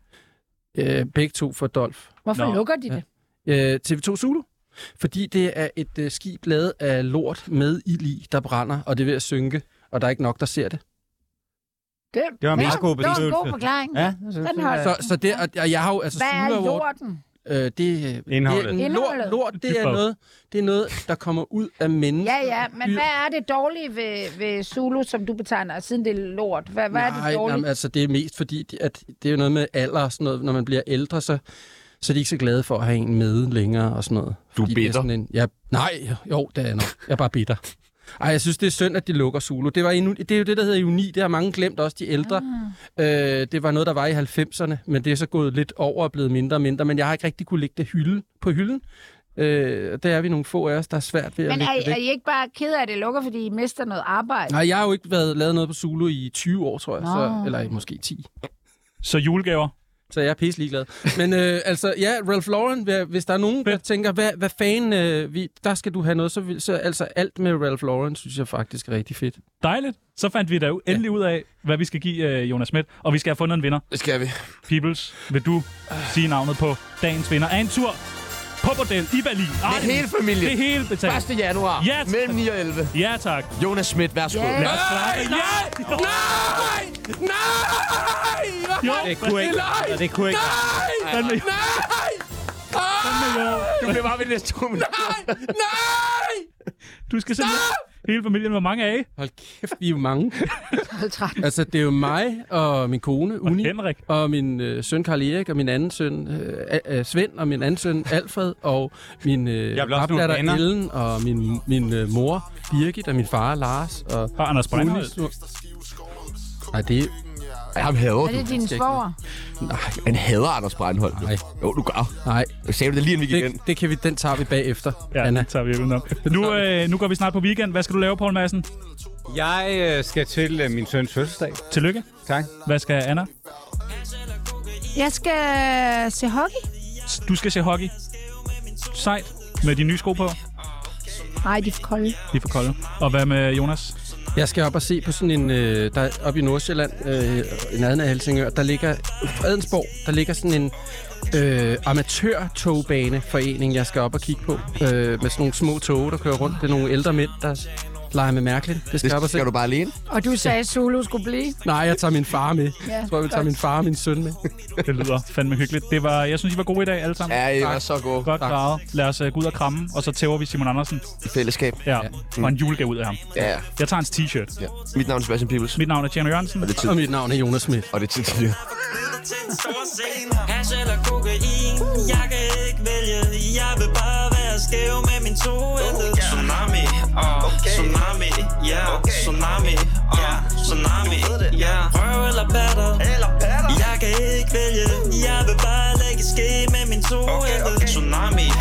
[SPEAKER 1] Øh, begge to for Dolf.
[SPEAKER 2] Hvorfor
[SPEAKER 5] Nå.
[SPEAKER 2] lukker de det?
[SPEAKER 1] øh, TV2 Zulu. Fordi det er et øh, skib lavet af lort med ild i, der brænder, og det er ved at synke, og der er ikke nok, der ser det.
[SPEAKER 2] Det,
[SPEAKER 3] Det var en meget
[SPEAKER 2] Det
[SPEAKER 3] god
[SPEAKER 2] var en god
[SPEAKER 3] beskrivelse.
[SPEAKER 2] forklaring.
[SPEAKER 3] Ja,
[SPEAKER 2] Den holdt.
[SPEAKER 1] Så, så det, og, og jeg har jo, altså
[SPEAKER 2] Hvad er
[SPEAKER 1] Zulu Award,
[SPEAKER 2] lorten?
[SPEAKER 1] øh, det, øh,
[SPEAKER 3] Indholdet.
[SPEAKER 1] det er en lort,
[SPEAKER 2] Indholdet.
[SPEAKER 1] lort det, er
[SPEAKER 5] Dybvad.
[SPEAKER 1] noget, det er noget, der kommer ud af mennesker.
[SPEAKER 2] Ja, ja, men hvad er det dårlige ved, ved Zulu, som du betegner, siden det er lort? Hvad, hvad er det
[SPEAKER 1] Nej,
[SPEAKER 2] dårlige?
[SPEAKER 1] jamen, altså det er mest fordi, det- at det er jo noget med alder og sådan noget. Når man bliver ældre, så, så er de ikke så glade for at have en med længere og sådan noget.
[SPEAKER 4] Du er
[SPEAKER 1] Fordi det
[SPEAKER 4] bitter.
[SPEAKER 1] sådan en, ja, nej, jo, det er jeg nok. Jeg er bare bitter. Ej, jeg synes, det er synd, at de lukker Zulu. Det, var endnu, det er jo det, der hedder Uni. Det har mange glemt, også de ældre.
[SPEAKER 2] Ah.
[SPEAKER 1] Ja. Øh, det var noget, der var i 90'erne, men det er så gået lidt over og blevet mindre og mindre. Men jeg har ikke rigtig kunne lægge det hylde på hylden. Øh, der er vi nogle få af os, der er svært ved at
[SPEAKER 2] Men
[SPEAKER 1] lægge
[SPEAKER 2] er,
[SPEAKER 1] det væk.
[SPEAKER 2] er I ikke bare ked af, at det lukker, fordi I mister noget arbejde?
[SPEAKER 1] Nej, jeg har jo ikke været, lavet noget på Zulu i 20 år, tror jeg. Så,
[SPEAKER 2] Nå.
[SPEAKER 1] eller i måske 10.
[SPEAKER 5] Så julegaver.
[SPEAKER 1] Så jeg er pisse ligeglad. Men øh, altså, ja, Ralph Lauren, hva- hvis der er nogen, der tænker, hvad, hvad fanden, øh, vi, der skal du have noget, så, vil- så altså alt med Ralph Lauren, synes jeg faktisk er rigtig fedt.
[SPEAKER 5] Dejligt. Så fandt vi da jo endelig ud af, hvad vi skal give øh, Jonas Schmidt. Og vi skal have fundet en vinder.
[SPEAKER 4] Det skal vi.
[SPEAKER 5] Peoples, vil du sige navnet på dagens vinder af en tur på bordel i Berlin. Ej,
[SPEAKER 4] Med hele familien.
[SPEAKER 5] Det hele betalt.
[SPEAKER 4] 1. januar.
[SPEAKER 5] Ja, tak.
[SPEAKER 4] mellem 9 og 11.
[SPEAKER 5] Ja, tak.
[SPEAKER 4] Jonas Schmidt, værsgo.
[SPEAKER 2] Ja.
[SPEAKER 5] Lad os klappe. Ja!
[SPEAKER 4] Nej! Nej!
[SPEAKER 5] Jo,
[SPEAKER 3] Det kunne ikke. og Det kunne ikke.
[SPEAKER 5] fandme jo.
[SPEAKER 4] Nej!
[SPEAKER 5] Fandme jo.
[SPEAKER 4] Du bliver bare ved de næste to minutter. Nej!
[SPEAKER 5] Du skal simpelthen... Hele familien, hvor mange af I?
[SPEAKER 1] Hold kæft, vi er jo mange.
[SPEAKER 2] 13.
[SPEAKER 1] Altså, det er jo mig og min kone, Uni,
[SPEAKER 5] Henrik.
[SPEAKER 1] og min øh, søn Karl Erik, og min anden søn øh, A- øh, Svend, og min anden søn Alfred, og min øh,
[SPEAKER 3] Jeg vil også nogle
[SPEAKER 1] papdatter
[SPEAKER 3] venner.
[SPEAKER 1] Ellen, og min, min øh, mor Birgit, og min far Lars, og
[SPEAKER 5] Og Anders Breinholt.
[SPEAKER 1] Nej, det er...
[SPEAKER 4] Ej, ham hader
[SPEAKER 2] Er
[SPEAKER 4] du.
[SPEAKER 2] det dine svoger?
[SPEAKER 4] Han hader Anders Breinholt.
[SPEAKER 1] Nej.
[SPEAKER 4] Jo, du gør.
[SPEAKER 1] Nej,
[SPEAKER 4] Sagde du det lige, inden vi gik ind?
[SPEAKER 1] det, det kan vi, den tager vi bagefter,
[SPEAKER 5] Ja,
[SPEAKER 1] Anna.
[SPEAKER 5] det tager vi udenom. Nu, øh, nu går vi snart på weekend. Hvad skal du lave, Poul Madsen?
[SPEAKER 3] Jeg øh, skal til øh, min søns fødselsdag.
[SPEAKER 5] Tillykke.
[SPEAKER 3] Tak.
[SPEAKER 5] Hvad skal Anna?
[SPEAKER 2] Jeg skal øh, se hockey.
[SPEAKER 5] Du skal se hockey. Sejt. Med de nye sko på.
[SPEAKER 2] Nej, de er for kolde.
[SPEAKER 5] De er for kolde. Og hvad med Jonas?
[SPEAKER 1] Jeg skal op og se på sådan en, øh, der oppe i Nordsjælland, øh, en anden af Helsingør, der ligger, Fredensborg, der ligger sådan en øh, amatørtogbaneforening, jeg skal op og kigge på, øh, med sådan nogle små tog, der kører rundt. Det er nogle ældre mænd, der Leger med mærkeligt. Det skal,
[SPEAKER 4] skal du bare alene?
[SPEAKER 2] Og du sagde, at Zulu skulle blive.
[SPEAKER 1] Nej, jeg tager min far med.
[SPEAKER 2] Ja,
[SPEAKER 1] jeg tror, jeg vil tage
[SPEAKER 2] godt.
[SPEAKER 1] min far og min søn med.
[SPEAKER 5] Det lyder fandme hyggeligt. Det var, jeg synes, I var gode i dag alle sammen.
[SPEAKER 4] Ja, I var så gode.
[SPEAKER 5] Godt gravet. Lad os uh, gå ud og kramme, og så tæver vi Simon Andersen.
[SPEAKER 4] I fællesskab.
[SPEAKER 5] Ja, og en julegave ud af ham.
[SPEAKER 4] Ja.
[SPEAKER 5] Jeg tager hans t-shirt.
[SPEAKER 4] ja. Mit navn er Sebastian Pibels.
[SPEAKER 5] Mit navn er Tjerno Jørgensen.
[SPEAKER 4] Og det er tid.
[SPEAKER 1] Og mit navn er Jonas Schmidt.
[SPEAKER 4] Og det er tid til nyheder.
[SPEAKER 8] Hash eller kokain, jeg